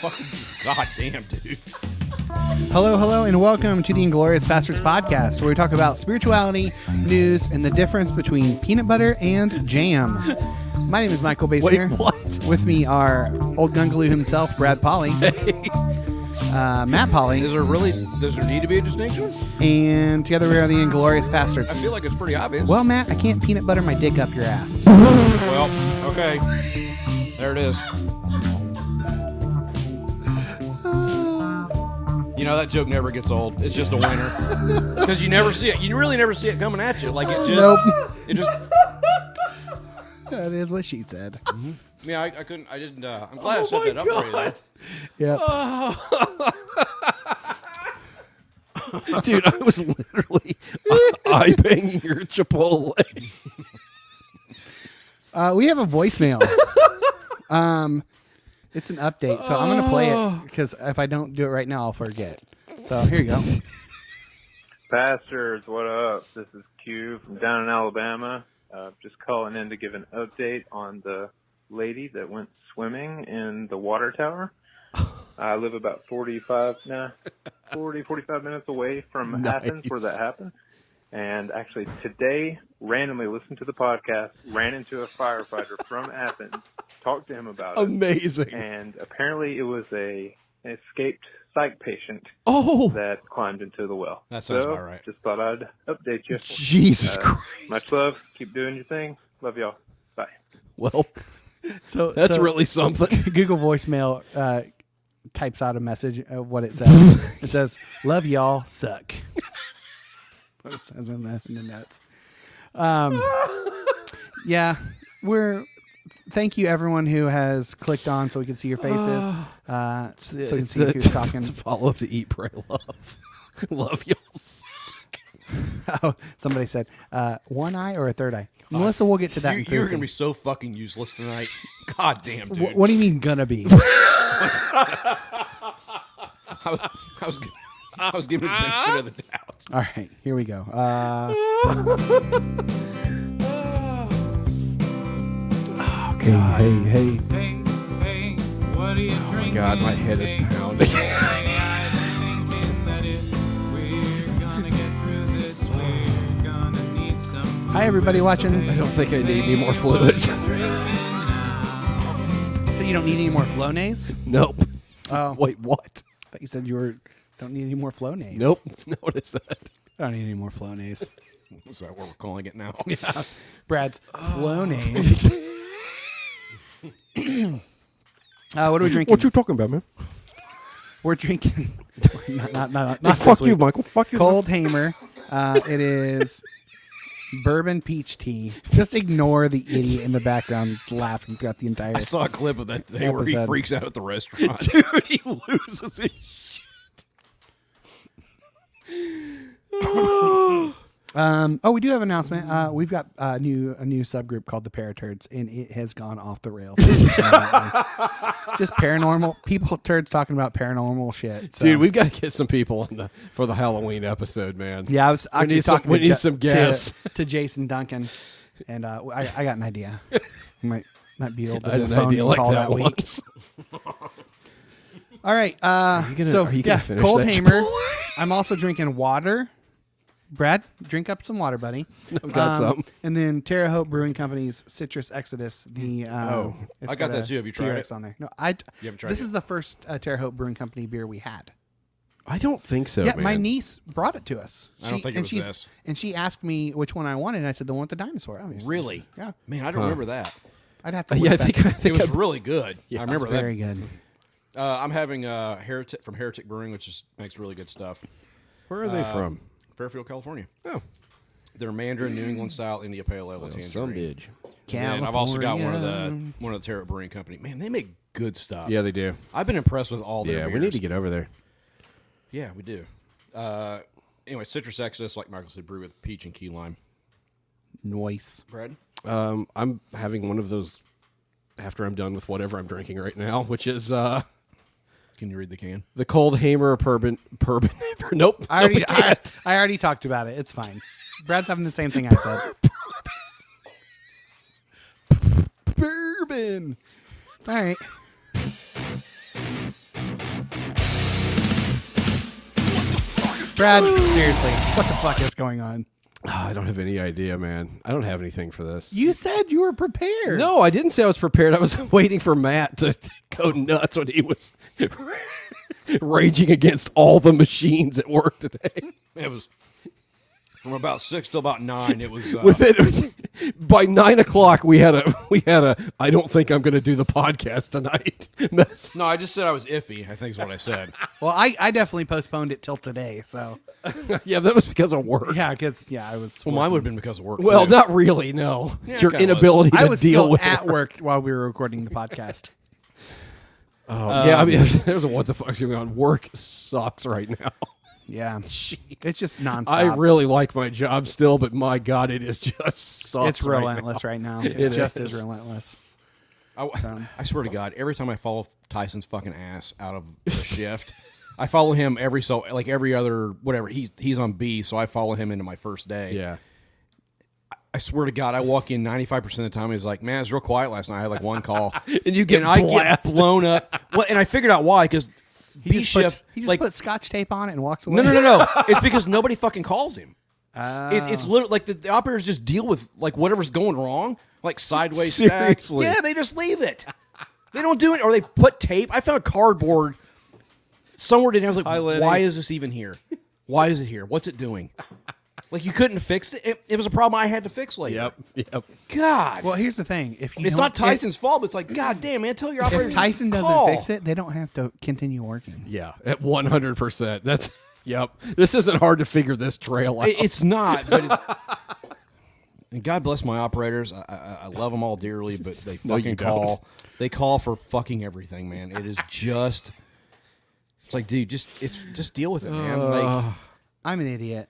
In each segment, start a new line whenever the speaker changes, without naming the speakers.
Fucking goddamn, dude.
Hello, hello, and welcome to the Inglorious Bastards podcast, where we talk about spirituality, news, and the difference between peanut butter and jam. My name is Michael Basinger.
what?
With me are old Gungaloo himself, Brad Polly, uh, Matt
Is
Polly,
there really? Does there need to be a distinction?
and together we are the Inglorious
I
Bastards.
feel like it's pretty obvious.
Well, Matt, I can't peanut butter my dick up your ass.
Well, okay. There it is. You know that joke never gets old. It's just a winner because you never see it. You really never see it coming at you. Like it just,
Nope.
it just.
that is what she said.
Yeah, I, I couldn't. I didn't. Uh, I'm
Oh
glad I set that up for you. though.
Yep.
Dude, I was literally eye banging your Chipotle.
Uh, we have a voicemail. um, it's an update, so I'm gonna play it because if I don't do it right now, I'll forget. So here you go.
Pastors, what up? This is Q from down in Alabama. Uh, just calling in to give an update on the lady that went swimming in the water tower. I live about 45, nah, 40, 45 minutes away from Athens where that happened. And actually today, randomly listened to the podcast, ran into a firefighter from Athens, talked to him
Oh,
about it,
Amazing.
and apparently it was a an escaped psych patient
Oh,
that climbed into the well.
That sounds
so,
about right.
Just thought I'd update you.
Jesus
Uh,
Christ.
Much love. Keep doing your thing. Love y'all. Bye.
well,
So
that's
so
really something.
Google voicemail uh, types out a message of what it says. it says, "Love y'all, suck." what it says in the, in the notes. Um, yeah, we're. Thank you, everyone who has clicked on so we can see your faces, uh, so we can see who's talking.
follow up to Eat, Pray, Love. love y'all.
Oh, somebody said uh, one eye or a third eye. Melissa, we'll get to that.
You,
in food
you're gonna be
things.
so fucking useless tonight. Goddamn, dude.
Wh- What do you mean gonna be?
I was, I was, gi- I was giving it the benefit of the doubt.
All right, here we go. Uh, hey, hey, hey.
Hey, hey, what are you oh drinking?
God, my head is
Hey,
pounding.
hey, I'm thinking that if we're gonna get through this, we're gonna need some
Hi, everybody
fluids. So
watching.
hey,
I don't think I need any more
hey, what
fluids.
you drinking now?
So you don't need any more Flonase?
nope.
Oh, I
Wait, what?
thought you said you were don't need any more Flonase.
Nope. Notice that.
I don't need any more Flonase.
Is that what we're calling it now?
Brad's Flonase. uh, what are we drinking?
Oh. you talking about, man?
We're drinking. not, not, not,
Hey,
not
fuck
this
you,
week.
Michael. Fuck you.
Cold Hamer. Uh, it is bourbon peach tea. Just ignore the idiot in the background laughing throughout the entire.
I saw a clip of that today where he
Episode.
freaks out at the restaurant.
Dude, he loses his shit.
Um, oh, we do have an announcement. Uh, we've got a new a new subgroup called the Paraturds, and it has gone off the rails. Uh, Just paranormal people turds talking about paranormal shit. So.
Dude, we've got to get some people on the, for the Halloween episode, man.
yeah, I was
We
actually
need some-
talking.
we
to
need
Ja-
some
to-
guests.
to, Jason Duncan, and uh, I, I got an idea. might might be able to
I
do
had
a
an
phone
idea like
call
that,
that, week.
once.
All right. Uh,
you gonna-
so
are you
yeah,
gonna finish
cold
that
hammer.
Chipotle?
I'm also drinking water. Brad, drink up some water, buddy. I've
got some.
And then Terre Haute Brewing Company's Citrus Exodus. The um,
Oh,
it's
I got that
a
too. Have you tried
TRX
it?
on there? No, I.
You haven't tried
this
it?
is the first uh, Terre Haute Brewing Company beer we had.
I don't think so.
yeah,
man.
my niece brought it to us.
Oh, I don't think it
and
was
she's-
this.
And she asked me which one I wanted. and I said the one with the dinosaur. Obviously.
Really?
Yeah.
Man, I don't remember that.
I'd have to.
Uh, yeah, I
look back.
think I
It
think
was
I-
really good. I
It's
remember
very
that.
good.
Uh, I'm having uh, Heretic from Heretic Brewing, which is, makes really good stuff. Uh,
Where are they from?
Fairfield, California.
Oh,
They're Mandarin New England style India Pale Ale with tangerine.
some bitch.
And then I've also got one of the
California.
one of the Tarot Brewing Company. Man, they make good stuff.
Yeah, they do.
I've been impressed with all their
Yeah,
beers.
we need to get over there.
Yeah, we do. Uh, anyway, Citrus Exodus, like Michael said, brew with peach and key lime.
Noise.
Bread.
Um, I'm having one of those after I'm done with whatever I'm drinking right now, which is uh,
Can you read the can?
the cold hammer bourbon. Bourbon. nope.
I
nope,
already, I,
can't.
I already talked about it. It's fine. Brad's having the same thing I said. Bourbon. All right. Brad, seriously, what the fuck is going on?
Ah, I don't have any idea, man. I don't have anything for this.
You said you were prepared.
No, I didn't say I was prepared. I was waiting for Matt to, to go nuts when he was raging against all the machines at work today.
It was from about six to about nine. It was. Uh,
With it, was- by nine o'clock, we had a we had a. I don't think I'm going to do the podcast tonight. message.
no, I just said I was iffy. I think is what I said.
Well, I, I definitely postponed it till today. So
yeah, that was because of work.
yeah, because yeah, I was.
well, mine would have been because of work.
Well,
too.
not really. No,
Yeah, it
your
kinda was.
inability
I
to
was
deal
still
with
at work while we were recording the podcast.
Oh, yeah, I mean, there's a what the fuck's going on. Work sucks right now.
Yeah, it's just nonstop.
I really like my job still, but my god, it is just sucks.
it's
right now.
relentless right now. It,
It
just
is.
is relentless.
I, I swear to God, every time I follow Tyson's fucking ass out of the shift, I follow him every so like every other whatever. He he's on B, so I follow him into my first day.
Yeah.
I swear to God, I walk in ninety five percent of the time. He's like, "Man, it's real quiet last night. I had like one call."
And you get
and I get
blasted.
blown up. Well, and I figured out why because
He
B
just,
shift
puts, he just
like
put scotch tape on it and walks away.
no no no no. it's because nobody fucking calls him.
Oh.
It, it's literally like the, the operators just deal with like whatever's going wrong, like sideways
Seriously.
stacks. Yeah, they just leave it. They don't do it, or they put tape. I found cardboard somewhere today. I was like,
Lenny.
why is this even here? Why is it here? What's it doing? Like you couldn't fix it. It, it was a problem I had to fix later.
Yep. Yep.
God.
Well, here's the thing: if you
it's
don't-
not Tyson's fault, but it's like, God damn, man, tell your
If,
operator.
if Tyson doesn't
call.
fix it, they don't have to continue working.
Yeah. At one hundred percent. That's yep. This isn't hard to figure this trail out.
It- it's not. But it- and God bless my operators. I, I, I love them all dearly, but they
No, you
fucking
don't.
call. They call for fucking everything, man. It is just. It's like, dude, just it's just deal with it, man.
Uh.
Like,
I'm an idiot.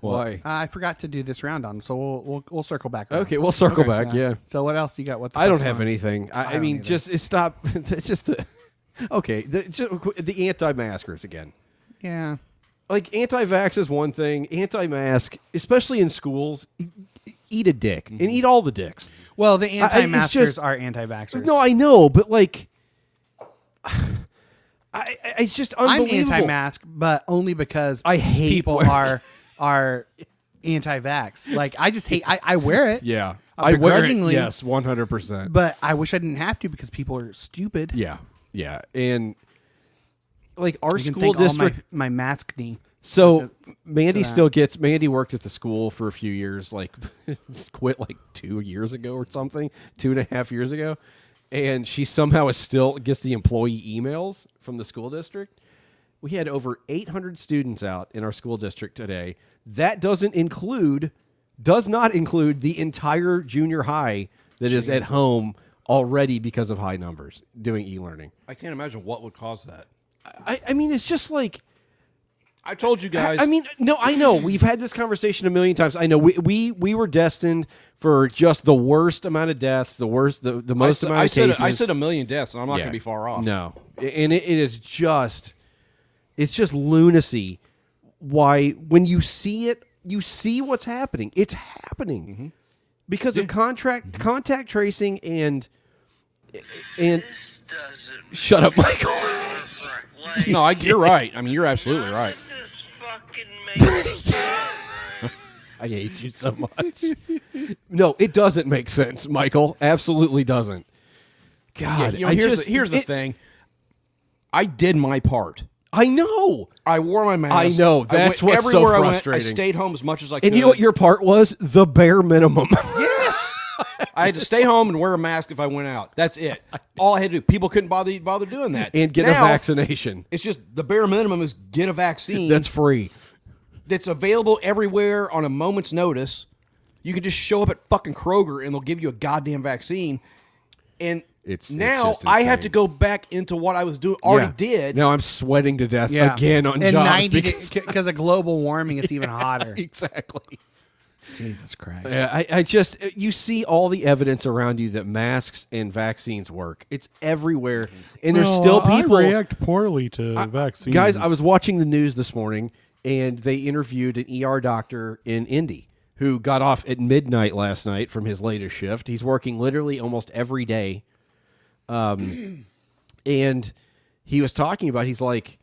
Why?
I forgot to do this round on, so we'll we'll, we'll circle back. around.
Okay, we'll circle back. Yeah.
So what else do you got? What the
I don't
fuck's
have
going on?
anything. I, I,
don't
mean,
either.
just it's stop. It's just the okay. The, just, the anti-maskers again.
Yeah.
like anti-vax is one thing anti-mask especially in schools e- e- eat a dick
Mm-hmm.
and eat all the dicks
Well, the
I- it's
anti-maskers
just-
are anti-vaxxers.
no i know but like I, I it's just
I'm
unbelievable
anti-mask, but only because
I hate
people
wearing-
are are anti-vax. Like I just hate. I, I wear it.
yeah
Uh,
i wear it
begrudgingly.
yes 100%
But I wish I didn't have to because people are stupid.
yeah yeah and like our
You can
school
thank all my,
district
my mask knee.
So Mandy
that.
still gets Mandy worked at the school for a few years, like quit like two years ago or something, two and a half years ago, and she somehow is still gets the employee emails from the school district. We had over 800 students out in our school district today. That doesn't include, does not include the entire junior high that is at home already because of high numbers doing e-learning.
I can't imagine what would cause that.
I, I mean, it's just like
I told you guys.
I mean, no, I know. We've had this conversation a million times. I know we we, we were destined for just the worst amount of deaths, the worst, the, the
I
most
said,
amount
I
of
said,
cases.
I said a million deaths, and I'm not
Yeah.
gonna be far off.
No, and it, it is just, it's just lunacy. Why when you see it, you see what's happening. It's happening
Mm-hmm.
because of contract contact tracing and and
This doesn't
shut up, Michael.
like
no, I, you're right. I mean, you're absolutely
none
right.
of This fucking makes sense.
I hate you so much. no, it doesn't make sense, Michael. Absolutely doesn't. God,
Yeah, you know,
I
here's
just-
the, here's the
it-
thing. I did my part.
I know.
I wore my mask.
I know.
I
That's
went
what's so
everywhere I went, I
frustrating.
stayed home as much as I could.
And you know what your part was? The bare minimum.
Yes. I had to stay home and wear a mask if I went out. That's it. All I had to do. People couldn't bother bother doing that.
and get
Now,
a vaccination.
It's just the bare minimum is get a vaccine
That's
that's
free.
that's available everywhere on a moment's notice. You can just show up at fucking Kroger and they'll give you a goddamn vaccine. And
It's- it's
now
just
I have
insane.
to go back into what I was doing already
Yeah.
did.
Now I'm sweating to death
Yeah.
again on
and
jobs because
because of global warming, it's even hotter.
exactly.
Jesus Christ.
Yeah, I, I just uh, you see all the evidence around you that masks and vaccines work. It's everywhere, and there's still people
poorly to vaccines.
Guys, I was watching the news this morning and they interviewed an ER doctor in Indy who got off at midnight last night from his latest shift. He's working literally almost every day. Um, and he was talking about, he's like,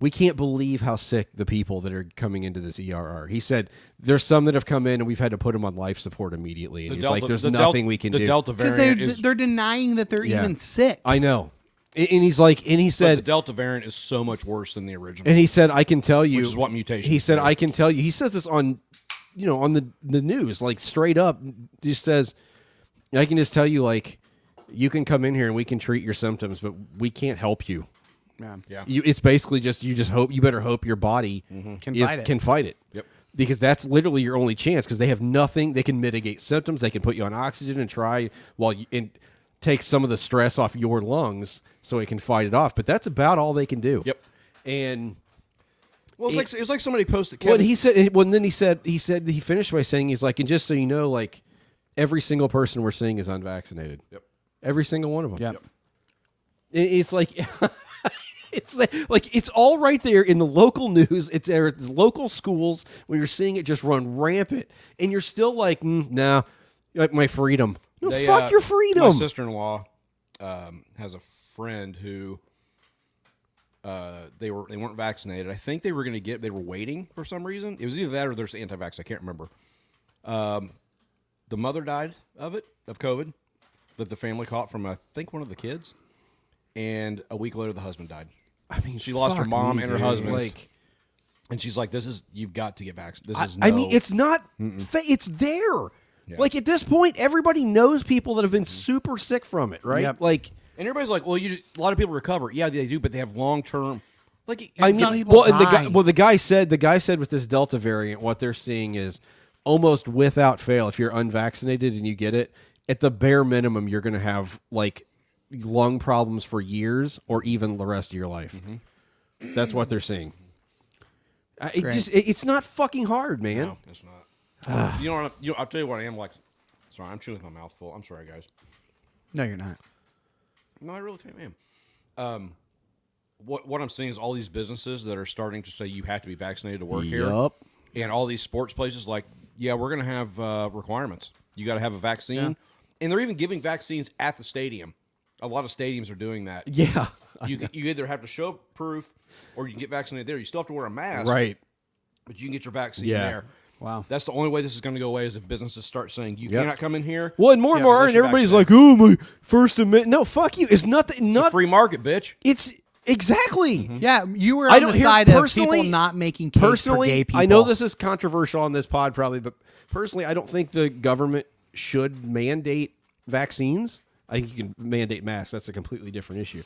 we can't believe how sick the people that are coming into this ER are. He said, there's some that have come in and we've had to put them on life support immediately. And he's like, there's
the
nothing
Delta-
we can
the
do.
Delta
because
variant
they're
is
they're denying that they're
Yeah.
even sick.
I know. And and he's like, and he
but the
said,
Delta variant is so much worse than the original.
and he said, I can tell you,
Which is what mutations
He said,
do.
I can tell you. He says this on, you know, on the the news, like straight up. Just says, I can just tell you, like, you can come in here and we can treat your symptoms, but we can't help you.
Yeah.
Yeah.
You, it's basically just you just hope you better hope your body
Can
is-
fight it.
can fight it.
Mm-hmm. Yep.
Because that's literally your only chance. Because they have nothing. They can mitigate symptoms. They can put you on oxygen and try while you and take some of the stress off your lungs so it can fight it off. But that's about all they can do.
Yep.
And
well, it's like it was like somebody posted.
well,
Kevin,
he said. Well, and then he said. He said he finished by saying he's like, and just so you know, like every single person we're seeing is unvaccinated. Yep. Every single one of them.
Yeah.
It- it's like. It's like, like it's all right there in the local news. It's there at the local schools where you're seeing it just run rampant, and you're still like, mm, nah, like my freedom. No,
They,
fuck
uh,
your
My
freedom.
sister in law um, has a friend who uh, they were they weren't vaccinated. I think they were going to get they were waiting for some reason. It was either that or there's anti-vax. I can't remember. Um, the mother died of it of COVID that the family caught from I think one of the kids, and a week later the husband died.
I mean,
she lost her
fuck
mom
me,
and her
dude.
husband.
Like,
And she's like, "This is you've got to get vaccinated.
I-
This is
I
no-
mean, it's not. Fa- it's there.
Yeah.
Like at this point, everybody knows people that have been super sick from it, right?
Yep.
Like
and everybody's like, well, you a lot of people recover. Yeah, they do, but they have long term. Like
I
And some
mean,
people
well, and the guy,
die.
well, the guy said the guy said with this Delta variant, what they're seeing is almost without fail. If you're unvaccinated and you get it, at the bare minimum, you're going to have like lung problems for years or even the rest of your life.
Mm-hmm.
That's what they're seeing. I, it
Right.
just it, it's not fucking hard, man.
No, it's
Ah.
not. you know what? I'm, you know, I'll tell you what I am like. Sorry, I'm chewing with my mouth full. I'm sorry, guys.
No, you're not.
No, I really can't, man. Um, what what I'm seeing is all these businesses that are starting to say you have to be vaccinated to work
Yup.
here, and all these sports places like, yeah, we're gonna have uh, requirements. You got to have a vaccine, and they're even giving vaccines at the stadium. A lot of stadiums are doing that.
Yeah,
You, you either have to show proof or you can get vaccinated there. You still have to wear a mask,
right.
But you can get your vaccine
Yeah.
there.
Wow.
That's the only way this is going to go away is if businesses start saying you
Yep.
cannot come in here.
Well, and more and
Yeah,
more,
unless
and
you're
everybody's like,
vaccinated.
"Oh my, First Amendment." No, fuck you. It's nothing.
it's a
Not
free Mm-hmm. market, bitch.
it's exactly.
Yeah, you were on
I don't
the
hear-
side of people
personally-
not making case
personally,
for gay people.
I know this is controversial on this pod, probably, but personally, I don't think the government should mandate vaccines. I think you can mandate masks. That's a completely different issue.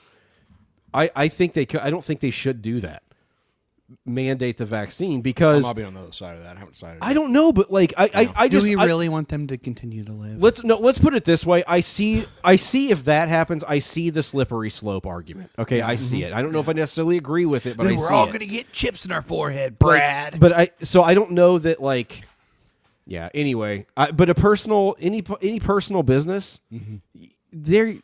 I, I think they could. I don't think they should do that. Mandate the vaccine
I'm
because
not being on the other side of that. I haven't decided.
I don't know, but like I, I, I
Do
just
we
I-
really want them to continue to live?
let's no let's put it this way i see i see if that happens i see the slippery slope argument okay i see it i don't know if i necessarily agree with it but I
Mm-hmm. we're
see
all
it.
gonna get chips in our forehead,
But-
Brad.
But I so I don't know that like yeah, anyway. I, but a personal any any personal business
Mm-hmm.
there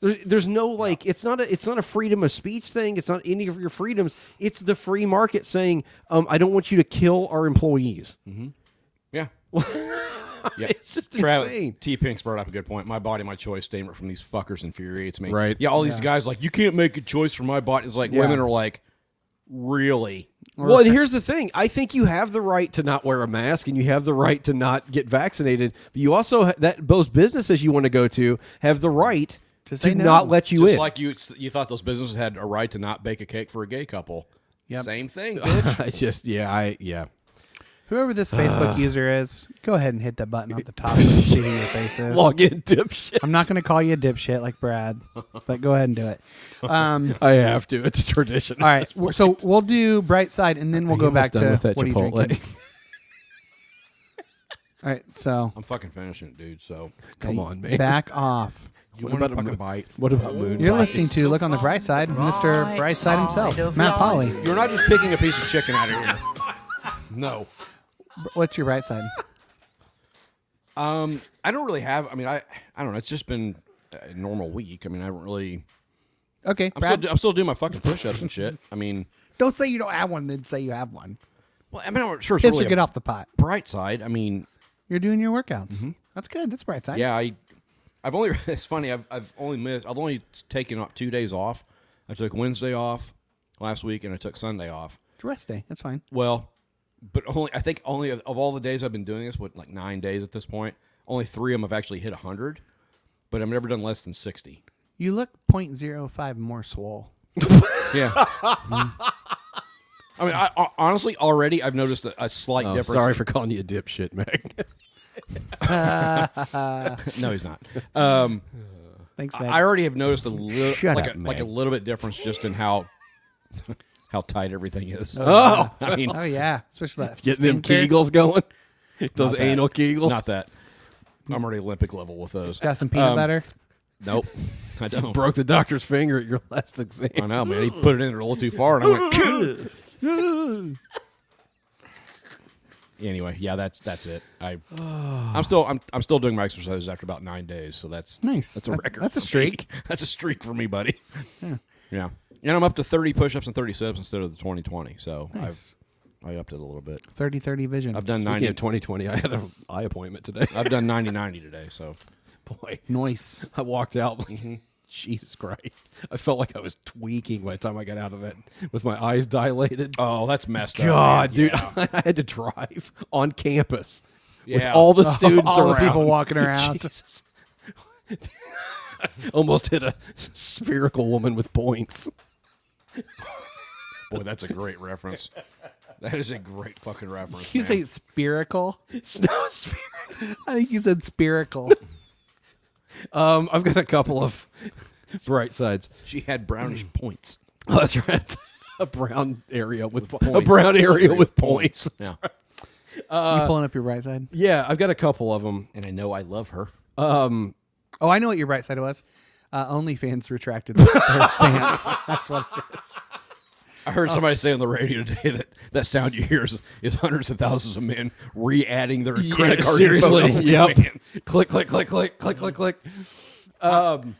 there's, there's no like it's not a it's not a freedom of speech thing. It's not any of your freedoms. It's the free market saying, um, I don't want you to kill our employees.
Mm-hmm.
Yeah. yeah.
It's just insane.
T Pink's brought up a good point. My body, my choice statement from these fuckers infuriates me.
Right.
Yeah. All these guys like you can't make a choice for my body. It's like women are like, really.
Well, and here's the thing. I think you have the right to not wear a mask and you have the right to not get vaccinated, but you also ha- that those businesses you want to go to have the right to,
say no.
not let you
Just
in.
like you, you thought those businesses had a right to not bake a cake for a gay couple.
Yep.
Same thing, bitch.
I just yeah, I yeah.
Whoever this Facebook user is, go ahead and hit that button at the top and see who your face is.
Log in dipshit.
I'm not gonna call you a dipshit like Brad, but go ahead and do it. Um,
I have to. It's a tradition.
all right, w- so we'll do bright side, and then we'll go back to what are you drinking. All right, so
I'm fucking finishing it, dude. So
Come on, man.
back off.
you
What
want
about a
a fucking
mo- Oh,
bite?
What about Moon?
You're
Pie?
listening to Look on the Bright Side, Mr. Bright Side himself, Matt Polly.
You're not just picking a piece of chicken out of here. No.
What's your right side?
Um, I don't really have. I mean, I I don't know. It's just been a normal week. I mean, I haven't really.
Okay,
I'm
Brad.
still I'm still doing my fucking push-ups and shit. I mean,
don't say you don't have one, then say you have one.
well, I mean, I'm sure it's
Piss
really
or
a
get off the pot.
bright side. I mean,
You're doing your workouts. That's good. That's bright side.
Mm-hmm. yeah, I I've only it's funny. I've I've only missed. I've only taken off two days off. I took Wednesday off. last week, and I took Sunday off.
It's rest day. That's fine.
Well, but only I think only of, of all the days I've been doing this, what like nine days at this point, only three of them have actually hit hundred. But I've never done less than sixty.
You look 0.05 more swole.
Yeah. I mean, I, I- honestly, already I've noticed a, a slight
Oh,
difference.
sorry for calling you a dipshit, Meg.
no, he's not. Um,
Thanks,
I-
Meg.
I already have noticed a little,
Shut
like
up,
a, like a
Meg.
little bit difference just in how how tight everything is.
Oh,
I mean,
oh yeah, especially that.
Getting them
skincare.
kegels going. Those
that.
anal kegels.
not that. I'm already Olympic level with those.
Got some peanut
Um,
butter.
Nope, I don't.
Broke the doctor's finger at your last
I
exam.
know, man. He put it in a little too far, and I went. anyway, yeah, that's that's it. I I'm still I'm I'm still doing my exercises after about nine days, so that's
Nice.
That's a
That-
record.
that's a
for me. that's a streak for me, buddy. Yeah. And I'm up to 30 push-ups and 30 subs instead of the 2020. So
Nice.
I've I upped it a little bit.
30-30 vision.
I've done
I
90
2020. I had an eye appointment today.
I've done 90 90 today, so
Boy,
Noise.
I walked out
Mm-hmm.
like, Jesus Christ. I felt like I was tweaking by the time I got out of that with my eyes dilated.
Oh, that's messed up.
God,
man.
dude,
Yeah.
I had to drive on campus
Yeah.
with all the students
all the
around.
people walking around.
Jesus. Almost hit a spherical woman with points.
Boy, that's a great reference. That is a great fucking reference.
You
man.
say spherical?
No, spherical.
I think you said spherical.
Um, I've got a couple of bright sides.
she had brownish points.
Oh, that's right. A brown area with a
points.
brown area with points.
Yeah.
Uh,
you pulling up your right side?
Yeah, I've got a couple of them.
And I know I love her.
Um,
Oh, I know what your right side was. Uh, OnlyFans retracted their stance. That's what it is.
I heard somebody say on the radio today that that sound you hear is, is hundreds of thousands of men re-adding their credit
Yeah,
card.
Seriously,
info to
yep.
OnlyFans.
click, click, click, click, click, click, click. Um,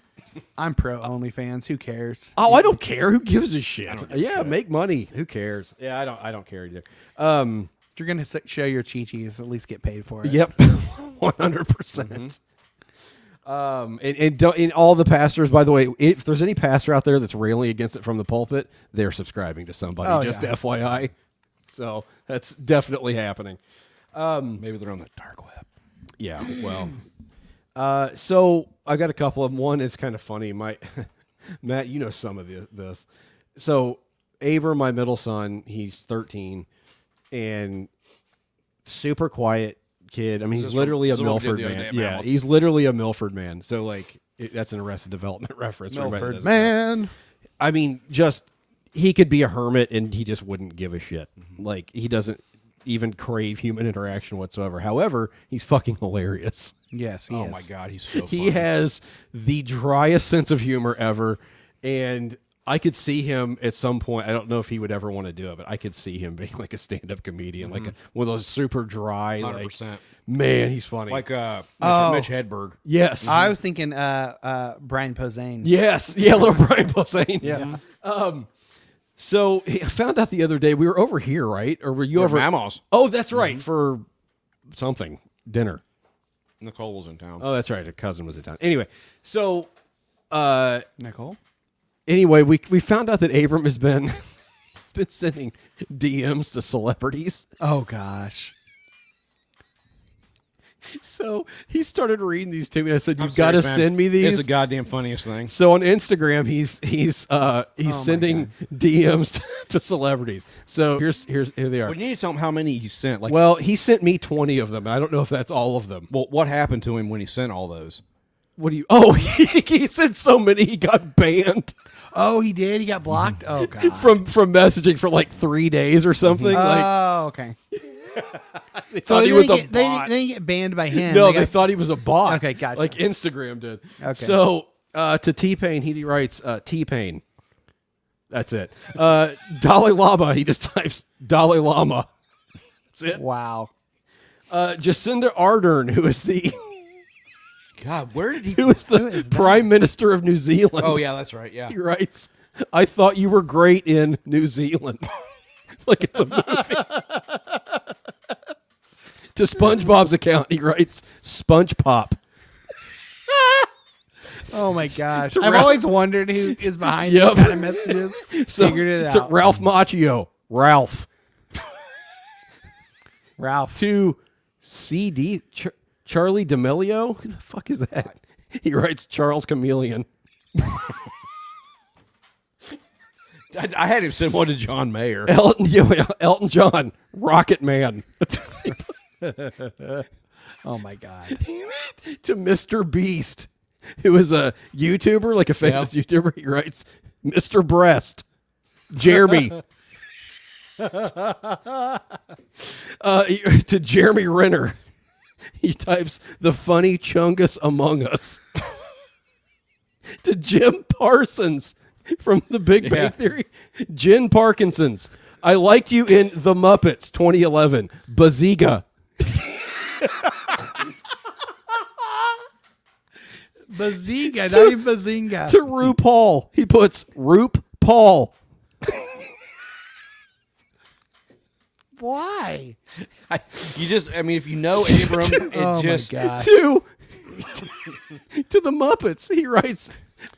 I'm pro OnlyFans. Who cares?
oh, I don't care. Who gives a shit? yeah, make money. Who cares? Yeah, I don't. I don't care either. Um,
If you're going to show your chi-chis, at least get paid for it.
yep, one hundred percent.
Mm-hmm.
Um, and and, don't, and all the pastors, by the way, if there's any pastor out there that's railing against it from the pulpit, they're subscribing to somebody.
Oh,
just
yeah.
FYI. So that's definitely happening. Um,
Maybe they're on the dark web.
Yeah, well. Uh, so I've got a couple of 'em. One is kind of funny. My Matt, you know some of the, this. So Aber, my middle son, he's 13 and super quiet kid. I mean,
this
he's
from-
literally
this
a
is what we did
Milford
the other day
man.
at
Yeah,
Mammoth.
he's literally a Milford man. So like it, that's an Arrested Development reference. for everybody that
Milford
doesn't know.
man.
I mean, just he could be a hermit and he just wouldn't give a shit.
Mm-hmm.
Like he doesn't even crave human interaction whatsoever. However, he's fucking hilarious.
Yes, he
Oh
is.
my god, he's so
He
funny.
has the driest sense of humor ever, and I could see him at some point. I don't know if he would ever want to do it, but I could see him being like a stand-up comedian,
Mm-hmm.
like a, one of those super dry, like
100%.
man, he's funny.
like uh, Mitch,
Oh.
Mitch Hedberg. Mm-hmm.
yes,
I was thinking uh, uh, Brian Posehn.
Yes, yeah, little Brian Posehn. Yeah. Um, so hey, I found out the other day we were over here, right? Or were you
Over
over?
Mamos.
Oh, that's
Mm-hmm.
right for something dinner.
Nicole was in town.
Oh, that's right. A cousin was in town. Anyway, so uh,
Nicole?
anyway, we we found out that Abram has been has been sending DMs to celebrities.
Oh, gosh.
So he started reading these to me. I said,
I'm
"You've got to
serious, man.
send me these."
It's the goddamn funniest thing.
So on Instagram, he's he's
Oh
uh, he's
my
sending DMs to, to celebrities. So here's here's here they are.
Well, you need to tell him how many he sent. Like, well,
well, he sent me twenty of them. and I don't know if that's all of them.
what happened to him when he sent all those?
What do you? Oh, he, he sent so many he got banned
Oh, he did? He got blocked? Oh, God.
from from messaging for like three days or something.
Mm-hmm.
like
oh, okay.
they
So
thought
they,
he was
didn't
a
get, they, didn't-
bot.
they didn't get banned by him.
no,
They
they,
got-
thought he was a bot.
Okay, gotcha.
Like Instagram did.
Okay.
So uh, to T Pain, he writes uh, T Pain. That's it. Uh, Dalai Lama. He just types Dalai Lama. That's it.
Wow.
uh, Jacinda Ardern, who is the
God, where did he?
who is the
Who is that?
Prime Minister of New Zealand.
oh yeah, that's right. Yeah,
he writes, "I thought you were great in New Zealand." like it's a movie. to SpongeBob's account, he writes, "SpongePop."
Oh my gosh.
To
I've
Ralph-
always wondered who is behind
Yep.
these kind of messages.
So,
Figured it
to
out.
Ralph Macchio. Ralph
Ralph.
to CD Ch- Charlie D'Amelio. Who the fuck is that? He writes Charles Chameleon.
I, I had him send one to John Mayer.
Elton, yeah, Elton John, Rocket Man,
Oh my god.
to Mr. Beast, who is a YouTuber, like a famous YouTuber. He writes Mr. Breast, Jeremy. uh, he- to Jeremy Renner, he types the funny Chungus Among Us. to Jim Parsons from The Big
Yeah.
Bang Theory, Jen Parkinson's. I liked you in The Muppets 2011, Baziga.
Bazinga, not even Bazinga.
to RuPaul. He puts Roop Paul.
Why?
I, you just, I mean, if you know Abram, it
Oh
just
my gosh.
To to the Muppets. He writes.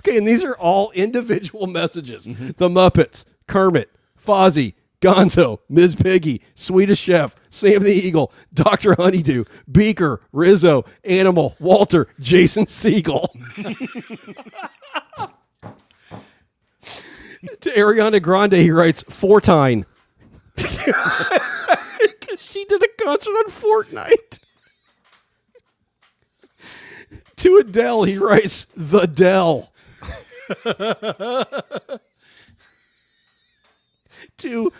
Okay, and these are all individual messages. The Muppets, Kermit, Fozzie, Gonzo, Ms. Piggy, Swedish Chef, Sam the Eagle, Doctor Honeydew, Beaker, Rizzo, Animal, Walter, Jason Siegel. to Ariana Grande, he writes Fortine. Because she did a concert on Fortnite. to Adele, he writes the Dell. to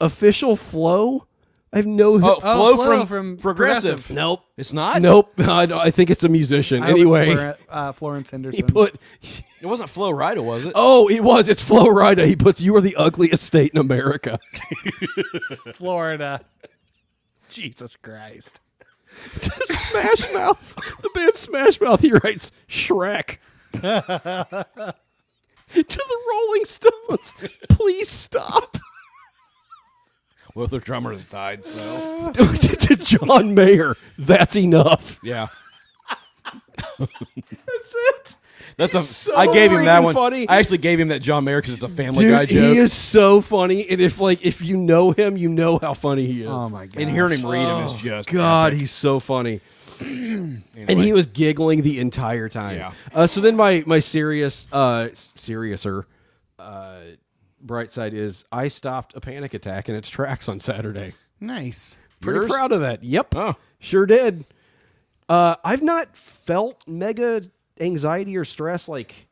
official flow, I have no.
oh,
Oh,
flow, from, progressive.
nope,
It's not.
nope. I, don't- I think it's a musician.
I hope it's
anyway,
Flor- uh, Florence
he
Henderson.
put.
it wasn't Flow Rider, was it?
Oh, it was. It's Flo Rida. He puts you are the ugliest state in America.
Florida. Jesus Christ.
Smash Mouth. The band Smash Mouth. He writes Shrek. to the Rolling Stones. Please stop.
Well, the drummer has died, so
to John Mayer. That's enough.
yeah.
That's it.
That's a. I
He's so
gave him that
freaking
one.
funny.
I actually gave him that John Mayer because it's a Family Guy
Dude,
joke.
he is so funny, and if like if you know him, you know how funny he is.
Oh my god.
and hearing him read him is
Oh,
just
God, he's so funny. And he was giggling the entire time.
Yeah.
Uh, so then my my serious uh s- seriouser uh bright side is I stopped a panic attack in its tracks on Saturday.
nice.
Pretty
Yours?
proud of that. Yep.
Oh.
Sure did. Uh I've not felt mega anxiety or stress like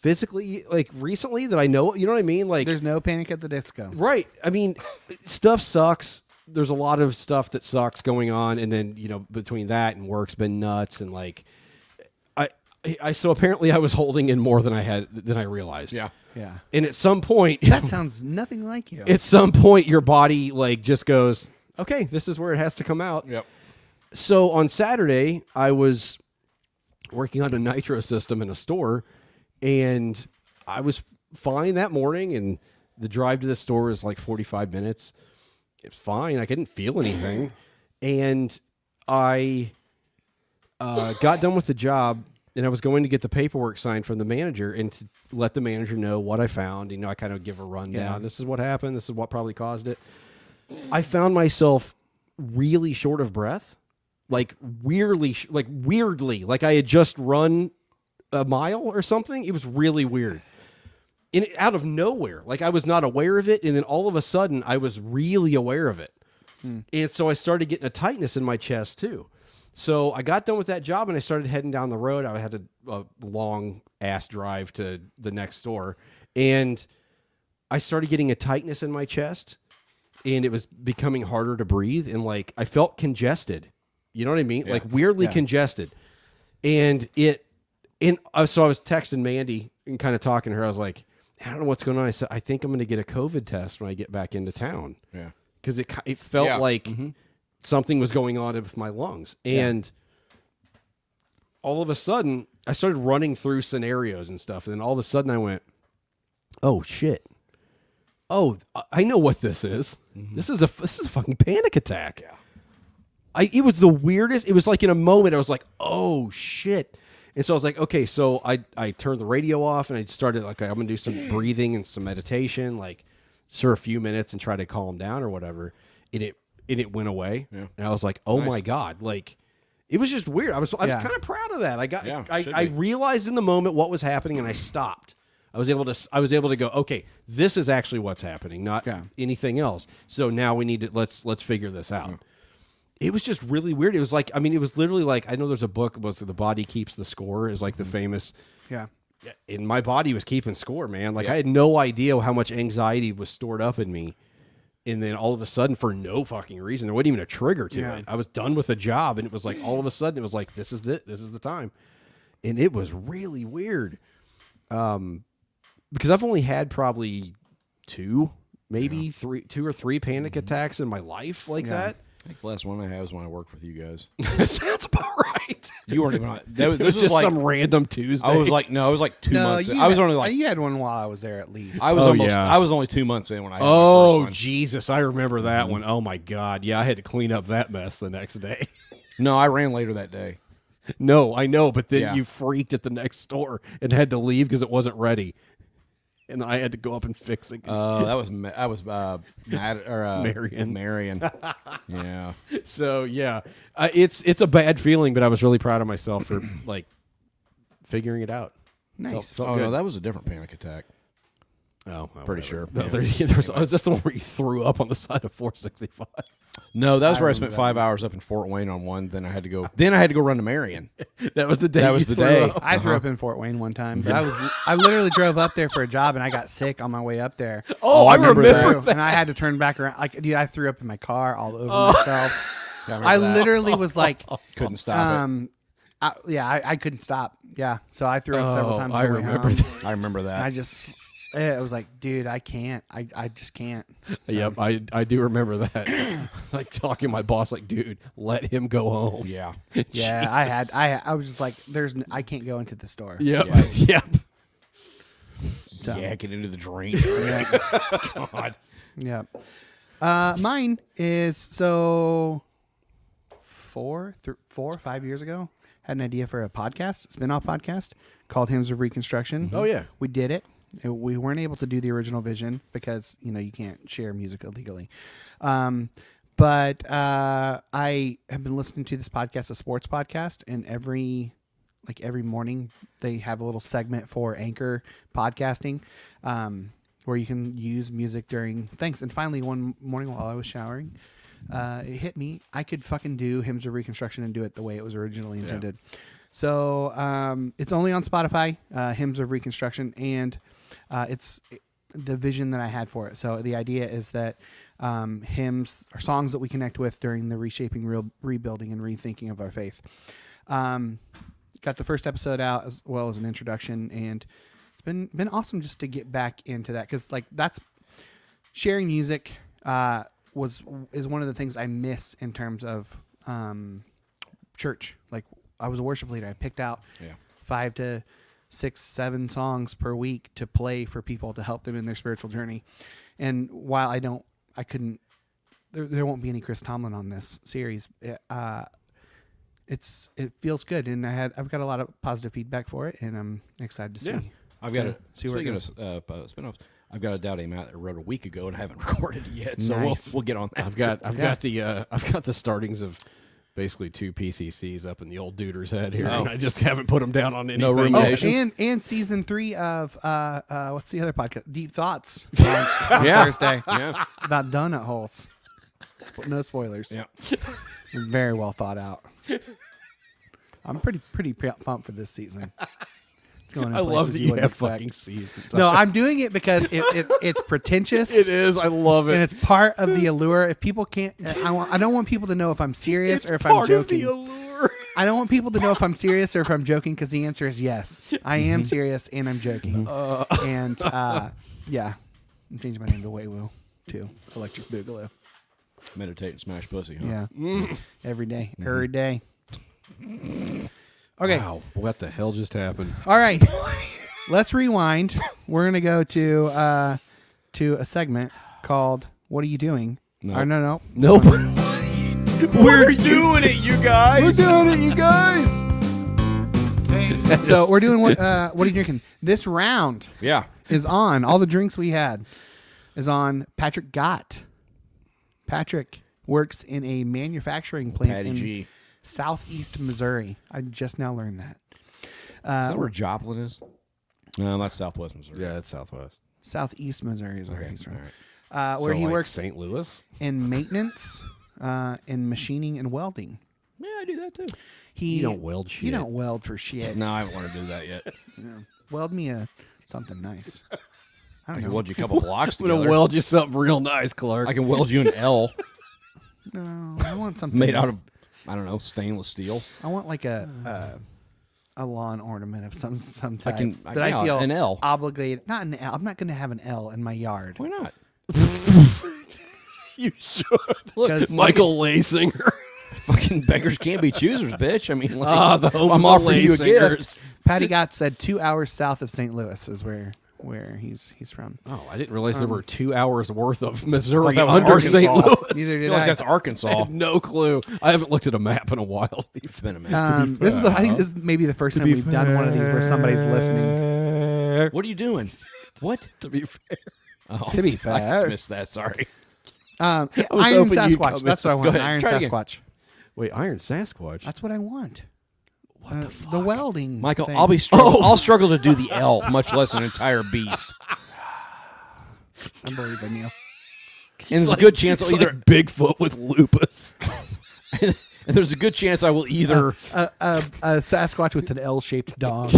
physically like recently that I know you know what I mean? Like
There's no panic at the disco.
Right. I mean, stuff sucks. There's a lot of stuff that sucks going on, and then you know between that and work's been nuts, and like, I, I so apparently I was holding in more than I had than I realized.
Yeah.
Yeah.
And at some point,
That sounds nothing like you.
at some point, your body like just goes, okay, this is where it has to come out.
Yep.
So on Saturday, I was working on a nitro system in a store, and I was fine that morning. And the drive to the store was like 45 minutes. It's fine. I couldn't feel anything. And I uh, got done with the job, and I was going to get the paperwork signed from the manager and to let the manager know what I found. You know, I kind of give a rundown.
Yeah.
This is what happened. This is what probably caused it. I found myself really short of breath, like weirdly, sh- like weirdly, like I had just run a mile or something. It was really weird. And it- out of nowhere, like I was not aware of it, and then all of a sudden, I was really aware of it, and so I started getting a tightness in my chest too. So I got done with that job, and I started heading down the road. I had a, a long ass drive to the next store, and I started getting a tightness in my chest, and it was becoming harder to breathe, and like I felt congested. You know what I mean? Like weirdly
Yeah.
congested, and it and uh, so I was texting Mandy and kind of talking to her. I was like, I don't know what's going on. I said, I think I'm going to get a COVID test when I get back into town.
Yeah.
Because it, ki- it felt
Yeah.
like something was going on with my lungs. And all of a sudden, I started running through scenarios and stuff. And then all of a sudden, I went, oh, shit. Oh, I- I know what this is.
Mm-hmm.
This is a this is a fucking panic attack. I it was the weirdest. It was like in a moment I was like, "Oh shit." And so I was like, okay, so I I turned the radio off and I started like I'm gonna do some breathing and some meditation, like for a few minutes and try to calm down or whatever. And it and it went away.
Yeah.
And I was like, oh my god, like it was just weird. I was I was
Yeah.
kind of proud of that. I got
Yeah,
I,
should
I
be.
realized in the moment what was happening and I stopped. I was able to s- I was able to go, okay, this is actually what's happening, not
Yeah.
anything else. So now we need to let's let's figure this out. It was just really weird. It was like I mean, it was literally like I know there's a book was the body keeps the score is like the famous
Yeah.
and my body was keeping score, man. Like I had no idea how much anxiety was stored up in me. And then all of a sudden, for no fucking reason, there wasn't even a trigger to
Yeah.
it. I was done with the job, and it was like all of a sudden, it was like this is the this is the time, and it was really weird. Um, because I've only had probably two, maybe three, two or three panic attacks in my life like
I think the last one I had was when I worked with you guys.
that. Sounds about right.
You weren't even on. That was,
it
this
was
was
just
like
some random Tuesday.
I was like no, I was like two months. in. I was
had,
only like
you had one while I was there at least.
I was
Oh,
almost
yeah.
I was only two months in when I had my first
Oh
one. Mm-hmm.
Jesus, I remember that one. Oh my God, yeah, I had to clean up that mess the next day.
no, I ran later that day.
no, I know, but then
Yeah.
you freaked at the next store and had to leave because it wasn't ready, and I had to go up and fix it.
Uh, that was Ma- I was uh, Matt or uh,
Marion.
Marion. yeah,
so yeah, uh, it's it's a bad feeling, but I was really proud of myself for like figuring it out.
nice.
Oh
good.
no, that was a different panic attack.
Oh, well,
Pretty
whatever.
sure.
No, there, there was, was just the one where you threw up on the side of 465.
No, that was where I spent five hours up in Fort Wayne on one. Then I had to go. Then I had to go run to Marion.
That was the day.
That
you
was the
threw
day.
up.
I threw up in Fort Wayne one time, but I was I literally drove up there for a job and I got sick on my way up there.
Oh, I, remember,
Through, and I had to turn back around. Like, dude, I threw up in my car all over
Oh.
myself.
remember
I
that.
literally was like,
Couldn't stop
um, I, yeah, I, I couldn't stop. Yeah, so I threw up several
Oh,
times. on
I
the way
remember
home.
that.
it. I remember that.
And I just, eh, I was like, dude, I can't. I, I just can't. So,
Yep, I I do remember that. like talking to my boss, like, dude, let him go home.
yeah,
Yeah, I had. I I was just like, there's. n- I can't go into the store.
Yep.
Yeah.
Yep.
yakking into the drain. God.
Yeah. Uh, mine is so four, th- four or five years ago. Had an idea for a podcast, spin-off podcast called Hymns of Reconstruction. Oh
yeah.
we did it. Uh, We weren't able to do the original vision because you know you can't share music illegally. Um, but uh, I have been listening to this podcast, a sports podcast, and every like every morning they have a little segment for anchor podcasting um, where you can use music during things and finally one morning while i was showering uh, it hit me i could fucking do hymns of reconstruction and do it the way it was originally intended so um, it's only on spotify uh, hymns of reconstruction and uh, it's the vision that i had for it so the idea is that um, hymns are songs that we connect with during the reshaping real rebuilding and rethinking of our faith um, got the first episode out as well as an introduction and it's been been awesome just to get back into that because like that's sharing music uh, was is one of the things I miss in terms of um, church. Like I was a worship leader, I picked out
Yeah.
five to six, seven songs per week to play for people to help them in their spiritual journey. And while I don't, I couldn't. There, there won't be any Chris Tomlin on this series. Uh, it's it feels good, and I had I've got a lot of positive feedback for it, and I'm excited to see.
Yeah. I've got
Yeah.
a
See where it
speaking of uh, uh, spin-offs, I've got a doubt aim out that I wrote a week ago and I haven't recorded it yet. So
Nice.
we'll we'll get on that.
I've got I've
Yeah.
got the uh, I've got the startings of basically two PCCs up in the old duder's head here. and I just haven't put them down on anything.
room
Oh,
yet.
Patience.
and and season three of uh, uh, what's the other podcast? Deep Thoughts launched on
Yeah.
Thursday
yeah.
about donut holes. Spo- no spoilers.
Yeah.
Very well thought out. I'm pretty pretty p- pumped for this season. It's going in
I love
places
that you
wouldn't
have
expect.
fucking seasons.
No, I'm doing it because it, it's it's pretentious.
it is. I love it.
And it's part of the allure. If people can't, I, want, I don't want people to know if I'm serious
It's
or if
part
I'm joking.
of the allure.
I don't want people to know if I'm serious or if I'm joking because the answer is yes. I am serious and I'm joking. and uh, yeah, I'm changing my name to Waywoo to Electric Boogaloo.
Meditate and smash pussy. Huh?
Yeah. Every day. Every day. Okay.
Mm-hmm. Wow, what the hell just happened?
All right. Let's rewind. We're going to go to uh, to a segment called What Are You Doing?
No.
Or, no, no.
Nope. We're doing it, you guys. We're doing it, you guys.
Hey,
So we're doing what? Uh, what are you drinking? This round
Yeah.
is on all the drinks we had is on Patrick Gott. Patrick works in a manufacturing plant
Patty
in
G. Is
southeast Missouri. I just now learned that.
that where Joplin is? No, that's Southwest Missouri.
Yeah, it's Southwest.
Southeast Missouri is where he's
All
from.
right.
Uh, where
So,
he
like,
works
St. Louis.
in maintenance, uh, in machining and welding.
Yeah, I do that too.
He
You don't weld
You
shit.
don't weld for shit.
No, I haven't learned to do that yet.
Weld me a something nice. I
I
don't
can
know.
weld you a couple blocks
I'm gonna
together.
weld you something real nice, Clark.
I can weld you an L
No, I want something
made out of I don't know stainless steel.
I want like a a, a lawn ornament of some some type
can- I-
that I,
yeah,
feel
an L.
obligated. Not an L. I'm not going to have an L in my yard.
Why not?
you should. Look,
'Cause-
Michael Laysinger.
Fucking beggars can't be choosers, bitch. I mean, like,
Ah, the home
I'm
of the
offering you a
Laysingers.
gift.
Patty Gott said two hours south of St. Louis is where where he's he's from.
Oh, I didn't realize there were two hours worth of Missouri
Um, that was
under St.
Arkansas.
Louis.
Neither
I
did
feel like
I.
that's Arkansas.
I have no clue. I haven't looked at a map in a while.
It's been a minute.
Um, this is the, I think this is maybe the first time we've done one of these where somebody's listening.
what are you doing? What?
to be fair,
Oh,
To be
I
fair,
missed that. Sorry.
um, yeah,
was
Iron
hoping you'd
Sasquatch.
come
That's
in.
what I
Go
want.
ahead,
Iron
try it again.
Sasquatch.
wait, Iron Sasquatch.
That's what I want. What
the fuck?
The welding.
Michael,
thing.
I'll be struggle. I'll struggle to do the L, much less an entire beast.
I believe in you.
And there's a good chance I'll
It's
either.
like Bigfoot with lupus.
and there's a good chance I will either.
A, a, a Sasquatch with an L-shaped dong.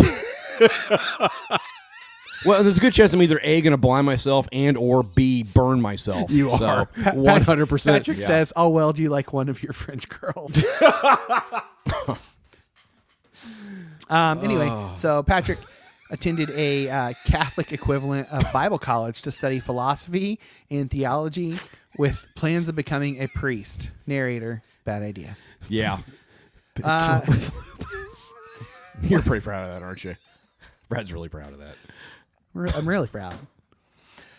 well, there's a good chance I'm either A going to blind myself and or B burn myself. You
are.
Pa- Pat-
100%.
Patrick says, "I'll weld you like one of your French girls." um, anyway, so Patrick attended a uh, Catholic equivalent of Bible college to study philosophy and theology, with plans of becoming a priest. Narrator: Bad idea.
Yeah.
Uh,
You're pretty proud of that, aren't you? Brad's really proud of that.
Re- I'm really proud.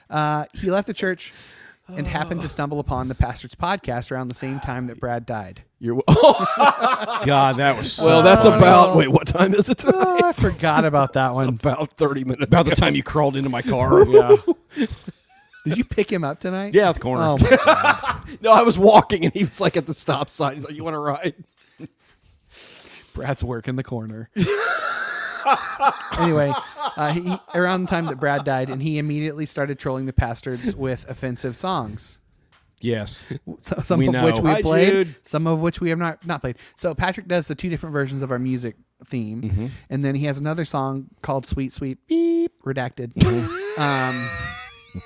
Uh, he left the church and happened to stumble upon the pastor's podcast around the same time that Brad died.
You're,
God, that was so
well, that's
Oh,
about.
no.
Wait, what time is it? Tonight?
Oh, I forgot about that one.
about thirty minutes.
about the time you crawled into my car. yeah.
Did you pick him up tonight?
Yeah, the corner.
Oh, my God.
No, I was walking and he was like at the stop sign. He's like, "You want to ride?"
Brad's work in the corner. anyway, uh, he, around the time that Brad died, and he immediately started trolling the pastards with offensive songs.
Yes.
So, some
We
of which
know.
we
Hi,
played,
Jude.
some of which we have not not played. So Patrick does the two different versions of our music theme,
Mm-hmm.
and then he has another song called "Sweet Sweet Beep" redacted.
Mm-hmm.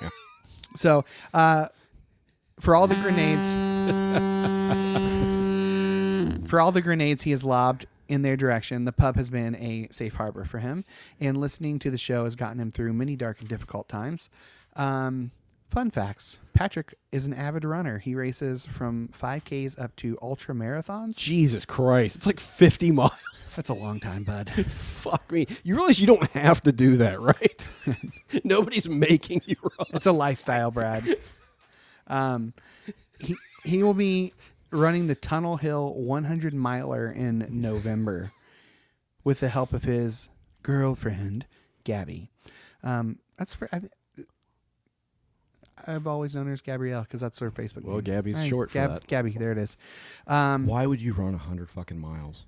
um, So uh, for all the grenades, for all the grenades he has lobbed in their direction, the pub has been a safe harbor for him, and listening to the show has gotten him through many dark and difficult times. Um, fun facts: Patrick is an avid runner. He races from 5Ks up to ultra marathons.
Jesus Christ, it's like fifty miles.
That's a long time, bud.
Fuck me. You realize you don't have to do that, right? Nobody's making you run.
It's a lifestyle, Brad. Um, he he will be running the Tunnel Hill 100 miler in November with the help of his girlfriend Gabby. Um, that's for I've, I've always known her as Gabrielle because that's her Facebook.
Well,
name.
Gabby's
Hey,
short for that.
Gabby, there it is. Um,
Why would you run hundred fucking miles?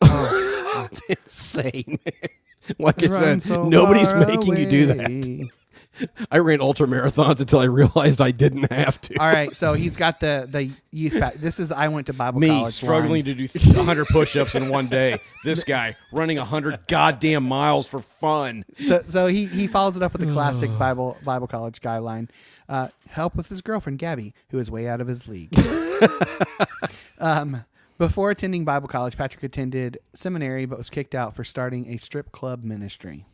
That's insane, man. Like I
run
said,
so
nobody's
far
making you do that.
away.
I ran ultra marathons until I realized I didn't have to.
All right, so he's got the the youth. Pack. This is I went to Bible
Me
college. line.
struggling to do th- 100 push-ups in one day. This guy running 100 goddamn miles for fun.
so so he he follows it up with the classic Bible Bible college guy line, uh, help with his girlfriend Gabby, who is way out of his league. um, before attending Bible college, Patrick attended seminary but was kicked out for starting a strip club ministry.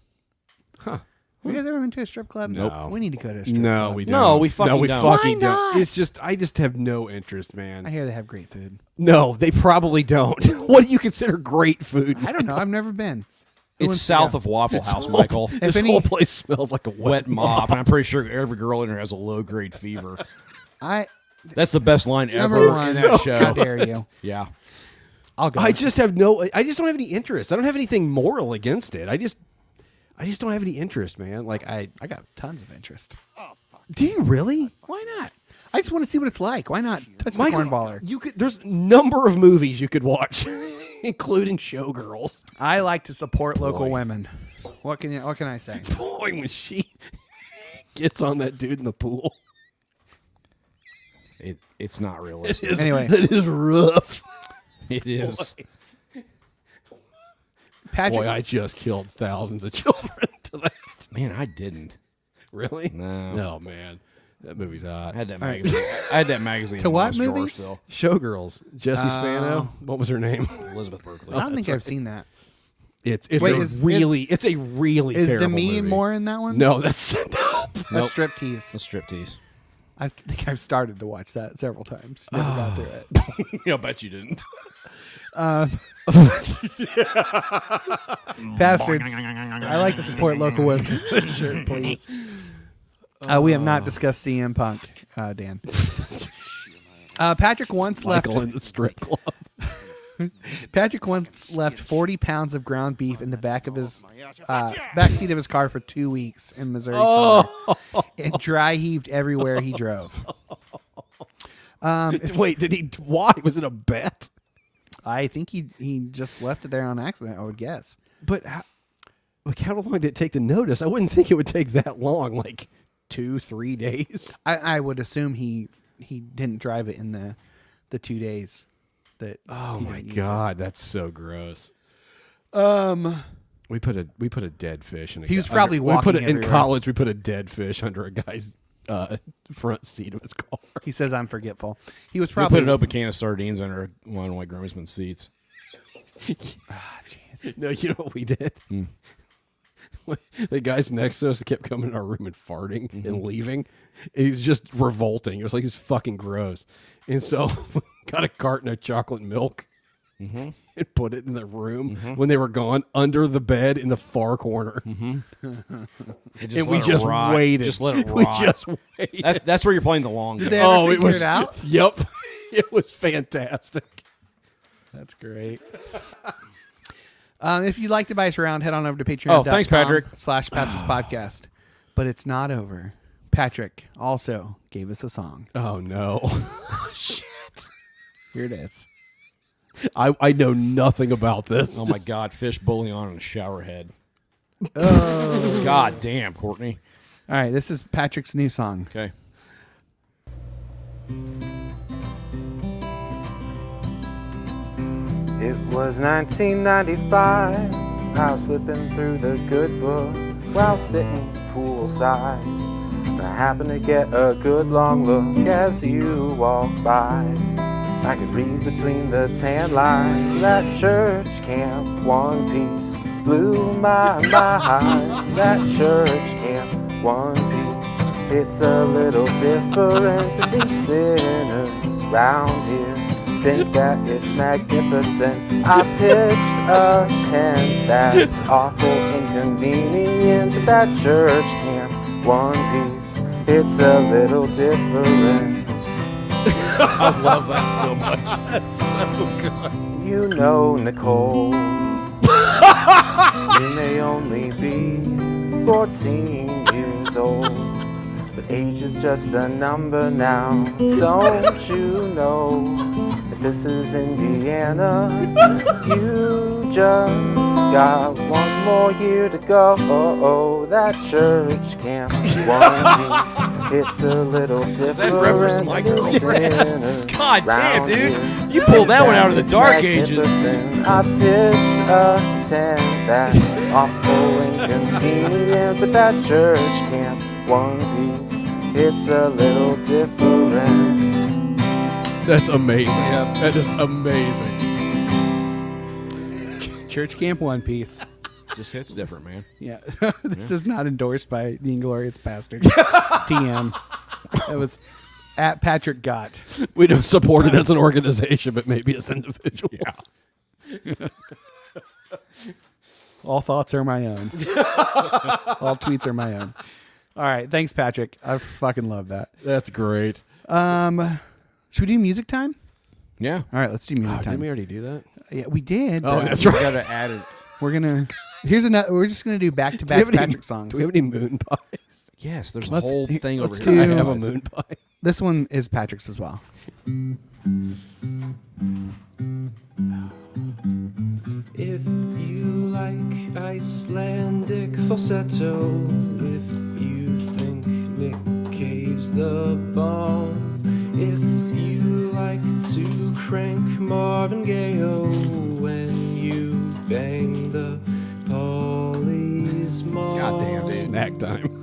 Huh. Have you guys ever been to a strip club?
No.
We need to go to a strip
No,
club.
we don't.
No, we fucking
we
don't.
fucking
Why
don't.
not?
It's just I just have no interest, man.
I hear they have great food.
no, they probably don't. what do you consider great food?
I don't know. I've never been.
It's
Who wants to
south
go?
of Waffle House, Michael.
This
any-
whole place smells like a wet,
Wet mop, and I'm pretty sure every girl in here has a low-grade fever.
I
That's the best line
number
ever
one.
in that
How
show.
dare you?
Yeah.
I'll go.
I just have no. I just don't have any interest. I don't have anything moral against it. I just, I just don't have any interest, man. Like I,
I got tons of interest. Do you really? Why not? I just want to see what it's like. Why not touch the
Michael,
cornballer?
You could. There's number of movies you could watch, including Showgirls.
I like to support local women. What can you? What can I say?
Boy, when she gets on that dude in the pool,
It, it's not
it
realistic.
is,
Anyway.
it is rough.
it is.
Patrick,
Boy, I just killed thousands of children to that.
Man, I didn't.
Really?
No.
No, man, that movie's hot.
I had that magazine. I had that magazine.
To
in
what
this drawer
movie?
Still,
Showgirls. Jesse Spano. What was her name?
Elizabeth Berkley.
I don't think I've seen that.
It's it's
Wait,
a
is-
really it's a really
Is
terrible
Demi
movie.
Moore in that one?
No, that's nope.
that's striptease.
The striptease.
I think I've started to watch that several times. Never
Ah.
got through it.
yeah, I bet you didn't.
Bastards. I like to support local women. sure, please. Uh, we have
Ah.
not discussed CM Punk, uh, Dan. Uh, Patrick once left.
Michael in the strip club.
Patrick once left 40 pounds of ground beef
Oh,
in the back of his uh, backseat of his car for two weeks in Missouri
Oh.
summer. It dry heaved everywhere he drove. Um,
Wait, did he? Why was it a bet?
I think he he just left it there on accident. I would guess.
But how, like, how long did it take to notice? I wouldn't think it would take that long. Like two, three days.
I, I would assume he he didn't drive it in the the two days that.
Oh
he
my
didn't use
god, that's so gross.
it. Um,
We put a we put a dead fish in. A
He was
guy-
probably
under, we put
walking
it in
everywhere.
college. We put a dead fish under a guy's uh, front seat of his car.
he says I'm forgetful. He was
We
probably
put an open can of sardines under one of my groomsmen's seats.
No, you know what we did?
Hmm.
The guys next to us kept coming in our room and farting
Mm-hmm.
and leaving. And he was just revolting. It was like he's fucking gross. And so we got a carton of chocolate milk
Mm-hmm.
and put it in the room when they were gone under the bed in the far corner.
It Mm-hmm. Just
And we
let it
just
rot.
waited.
Just let it
We
rot.
just waited.
That- that's where you're playing the long game.
Did they ever
oh, it
figure
was.
it out?
Yep. It was fantastic.
That's great. um, if you'd like to buy us around, head on over to Patreon.
Oh, thanks, Patrick.
Slash Pastors Podcast. But it's not over. Patrick also gave us a song.
Oh, no. Shit.
Here it is.
I, I know nothing about this.
Oh my God! Fish bouillon and a shower head. Oh God damn, Courtney.
All right, this is Patrick's new song.
Okay.
It was 1995. I was slipping through the good book while sitting poolside. And I happened to get a good long look as you walked by. I could read between the tan lines of that church camp one piece blew my mind. That church camp one piece, it's a little different than these sinners round here. Think that it's magnificent. I pitched a tent that's awful inconvenient. but That church camp one piece, it's a little different. You know, Nicole, you may only be 14 years old, but age is just a number now. Don't you know that this is Indiana? You just got one more year to go. That church camp, one piece, it's a little different.
reference to my
than
girlfriend?
sinners
God damn,
round
dude.
here.
You pulled that one out of the dark ages.
I pitched a tent that's awful inconvenient, but that church camp one piece, it's a little different.
That's amazing. That is amazing.
Church Camp One Piece.
Just hits different, man.
Yeah. this is not endorsed by the Inglorious Bastards. TM. That was at Patrick Gott.
We don't support it as an organization, but maybe as individuals.
All thoughts are my own. All tweets are my own. All right. Thanks, Patrick. I fucking love that.
That's great.
Um, should we do music time?
Yeah.
All right, let's do music
Oh,
time.
didn't we already do that?
Yeah, we did.
Oh,
but
that's right.
Got to add it.
We're gonna. Here's another. We're just gonna do back to back
have any-
Patrick songs.
Do we have any moon pies?
Yes, there's
Let's-
a whole
here-
thing over
let's
here.
do-
I have a
Guys.
moon pie.
This one is Patrick's as well.
If you like Icelandic falsetto, if you think Nick Cave's the bomb, if you like to crank Marvin Gaye when you bang the Polly's mom.
Goddamn, snack time.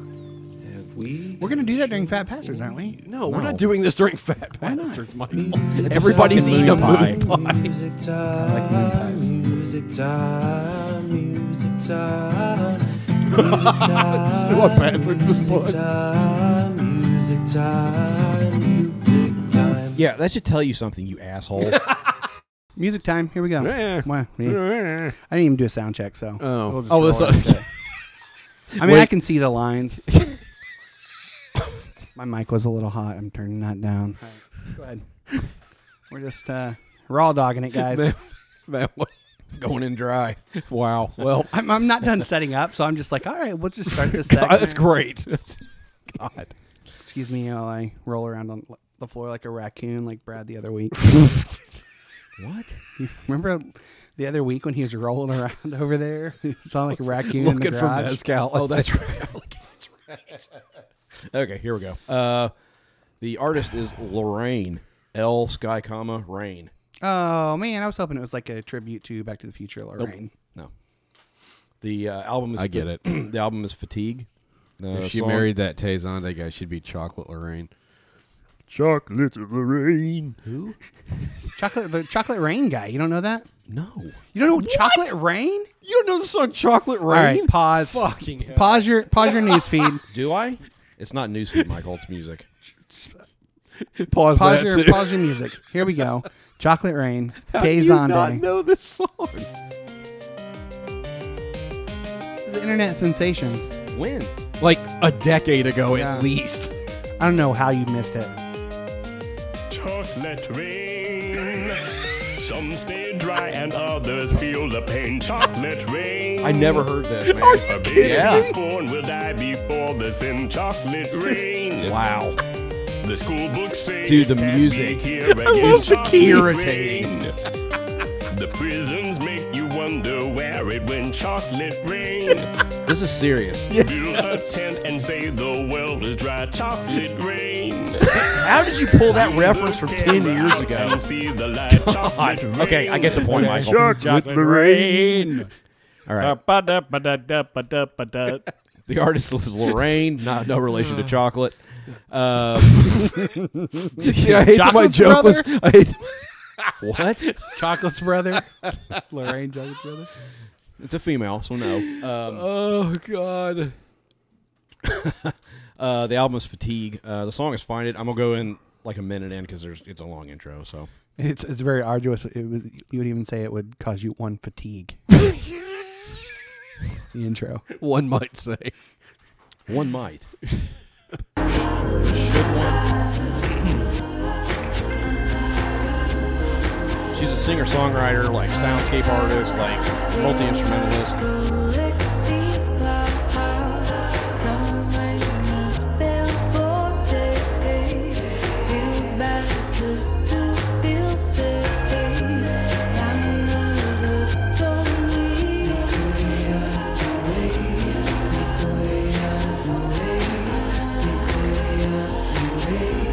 Have we?
We're gonna do that during Fat Passers, aren't we?
No, we're not doing this during Fat
Why not?
Bastards,
It's
Mm.
Michael. Everybody's
fucking
eating a
moon
moon pie.
Music
I like moon
time,
pies.
music time, music time, music time,
what Patrick was
music
playing.
time, music time, music time.
Yeah, that should tell you something, you asshole.
Music time. Here we go.
Yeah.
Wah, yeah. I didn't even do a sound check, so.
Oh.
we'll just
Oh,
roll
that's-
it with it. I mean,
Wait.
I can see the lines. My mic was a little hot. I'm turning that down. All right, go ahead. We're just uh, raw dogging it, guys.
That was going in dry. Wow. Well,
I'm, I'm not done setting up, so I'm just like, all right, we'll just start this.
God, that's
segment.
great. God.
Excuse me while I roll around on the floor like a raccoon, like Brad the other week.
what?
Remember the other week when he was rolling around over there? He sounded like a raccoon in the
Looking for
garage.
mezcal. Oh, that's right.
Okay, here we go. Uh, the artist is Lorraine L. Sky, comma Rain.
Oh man, I was hoping it was like a tribute to Back to the Future, Lorraine.
No, the uh, album is.
I get it.
the album is Fatigue. The
If she
song-
married that Tezonde guy, she'd be Chocolate Lorraine.
who?
Chocolate, the Chocolate Rain guy. You don't know that?
No.
You don't know Chocolate Rain?
You don't know the song Chocolate Rain?
All right, pause.
Fucking hell.
Pause your pause your news feed.
Do I? It's not newsfeed, Michael. It's music.
Pause,
Pause
that,
your
too.
pause your music. Here we go. Chocolate Rain.
How do
Days
you
on
not
day.
know this song?
It was an internet sensation.
When?
Like a decade ago
Yeah.
at least.
I don't know how you missed it.
Chocolate rain. Some stay dry and others feel the pain. Chocolate rain.
I never heard this, man.
A baby
Yeah.
is born will die before the sin. Chocolate rain.
Wow.
The school books say
Dude,
it
the
can't be
music
here
love
again.
the key.
Chocolate rain. The prisons make you wonder where it went. Chocolate rain.
This is serious.
Build a tent and say the world is dry. Chocolate rain.
How did you pull that reference from
Look
ten years
out
ago?
and see the light. Chocolate rain.
Okay, I get the point, Michael.
Chocolate rain.
All
Uh,
right.
ba-da-ba-da-da-ba-da-ba-da.
The artist is Lorraine, not no relation to chocolate. Uh,
Yeah, I hate that my
Chocolate
joke was. I hate
what?
Chocolate's brother. Lorraine Chocolate's brother.
It's a female, so no. Um,
oh, God.
uh, the album is Fatigue. Uh, the song is Find It. I'm gonna go in like a minute in because there's it's a long intro. So
It's it's very arduous. It was, you would even say it would cause you one fatigue. the intro.
One might say.
one might. She's a singer songwriter, like soundscape artist, like multi instrumentalist.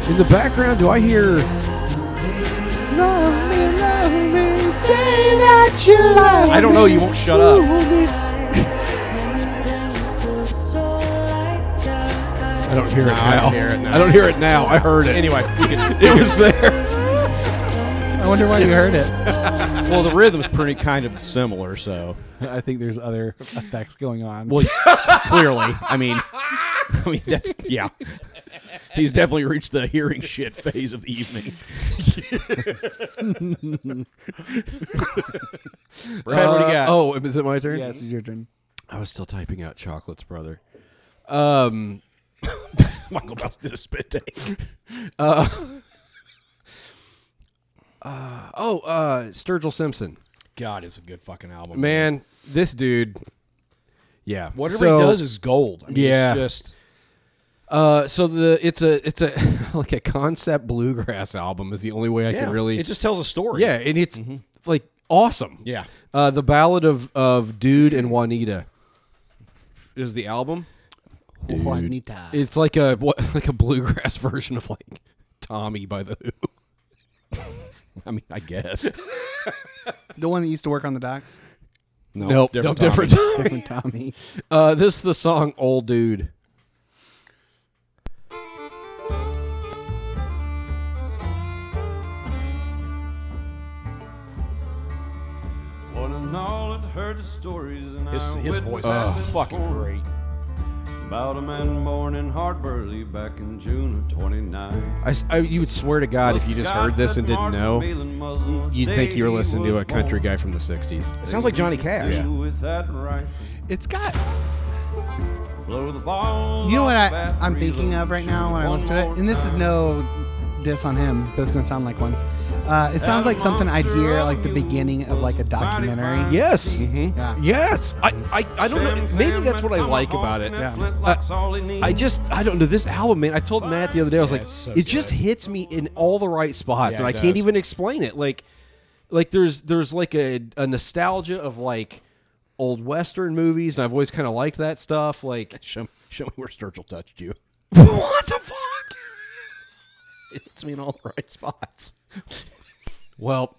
In the background, do I hear.
I don't know. You won't shut up.
I don't hear
Nah,
it
I
now.
don't hear it now.
I don't hear it now. I heard it.
Anyway, you can-
It was there.
I wonder why you heard it.
well, the rhythm's pretty kind of similar, so
I think there's other effects going on.
well, clearly, I mean, I mean that's yeah. He's definitely reached the hearing shit phase of the evening. Brad, what do you got?
Uh, oh, is it my turn?
yes, it's your turn.
I was still typing out chocolates, brother. Um,
Michael Mouse did a spit take.
oh, uh, Sturgill Simpson.
God, it's a good fucking album,
Man, this dude. Yeah.
Whatever
So-
he does is gold. I mean,
Yeah.
it's just
Uh, so the it's a it's a like a concept bluegrass album is the only way I
yeah,
can really.
it just tells a story. Mm-hmm.
yeah, and it's like awesome.
yeah.
Uh, the ballad of of Dude and Juanita is the album.
Juanita.
It's like a what like a bluegrass version of like Tommy by the Who.
I mean, I guess.
the one that used to work on the docks.
No,
Nope,
different.
nope,
Tommy.
different Tommy.
Different Tommy.
Uh, this is the song "Old Dude."
One and all had heard the stories and
His,
I
his voice
witnessed
is
it
fucking
before.
great.
About a man born in Hartbury back in June of 29.
I, s- I- you would swear to God if you just heard this and didn't know, you'd think you were listening to a country guy from the '60s.
It sounds like Johnny Cash.
Yeah. With that rifle,
It's got.
blow the ball
You know what
off
I,
that
I'm thinking
reload,
of right now
shoot
when I
one
listen to
more
it? And this is
time.
no diss on him, but it's going to sound like one. Uh, it sounds like something I'd hear like the beginning of like a documentary.
Yes, Mm-hmm.
Yeah.
yes. I, I, I don't know. Maybe that's what I like about it.
Yeah.
Flintlocks all he needs.
Uh, I just, I don't know. This album, man, I told Matt the other day, I was
Yeah,
like,
it's so
it just hits me in all the right spots,
Yeah,
and I
it
can't
does.
even explain it. Like, like there's, there's like a, a nostalgia of like old Western movies, and I've always kind of liked that stuff. Like,
Show, show me where Sturgill touched you.
what the fuck?
It hits me in all the right spots.
Well,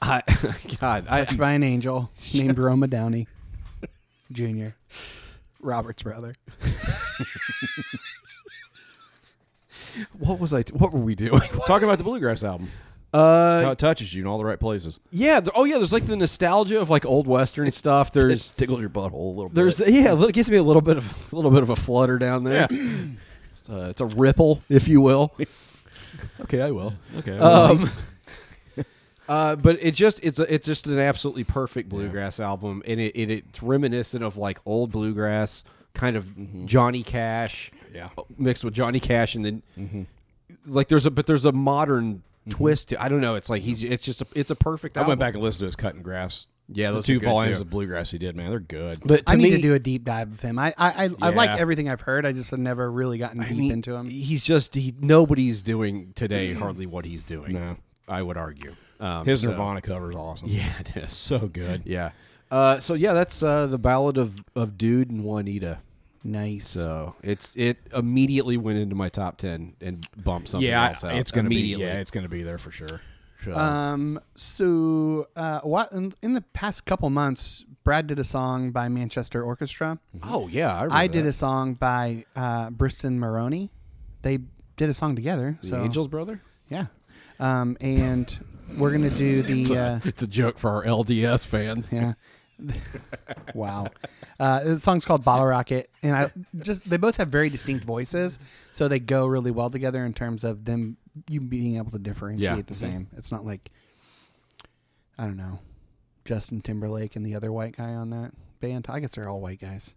I, God, I,
Touched by an angel named Roma Downey Jr., Robert's brother.
what was I? What were we doing?
Talking about the bluegrass album,
Uh,
how it touches you in all the right places.
yeah. there- oh, yeah. There's like the nostalgia of like old western stuff. There's
tickled your butthole a little bit.
There's yeah, it gives me a little bit of a little bit of a flutter down there. It's, a, it's a ripple, if you will. okay, I will.
okay.
Um, uh, but it just it's a, it's just an absolutely perfect bluegrass album, and it, it it's reminiscent of like old bluegrass, kind of Johnny Cash,
Mm-hmm.
uh,
Yeah. Mm-hmm.
mixed with Johnny Cash, and then like there's a but there's a modern twist to. I don't know. It's like he's it's just a, it's a perfect.
I
album.
went back and listened to his cutting grass.
Yeah,
the
those are
two
good,
volumes
too.
of bluegrass he did, man, they're good.
But to
I need
me,
to do a deep dive of him. I I, I, I like
Yeah.
everything I've heard. I just have never really gotten deep
mean,
into him.
He's just he nobody's doing today hardly what he's doing.
Mm-hmm. No.
I would argue. Um,
his
so-
Nirvana cover is awesome.
Yeah, it is.
so good.
Yeah. Uh, so yeah, that's uh, the ballad of, of Dude and Juanita.
Nice.
So it's it immediately went into my top ten and bumped something
Yeah,
else out.
it's gonna be.
immediately.
Yeah, it's gonna be there for sure.
So-
Um. So, uh, what in, in the past couple months, Brad did a song by Manchester Orchestra.
oh yeah, I, remember
I did
that.
a song by uh, Briston Maroney. They did a song together.
The
so
Angels brother.
yeah. Um. And we're gonna do the. Uh,
It's a joke for our LDS fans.
yeah. wow. Uh, the song's called Bottle Rocket, and I just they both have very distinct voices, so they go really well together in terms of them you being able to differentiate
Yeah.
the same. It's not like I don't know Justin Timberlake and the other white guy on that band. I guess they're all white guys.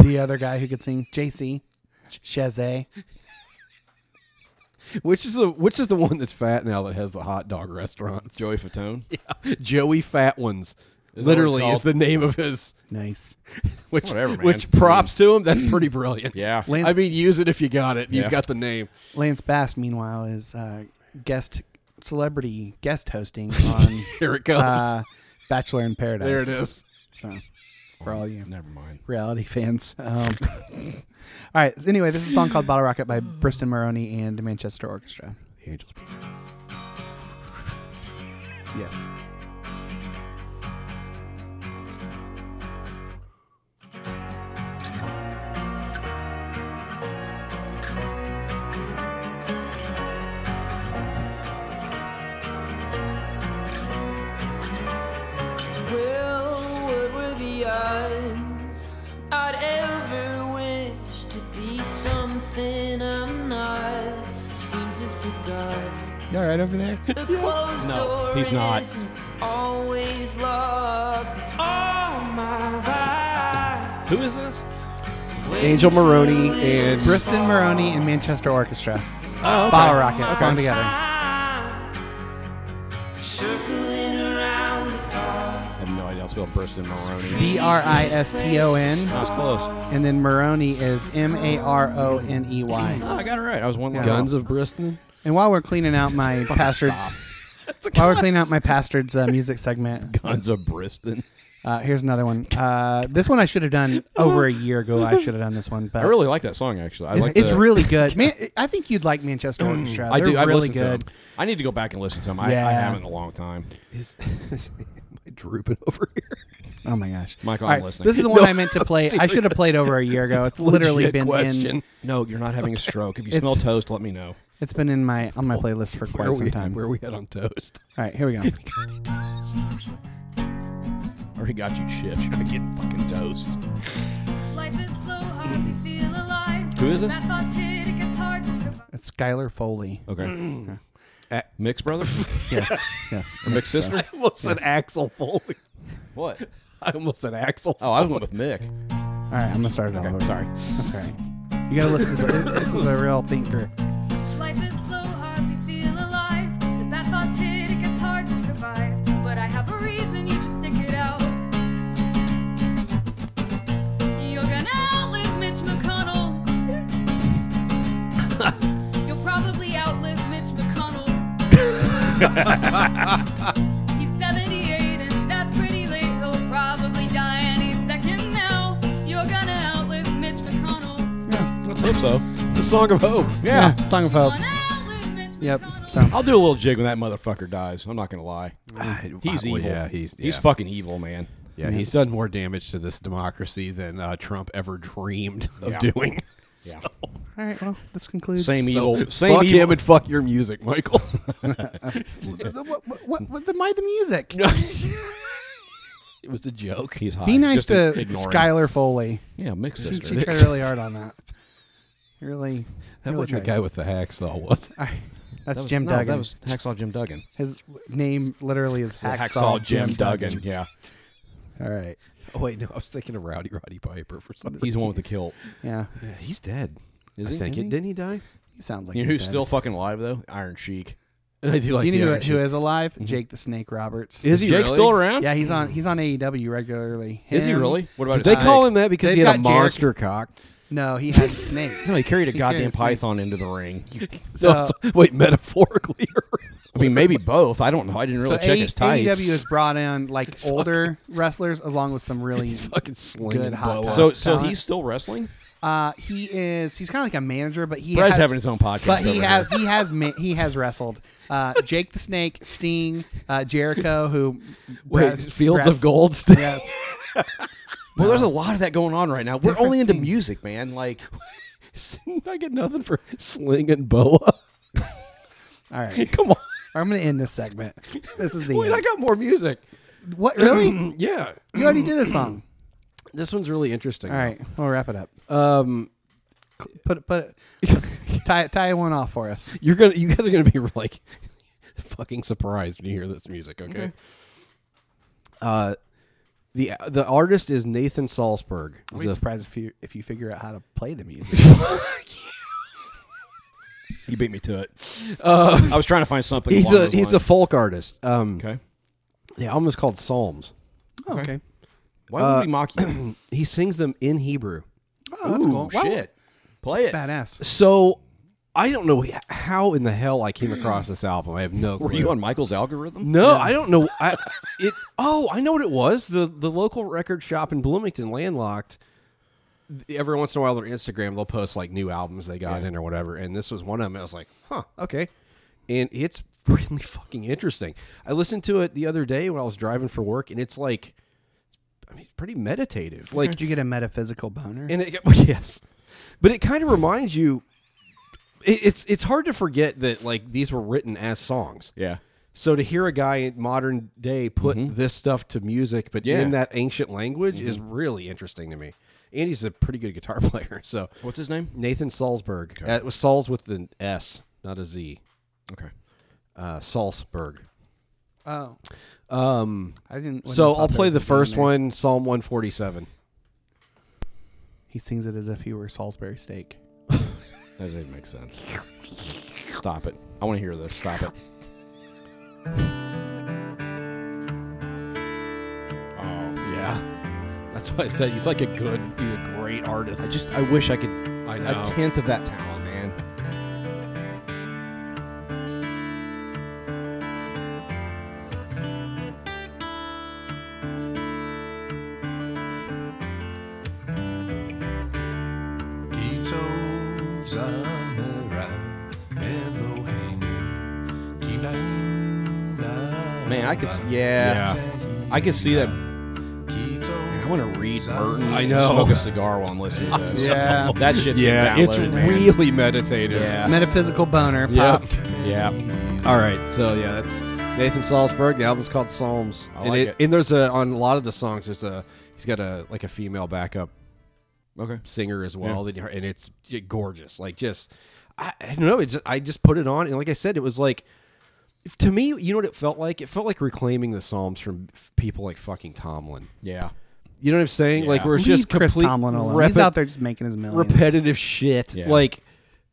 the other guy who could sing, JC, Shazay.
Which is the which is the one that's fat now that has the hot dog restaurants?
Joey Fatone.
Joey Fat Ones.
Is that what it's
literally is
called?
the name of his
Nice.
Which,
Whatever, man.
which props to him. That's pretty brilliant.
Yeah.
Lance-
I mean, use it if you got it. You've
Yeah.
got the name.
Lance Bass, meanwhile, is uh, guest celebrity guest hosting on
Here it goes.
uh, Bachelor in Paradise.
there it is.
So, for all you
Never mind.
reality fans. Um, all right. Anyway, this is a song called Bottle Rocket by Briston Maroney and Manchester Orchestra.
The Angels.
Yes.
Well, what were the odds I'd ever wish to be something I'm not? Seems to forgot.
You all right over there?
The closed door
he's not.
isn't always locked. All my
Who is this?
Angel Maroney and
Briston Maroney and
Oh,
Manchester Orchestra. Bottle Rocket. Song together.
time circling around the
I have no idea how to spell Briston Maroney.
B R I S T O N.
That was close.
And then Maroney is M A R O N E Y.
Oh, I got it right. I was one.
Yeah.
Guns of Briston.
And while we're cleaning out my
Fucking
pastor's, while we're cleaning out my pastor's uh, music segment,
Guns of Briston.
uh, here's another one. Uh, this one I should have done over a year ago. I should have done this one, but
I really like that song actually. I
it's,
like
it's
the-
really good. Man, I think you'd like Manchester Orchestra.
I
They're
do. I've
really
listened
good.
to them. I need to go back and listen to them. I,
Yeah.
I haven't in a long time.
Is, is am I drooping over here?
Oh my gosh,
Michael,
All
I'm
right,
listening.
This is the one
No,
I meant to
I'm
play. I should have
serious.
played over a year ago. It's literally
Legit
been in.
question.
No, you're not having a stroke. If you
It's-
smell toast, let me know.
It's been in my on my
Oh,
playlist for
Where
quite
are,
some
we,
time.
where are we at on toast?
All right, here we go.
Already got you shit. You're not getting fucking toast.
Life is so hard, we feel alive.
Who is this?
Bad thoughts hit, it gets hard to survive.
It's Skylar Foley.
Okay.
Mm.
Mix brother?
Yes. Yes.
Or mix sister?
I almost said Axel Foley.
What?
I almost said Axel.
Oh, I went with Mick.
All right, I'm gonna start it all over.
Sorry.
That's all right. You gotta listen. To the, this is a real thinker.
Life is so hard, we feel alive. The bad thoughts hit, it gets hard to survive. But I have a reason you should stick it out. You're gonna outlive Mitch McConnell. You'll probably outlive Mitch McConnell. He's 78 and that's pretty late. He'll probably die any second now. You're gonna outlive Mitch McConnell.
Let's hope so.
It's a song of hope.
Yeah.
Song of Hope. Yep. So
I'll do a little jig when that motherfucker dies. I'm not gonna lie.
Ah,
He's evil.
Well, yeah, he's-
he's
yeah.
fucking evil, man.
Yeah, he's done more damage to this democracy than uh, Trump ever dreamed of
Yeah.
doing.
Yeah.
all right. Well, this concludes.
Same
So,
evil. Same
fuck
evil.
him and fuck your music, Michael.
What, what, what, what, the, my the music.
it was a joke.
He's high.
Be nice
Just
to
ignore him.
Skylar Foley.
Yeah, mix
She,
sister.
she tried really hard on that. Really.
That
really
wasn't the
tried.
guy with the hacksaw, was it?
All right, That's
That was-
Jim
no,
Duggan.
That was Hacksaw Jim Duggan.
His name literally is Hacksaw,
Yeah.
All right.
Oh, wait, no, I was thinking of Rowdy Roddy Piper for some
He's the
reason.
one with the kilt.
Yeah.
Yeah, he's dead.
Is
I
he?
think
Is
it
he?
didn't he die?
He sounds like
You know
he's
who's
dead.
still fucking alive though? Iron Sheik.
I do like
you
the
know
Iron
who, who
Sheik.
is alive?
Mm-hmm.
Jake the Snake Roberts.
Is he
Jake's
really?
still around?
yeah, he's on he's on AEW regularly.
Is he
Him-
really? What about
Did
his
they call
snake?
him that because
They've
he had a
got Jericho-
monster cock?
No, he had snakes.
No, he carried a
He
goddamn
carried a snake.
python into the ring.
So-
it's- wait, metaphorically. or-
I mean, maybe both. I don't know. I didn't really
so
check
A- E
his tights.
AEW has brought in like older wrestlers along with some really
He's fucking slinging
good hot.
boa.
top
so, so
talent.
he's still wrestling.
uh, he is he's kind of like a manager, but he
Brad's
has,
having his own podcast.
But
over
he
here.
has he has ma- he has wrestled uh, Jake the Snake, Sting, uh, Jericho, who
Wait,
Brad-
Fields
Brad's-
of Gold. Still.
Yes,
Well, there's a lot of that going on right now. We're
Different
only into
scene.
music, man. Like,
I get nothing for slinging boa.
all right.
Come on.
I'm gonna end this segment. This is the
Wait,
end.
I got more music.
what really?
yeah.
you already did a song.
This one's really interesting.
All right, we'll wrap it up. Uh,
Um,
Put put tie tie one off for us.
you're gonna, you guys are gonna be like fucking surprised when you hear this music. Okay. Uh, the the artist is Nathan Salzberg.
Oh,
I'll
He's
be
a-
surprised if you if you figure out how to play the music.
you beat me to it. I was trying to find something.
he's
along
a
those
he's a
lines.
folk artist. Um,
okay.
the album is called Psalms.
Oh, okay.
Why would we mock you?
He sings them in Hebrew.
Oh, that's
Ooh,
cool. Wow.
shit. Play it.
Badass.
So I don't know how in the hell I came across this album. I have no.
Were
clue.
you on Michael's algorithm?
No, I don't know. I it. Oh, I know what it was. The the local record shop in Bloomington, landlocked. Every once in a while, their Instagram they'll post like new albums they got in or whatever, and this was one of them. I was like, huh, okay, and it's really fucking interesting. I listened to it the other day when I was driving for work, and it's like, I mean, pretty meditative. Like
Did you get a metaphysical boner?
and it yes, but it kind of reminds you. It, it's it's hard to forget that like these were written as songs.
Yeah.
So to hear a guy in modern day put this stuff to music, but
Yeah.
in that ancient language, is really interesting to me. And he's a pretty good guitar player. So
What's his name?
Nathan Salzberg. That was Salz with an S, not a Z.
Okay.
Uh, Salzberg.
oh,
Um,
I didn't. wouldn't
so
have thought
I'll
there
play
was
the
a D in
first
there.
one, Psalm 147.
He sings it as if he were Salisbury steak.
That doesn't make sense. Stop it. I want to hear this. Stop it.
Um, That's why I said he's like a good, be a great artist. I
just, I wish I could.
I know.
A tenth of that talent, man.
Keto's around, mellow hanging,
Man, I could, s- yeah, I could see that. Man, I want to read Burton.
I
and
know.
Smoke a cigar while I'm listening to this.
Yeah.
that shit's been
yeah, it's
downloaded, man.
really meditative.
Yeah.
Metaphysical boner
Yeah.
popped.
Yeah. All right. So yeah, that's Nathan Salzberg. The album's called Psalms.
I
and
like it.
And there's a on a lot of the songs. There's a he's got a like a female backup,
okay,
singer as well. that you hear- And it's j- gorgeous. Like just I, I don't know. It just I just put it on and like I said, it was like if- to me. You know what it felt like? It felt like reclaiming the Psalms from f- people like fucking Tomlin.
Yeah.
You know what I'm saying? Like
Yeah.
where it's
Leave
just
Chris
complete
Tomlin alone.
repet-
He's out there just making his millions.
Repetitive shit.
Yeah.
Like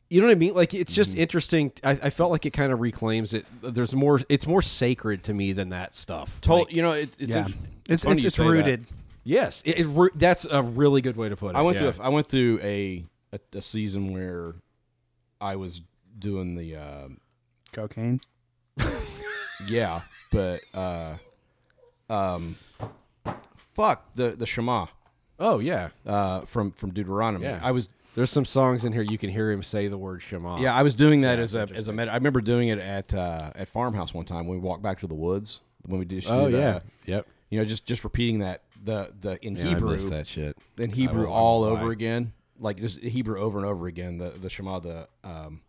you know what I mean? Like it's
Mm-hmm.
just interesting. I, I felt like it kind of reclaims it. There's more. It's more sacred to me than that stuff.
Tol-
Like-
you know, it, it's
Yeah.
int-
It's-
funny
it's-
you
it's
say that.
rooted.
Yes, it, it re- that's a really good way to put it.
I went
yeah.
through. A, I went through a, a a season where I was doing the um
Cocaine.
yeah, but uh, um, fuck the the Shema.
Oh yeah,
uh, from from Deuteronomy.
Yeah.
I was
There's some songs in here you can hear him say the word Shema.
yeah, I was doing that
Yeah,
as a as a med- I remember doing it at uh, at farmhouse one time when we walked back to the woods when we did.
Oh,
did,
yeah.
uh,
Yep.
You know, just just repeating that the the in
Yeah, I
Hebrew
miss that shit.
in
I
Hebrew
won't
all
lie.
over again, like just Hebrew over and over again. The the Shema the um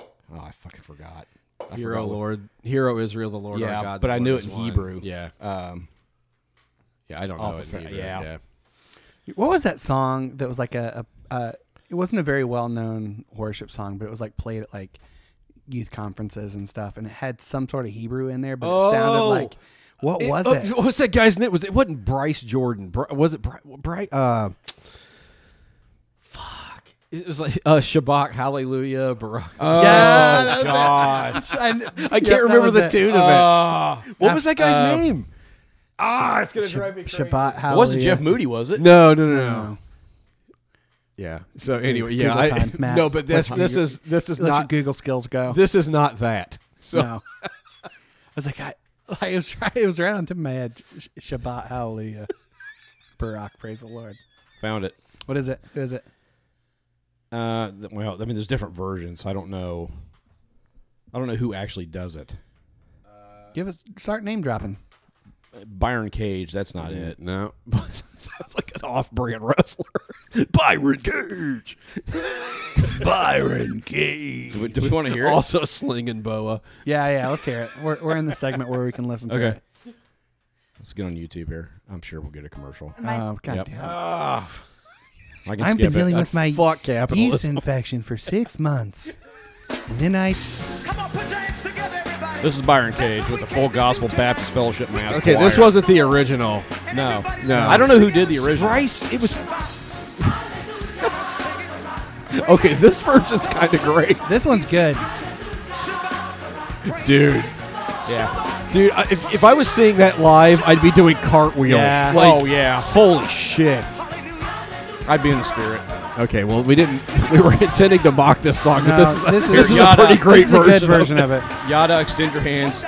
oh I fucking forgot. I
Hear,
forgot
O
what-
Lord, hear, O Israel, the Lord
yeah,
our God.
but
the
I
Lord
knew
is
it in
one.
Hebrew.
Yeah,
um,
yeah, I don't
off
know it
the
in
fa-
Hebrew.
yeah.
yeah.
What was that song that was like a, a uh, it wasn't a very well known worship song, but it was like played at like youth conferences and stuff, and it had some sort of Hebrew in there, but it sounded
Oh!
like what was
oh,
it?
What was that guy's name? Was it wasn't Bryce Jordan? Bri- was it Bryce? Bri- uh, fuck! It was like uh, Shabbat, Hallelujah, Barak.
Oh,
Yeah, that was it.
God.
I,
I can't remember the tune of it. what was that guy's
Uh,
name? Ah, it's gonna
Shab-
drive me crazy.
Shabbat
It wasn't
Hallelujah.
Jeff Moody, was it?
No, no, no, no. Yeah. So anyway, yeah.
Google
I,
time, Matt.
no, but
Let's
this this
Google-
is this is
let your
not
Google skills go.
This is not that. So
No. I was like, I, I was trying. It was right on the tip of my head. Sh- Shabbat, Hallelujah, Barak, praise the Lord.
Found it.
What is it? Who is it?
Uh, th- well, I mean, there's different versions. So I don't know. I don't know who actually does it.
Give us start name dropping.
Byron Cage. That's not it.
no, sounds like an off-brand wrestler, Byron Cage. Byron Cage.
Do we, do we want to hear it?
Also slinging boa.
Yeah, yeah. Let's hear it. We're, we're in the segment where we can listen to
Okay.
it.
Let's get on YouTube here. I'm sure we'll get a commercial.
Oh god
Yep.
damn.
Ah,
I can
I've
skip
been dealing
it.
with my
fuck
yeast
capitalism.
infection for six months, and then I.
Uh, This is Byron Cage with the Full Gospel Baptist Fellowship Mass.
Okay, this
Choir.
wasn't the original.
no,
No.
I don't know who did the original.
Bryce, it was. okay, this version's kind of great,
This one's good.
dude.
Yeah.
Dude, I- if, if I was seeing that live, I'd be doing cartwheels.
Yeah.
Like,
oh yeah.
Holy shit.
I'd be in the spirit.
Okay, well, we didn't. We were intending to mock this song, but
No,
this is a,
this is-
this is a
Yada.
pretty
This
great
is a
version.
good version of it.
Yada, extend your hands.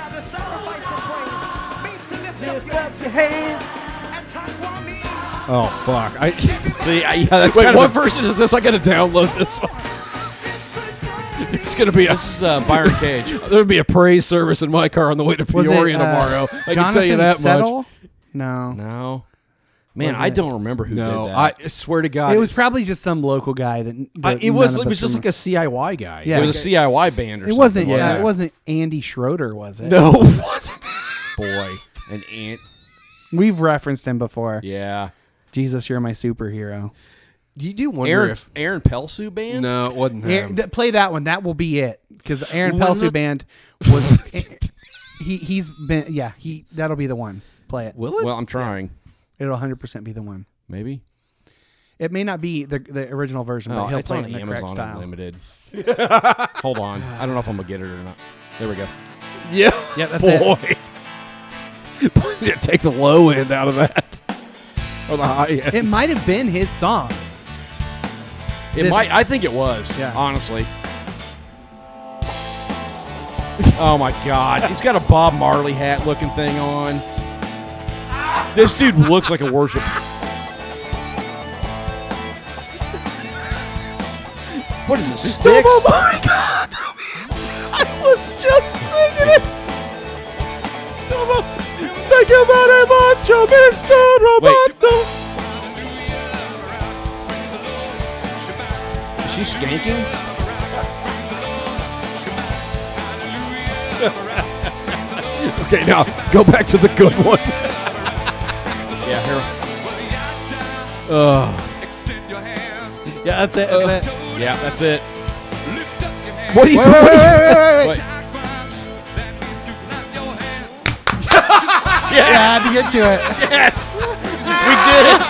Oh fuck! I,
See, I, yeah, that's
wait,
kind
what
of a-
version is this? I gotta download this one. It's gonna be a
This is uh, Byron Cage.
there'll be a praise service in my car on the way to
Was it,
Peoria
uh,
tomorrow. I can tell
Jonathan
you that much.
Settle? No.
No, man,
Was
I
it-
don't remember who
No,
did that.
I swear to God,
it was
it's-
probably just some local guy that.
I-
that
it was.
none of
It was
us
just like
remember.
a CIY guy.
Yeah.
it was a CIY band or
It
something.
wasn't.
like
Yeah.
that.
It wasn't Andy Schroeder, was it?
No, it wasn't.
boy, an ant.
We've referenced him before.
Yeah.
Jesus, you're my superhero.
You do wonder
Aaron
if um,
Aaron Pelsu band.
no, it wasn't
Aaron-
him.
th- play that one. That will be it. Because Aaron
When
Pelsu
the-
band was. eh, he he's been yeah he that'll be the one. Play it.
Will it? Well, I'm trying.
It'll 100 percent be the one.
Maybe. Oh,
It may not be the the original version, but he'll
it's
play
on
it in the correct
Amazon
style.
Unlimited. Hold on. I don't know if I'm gonna get it or not. There we go.
yeah,
Yeah, that's it.
boy. Take the low end out of that.
on the high end.
It might have been his song.
It
This-
might. I think it was. Honestly. oh my God! He's got a Bob Marley hat looking thing on. This dude looks like a worship. What is this? Sticks?
Oh my god! I was just singing it! Thank you very much, Mr. Roboto!
Is she skanking?
okay, now go back to the good one.
Yeah, here.
Ugh.
Yeah, that's it. That's it.
Yeah, that's it.
What do you?
Wait, wait, wait, wait, wait, wait.
Wait.
Yeah, I had to get to it.
We did it.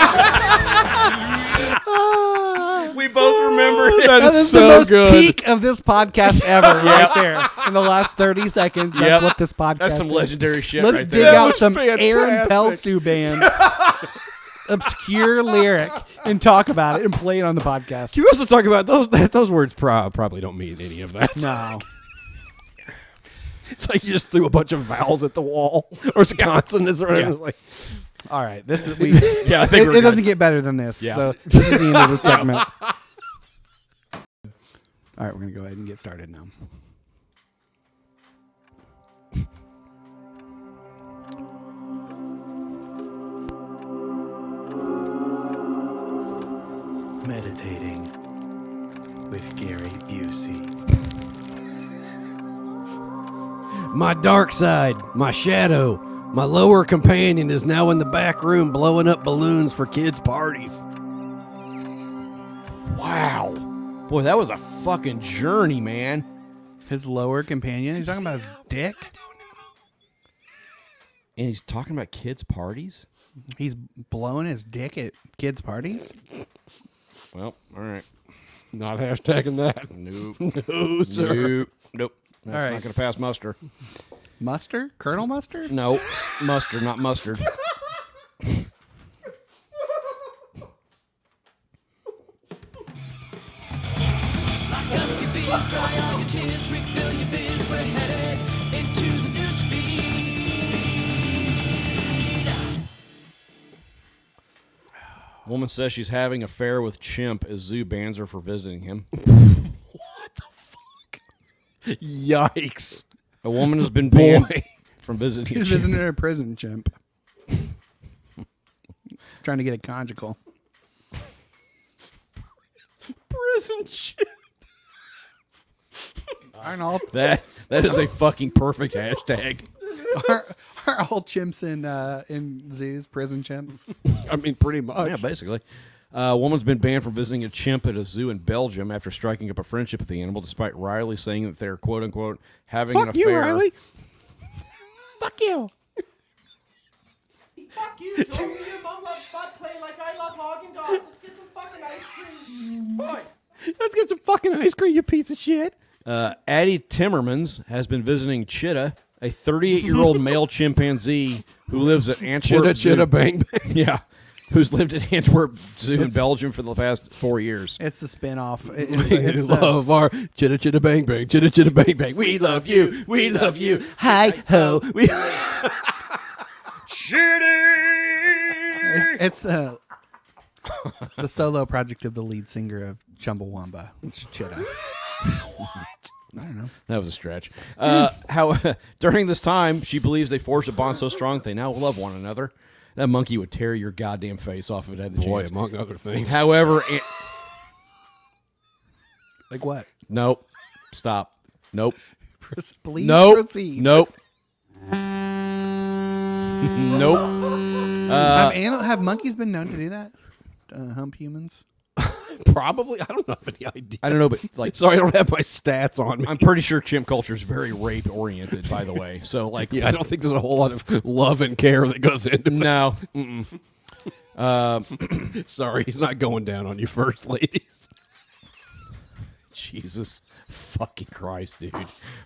we both remember it.
That is the most peak of this podcast ever, right there. In the last thirty seconds, that's
Yep.
what this podcast.
That's some
is.
legendary shit
Let's
right
dig
there. That
out
was
some Aaron
fantastic.
Pelsu band, obscure lyric, and talk about it and play it on the podcast.
Can we also talk about those? That, those words pro- probably don't mean any of that.
No,
It's like you just threw a bunch of vowels at the wall or consonants or whatever.
Yeah.
It's like,
all right, this is we.
Yeah, I think
it,
we're
it
good.
doesn't get better than this.
Yeah.
So this is the end of the segment. all right, we're gonna go ahead and get started now.
Meditating with Gary Busey.
my dark side, my shadow, my lower companion is now in the back room blowing up balloons for kids' parties.
Wow. Boy, that was a fucking journey, man.
His lower companion. He's talking about his dick.
And he's talking about kids' parties?
He's blowing his dick at kids' parties.
Well, all right.
Not hashtagging that.
Nope.
No, sir.
Nope. Nope. That's
All right.
not going to pass muster.
Mustard? Colonel Mustard?
No. mustard, not mustard. Woman says she's having affair with chimp as zoo bans her for visiting him.
Yikes.
A woman has been
Boy.
banned from visiting a
He's
chimp.
visiting a prison chimp. Trying to get a conjugal.
Prison shit.
Aren't all
That that is a fucking perfect hashtag.
are, are all chimps in uh, in zoos prison chimps?
I mean, pretty much.
Yeah, basically. Uh, A woman's been banned from visiting a chimp at a zoo in Belgium after striking up a friendship with the animal, despite Riley saying that they're "quote unquote" having an
Fuck
affair.
you, Riley.
Fuck you.
Fuck you, Josie. Your mom loves butt play like I love Haagen Dazs. Let's get some fucking ice cream. Boy.
Let's get some fucking ice cream, you piece of shit.
Uh, Addie Timmermans has been visiting Chitta, a 38-year-old male chimpanzee who lives at Antwerp.
Chitta,
zoo.
Chitta, bang, bang.
Yeah, who's lived at Antwerp Zoo in
It's-
Belgium for the past four years.
It's the spin-off. It- it's
We
the- it's the-
love our chitta chitta bang bang chitta chitta bang bang. We love you. We love you. Hi ho. We
it- it's the the solo project of the lead singer of Chumbawamba. It's Chitta. I don't know.
That was a stretch. Uh, how during this time she believes they forged a bond so strong they now love one another. That monkey would tear your goddamn face off if it had the
Boy,
chance.
among other things.
However, it,
Like what?
nope. Stop. Nope.
Please
nope.
proceed.
Nope. nope.
have, ani- have monkeys been known to do that? Uh, hump humans?
probably. I don't have any idea.
I don't know, but like,
Sorry, I don't have my stats on me.
I'm pretty sure chimp culture is very rape oriented. By the way, so like,
yeah, I don't think there's a whole lot of love and care that goes into. it.
No. Mm-mm. Um,
Sorry, he's not going down on you first, ladies.
Jesus fucking Christ, dude.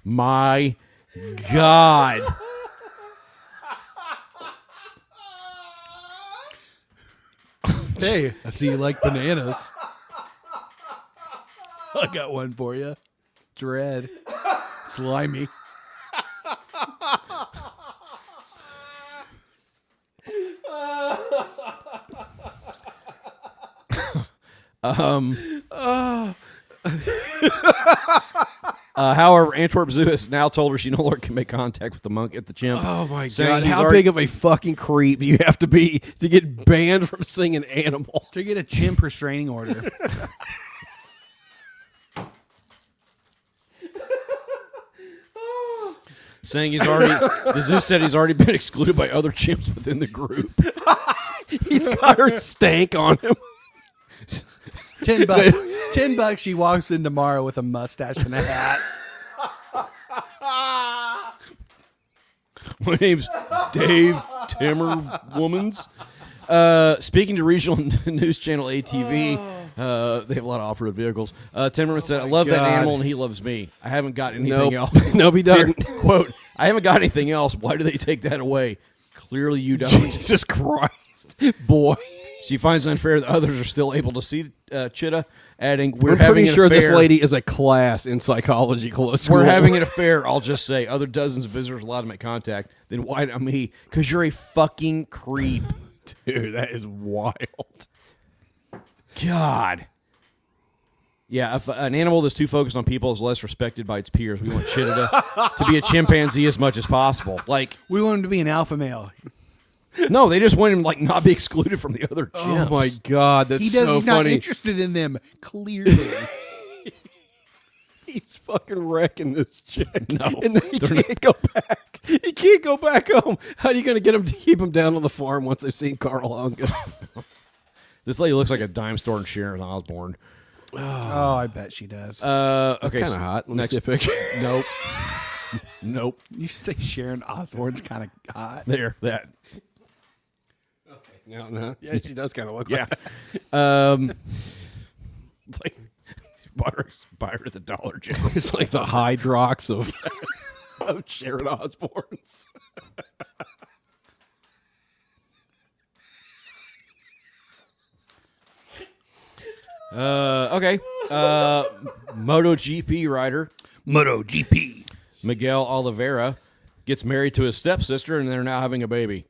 My God.
Hey, I see you like bananas. I got one for you. It's red, slimy.
Um, uh, however, Antwerp Zoo has now told her she no longer can make contact with the monk at the chimp.
Oh my
saying
god!
he's
How
already-
big of a fucking creep do you have to be to get banned from seeing an animal?
To get a chimp restraining order.
saying he's already the zoo said he's already been excluded by other chimps within the group.
he's got her stank on him.
Ten bucks. Ten bucks. She walks in tomorrow with a mustache and a hat.
My name's Dave Timmerwomans. Uh, speaking to regional news channel ATV, uh, they have a lot of off-road vehicles. Uh, Timmerman said, "I love that
Oh. God.
animal, and he loves me. I haven't got anything
Nope.
else.
Nope, he doesn't.
Here, quote: I haven't got anything else. Why do they take that away? Clearly, you don't. Jesus Christ, boy." She finds it unfair that others are still able to see uh, Chitta, adding, "We're
I'm
having
pretty
an
sure this
affair."
lady is a class in psychology close.
We're
school.
having an affair, I'll just say. Other dozens of visitors allowed to make contact. Then why not me? Because you're a fucking creep.
Dude, that is wild.
God. Yeah, if an animal that's too focused on people is less respected by its peers. We want Chitta to, to be a chimpanzee as much as possible. Like,
We want him to be an alpha male.
no, they just want him like not be excluded from the other
Oh
chimps.
my god, that's
he does.
so
he's not
funny.
interested in them. Clearly,
he's fucking wrecking this chick.
No,
and then he
they're
can't go back. He can't go back home. How are you going to get him to keep him down on the farm once they've seen Carl Angus?
This lady looks like a dime store and Sharon Osborne.
Oh, I bet she does.
Uh,
That's
okay,
kinda
so
hot. Let me
next
see a picture.
Nope. nope.
you say Sharon Osbourne's kind of hot.
There. That.
no, no. Yeah, she does kind of look
Yeah.
like that.
Um, it's like bought her, buy her at the Dollar General.
It's like the Hydrox of, of Sharon Osbourne's.
Uh, okay. Uh, MotoGP rider
MotoGP.
Miguel Oliveira gets married to his stepsister, and they're now having a baby.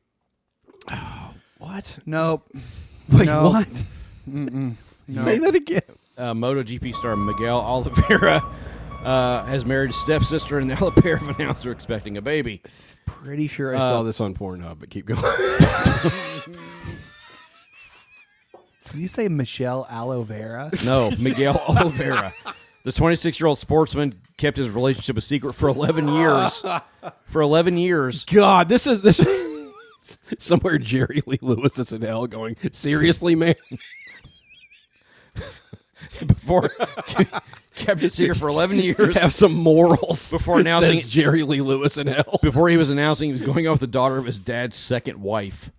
What?
Nope.
Wait,
No.
what?
Mm-mm. No.
Say that again.
Uh, MotoGP star Miguel Oliveira uh, has married his stepsister, and now the pair have announced they're expecting a baby.
Pretty sure I
Uh,
saw this on Pornhub, but keep going.
Can you say Michelle Aloe Vera?
No, Miguel Oliveira. The 26 year old sportsman kept his relationship a secret for 11 years. For 11 years.
God, this is this somewhere Jerry Lee Lewis is in hell going, seriously, man?
Before. kept it secret for 11 years.
Have some morals
Before announcing-
Says Jerry Lee Lewis in hell.
Before he was announcing he was going off with the daughter of his dad's second wife.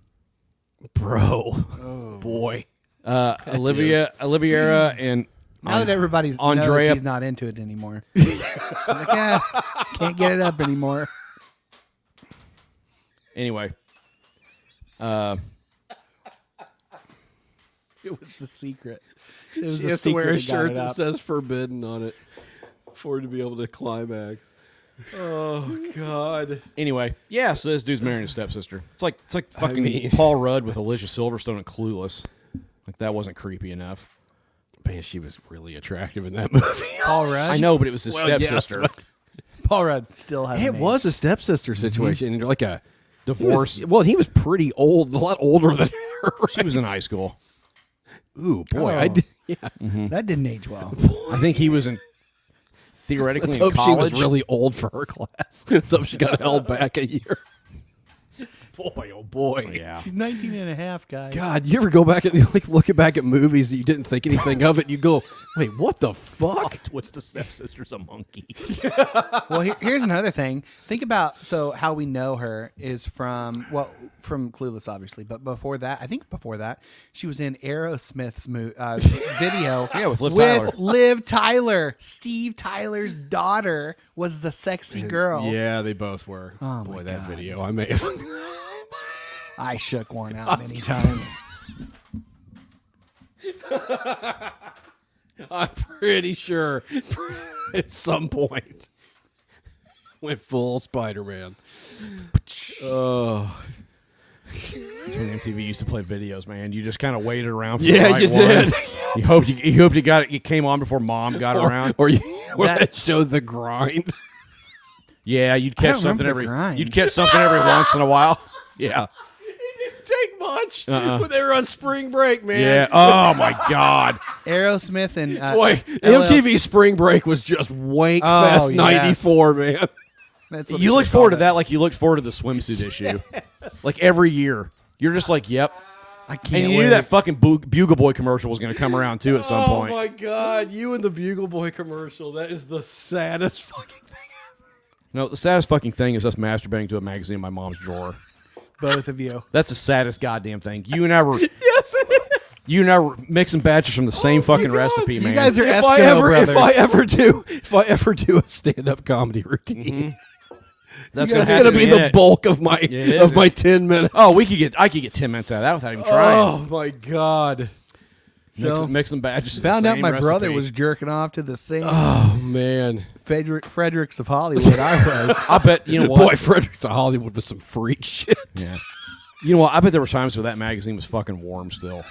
Bro. Boy.
Uh, Olivia, Oliviera, and
Now that everybody's knows
Andrea
he's not into it anymore. He's like, yeah, can't get it up anymore.
Anyway, uh,
It was the secret. It was
She
the
has to wear a
secret got
shirt
it
that
up.
says forbidden on it for her to be able to climax. Oh God.
anyway, yeah. So this dude's marrying his stepsister. It's like it's like fucking
mean-
Paul Rudd with Alicia Silverstone and Clueless. Like that wasn't creepy enough.
Man, she was really attractive in that movie.
Paul Rudd.
I know, but it was his
Well, yes,
stepsister.
but-
Paul Rudd still has.
It
an
was a stepsister situation, and like a
Divorce.
Mm-hmm. he was- well, he was pretty old, a lot older than her.
She was in high school.
Ooh, boy, I
Oh.
did. Yeah,
age. That didn't age well.
I think he was in
let's
theoretically in
hope she
college.
was really old for her class. let's hope she got held back a year. Boy, oh boy,
yeah.
She's 19 and a half, guys.
God, you ever go back and like looking back at movies that you didn't think anything of it? and You go, wait, what the fuck?
What's the stepsister's a monkey?
well, here, here's another thing. Think about so how we know her is from well from Clueless, obviously, but before that, I think before that, she was in Aerosmith's mo- uh, video.
Yeah, with Liv Tyler.
Liv Tyler. Steve Tyler's daughter was the sexy
Uh,
girl.
Yeah, they both were.
Oh,
boy,
my
that
God.
video I may have.
I shook one out many times.
I'm pretty sure at some point went full Spider Man.
Oh. when MTV used to play videos, man, you just kind of waited around for
Yeah,
the right
you
one.
did.
You hoped you, you hoped you got it. You came on before mom got
Or-
around,
or you- or that
showed the grind. Yeah, you'd
I don't
catch something
remember the
every
grind.
you'd catch something every once in a while. Yeah,
It didn't take much
Uh-uh.
when they were on spring break, man.
yeah. Oh my god.
Aerosmith and uh,
Boy,
LL
MTV Spring Break was just wank
Oh,
fest
yes.
'94, man.
That's what they
you looked
should
forward
call
to that like you looked forward to the swimsuit issue, like every year. You're just like, yep.
I
can't
And you
wait.
knew that fucking Bu- Bugle Boy commercial was going to come around too at some
oh
point.
my god, you and the Bugle Boy commercial. That is the saddest fucking
No, the saddest fucking thing is us masturbating to a magazine in my mom's drawer.
Both of you.
That's the saddest goddamn thing. You and I were
Yes, it is. Oh
you and I were mixing batches from the same fucking recipe, man.
guys are If I Eskimo ever- if brothers. I ever do- if I ever do a stand-up comedy routine.
That's
You
gonna,
guys are
have
gonna
to
be the
it.
bulk of my-
Yeah, it
of
is.
my 10 minutes.
Oh, we could get I could get ten minutes out of that without even trying.
Oh my god.
Mix- mix them batches of the
Found out
same
my brother
recipe.
was jerking off to the same.
Oh, man,
Frederick Fredericks of Hollywood. I was.
I bet you know what
Boy, Frederick's a Hollywood with some freak shit.
Yeah. You know what? I bet there were times where that magazine was fucking warm still.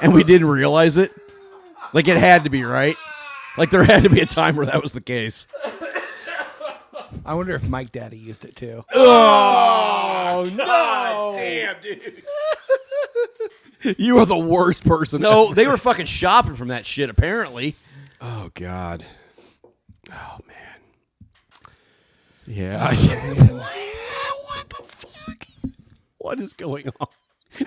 and we didn't realize it. Like it had to be, right? Like there had to be a time where that was the case.
I wonder if Mike Daddy used it too.
Oh,
God
no.
damn, dude.
You are the worst person.
No,
ever.
they were fucking shopping from that shit apparently.
Oh God. Oh man. Yeah. what the fuck? What is going on?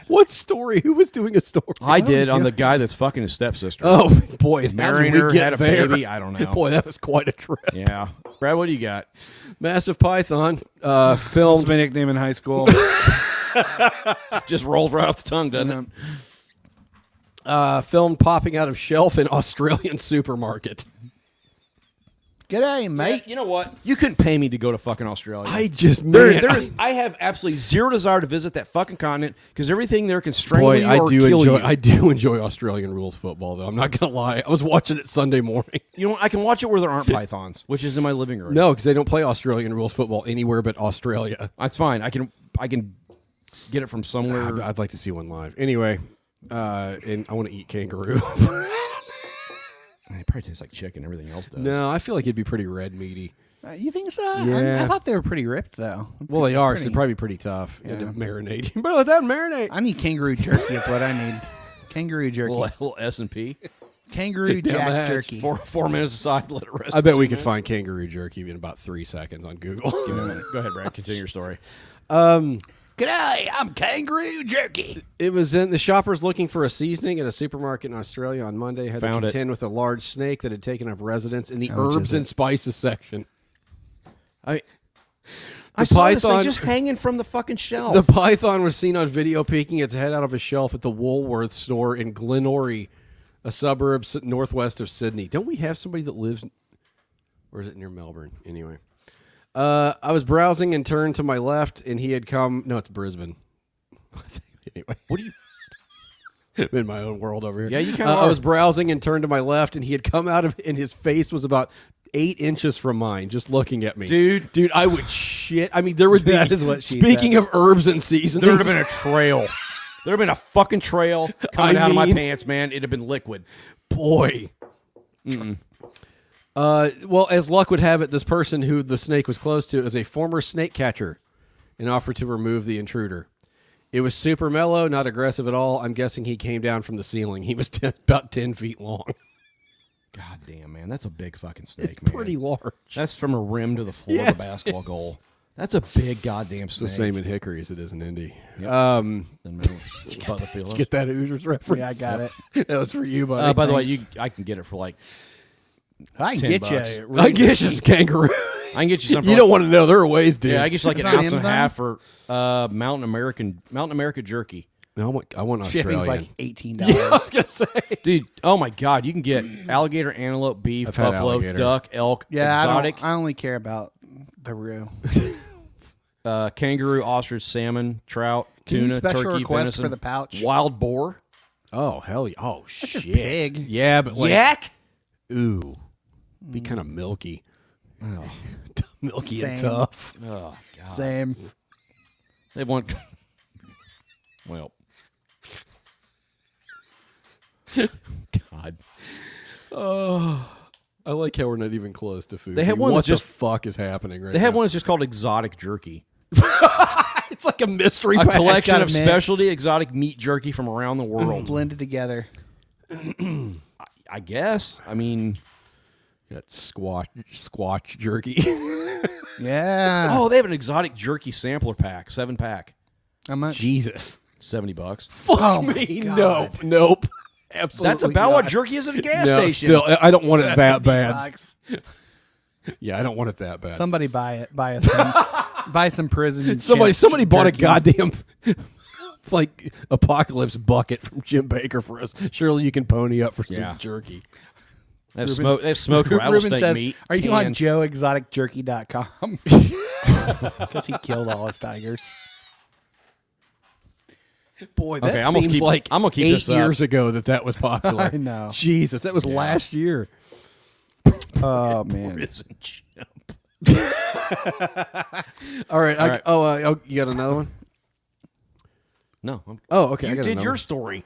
What story? Who was doing a story?
I did on the guy that's fucking his stepsister.
Oh boy, how did we
Mariner
get
had a
there?
baby. I don't know.
Boy, that was quite a trip.
Yeah, Brad, what do you got?
Massive Python uh, filmed.
my nickname in high school.
Just rolled right off the tongue, doesn't it?
Uh, filmed popping out of shelf in Australian supermarket.
G'day, mate.
you know what? You couldn't pay me to go to fucking Australia.
I just-
there,
man,
there is, I have absolutely zero desire to visit that fucking continent because everything there can strangle
Boy,
you
I
or
do
kill
enjoy.
you.
I do enjoy Australian rules football, though. I'm not gonna lie. I was watching it Sunday morning.
You know, I can watch it where there aren't pythons, which is in my living room.
No, because they don't play Australian rules football anywhere but Australia.
that's fine. I can, I can get it from somewhere.
I'd, I'd like to see one live. Anyway, uh, and I want to eat kangaroo.
It probably tastes like chicken. Everything else does.
no, I feel like it'd be pretty red meaty.
Uh, you think so? I- I,
Yeah.
thought they were pretty ripped though.
Well, they are, so
Pretty-
it'd probably be pretty tough. You had to
Yeah.
marinate. Bro, let that marinate.
I need kangaroo jerky. is what I need. Kangaroo jerky.
little, little S and P.
kangaroo
Down the
jack
hatch.
jerky.
Four four minutes aside. Let it rest.
I
for
bet
two
we could
minutes.
find kangaroo jerky in about three seconds on Google.
Give me a minute. Go ahead, Brad. Continue your story.
um,
G'day, I'm kangaroo jerky.
It was in the shoppers looking for a seasoning at a supermarket in Australia on Monday had
Found
to
it.
contend with a large snake that had taken up residence in the
How much
herbs
is
and
it?
spices section.
I,
The
I saw this
python-
thing just hanging from the fucking shelf.
The python was seen on video peeking its head out of a shelf at the Woolworth store in Glenorchy, a suburb s- northwest of Sydney. Don't we have somebody that lives, or is it near Melbourne? Anyway, uh, I was browsing and turned to my left, and he had come. No, it's Brisbane. anyway,
what do you?
I'm in my own world over here.
Yeah, you kinda
Uh, I
are.
was browsing and turned to my left, and he had come out of, and his face was about eight inches from mine, just looking at me.
Dude.
dude, I would shit. I mean, there would be.
That is what she
Speaking
said.
of herbs and seasonings,
There would have been a trail. There would have been a fucking trail coming
I
out of my
mean-
pants, man. It'd have been liquid.
boy. Uh, well, as luck would have it, this person who the snake was close to is a former snake catcher and offered to remove the intruder. It was super mellow, not aggressive at all. I'm guessing he came down from the ceiling. He was 10, about 10 feet long.
God damn, man. That's a big fucking snake,
It's
man.
pretty large.
That's from a rim to the floor
Yeah,
of a basketball goal. That's a big goddamn
It's the
snake.
same in Hickory as it is in Indy. Um,
Doesn't matter what- about the
did
field
you
is.
get that Hoosiers reference?
Yeah, I got it.
that was for you, buddy.
Uh, by the way, you
thanks.
I can get it for like
I can
10
get
bucks.
you.
I guess it's kangaroo.
I can get you something.
you don't want to know. There are ways, dude.
Yeah, I get you like an
It's on
ounce and a
Amazon?
half for uh, Mountain American Mountain America jerky.
No, I want, I want Australian.
Shipping's like eighteen dollars.
yeah, I was gonna say.
Dude, oh my god, you can get alligator, antelope, beef,
I've had
buffalo,
alligator.
duck, elk,
Yeah, I,
exotic,
don't, I only care about the roux.
uh, kangaroo, ostrich, salmon, trout,
Can you
tuna,
special
turkey,
request
venison,
for the pouch?
wild boar.
Oh hell yeah! Oh
That's a
shit!
pig.
Yeah, but like,
Yak?
Ooh, be kind of milky,
Oh.
milky and
Same.
tough.
Oh, God.
Same.
They want. Well,
God. Oh, I like how we're not even close to food.
They had one
What
that just-
the fuck is happening right
they have
now?
one that's just called exotic jerky.
It's like a mystery.
A
pack.
collection of
mix. Mm-hmm.
specialty exotic meat jerky from around the world.
blended together.
I guess. I mean,
that squash squash jerky.
Yeah.
oh, they have an exotic jerky sampler pack, seven pack,
How much?
Jesus,
seventy bucks.
fuck
Oh my
me.
God.
Nope, nope. Absolutely.
That's about
not.
what jerky is at a gas
No,
station.
Still, I- I don't want it that
70
bad.
bucks.
Yeah, I don't want it that bad.
Somebody buy it. Buy us some. buy some prison.
Somebody,
chips
somebody bought a
jerky.
goddamn like apocalypse bucket from Jim Baker for us. Surely you can pony up for some
Yeah.
jerky.
They have,
Ruben-
smoke, they have smoked
Ruben
rattlesnake
says,
meat.
Are you on
canned."
joeexoticjerky.com? Because he killed all his tigers.
Boy,
that seems like eight
eight years ago that that was popular.
I know.
Jesus, that was last year.
Oh, man.
Prison chimp.
All right. I,
All right.
Oh, uh, oh, you got another one?
No, I'm,
Oh, okay. I
you
got
did
another
your
one.
story,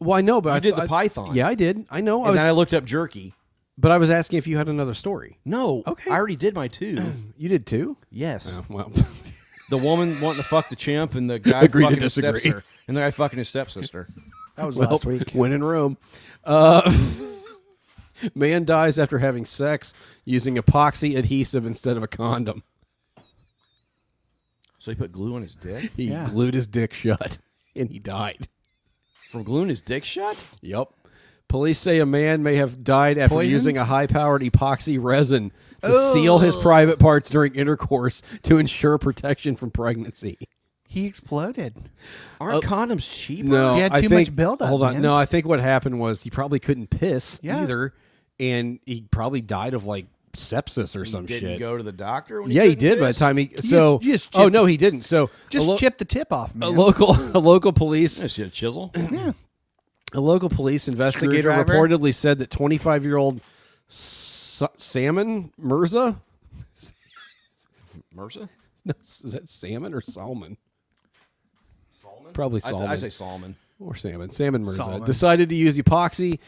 Well, I know, but
You
I
did the
I-
python.
Yeah, I did. I know. I
and
was,
then I looked up jerky.
but I was asking if you had another story.
No,
Okay.
I already did my two.
You did too.
Yes,
Oh, well,
the woman wanting to fuck the chimp and the guy
Agree to
fucking his
disagree.
stepsister, and the guy fucking his stepsister.
That was
well,
last week.
when in Rome, uh, man dies after having sex using epoxy adhesive instead of a condom.
So he put glue on his dick
He
Yeah.
glued his dick shut and he died.
from gluing his dick shut.
Yep. Police say a man may have died after
Poison?
using a high powered epoxy resin to seal his private parts during intercourse to ensure protection from pregnancy.
He exploded.
Aren't condoms cheaper?
No,
He had
I
too much
think,
buildup,
Hold on.
man.
No, I think what happened was he probably couldn't piss
Yeah.
either, and he probably died of like sepsis or
He
some
didn't
shit.
go to the doctor. When
yeah, he
couldn't
did by the
piss?
time he.
just-
So
you just
oh
chip-
no, he didn't. So
Just
a lo-
chip the tip off, man.
a local a local police
Yeah, she had a chisel.
A local police investigator
Screwdriver?
reportedly said that 25 year old S- Salmon Mirza.
MRSA?
No, s- is that salmon or salmon? Salmon? Probably
I,
salmon.
I say salmon.
or salmon. Salmon Mirza
Salmon.
decided to use epoxy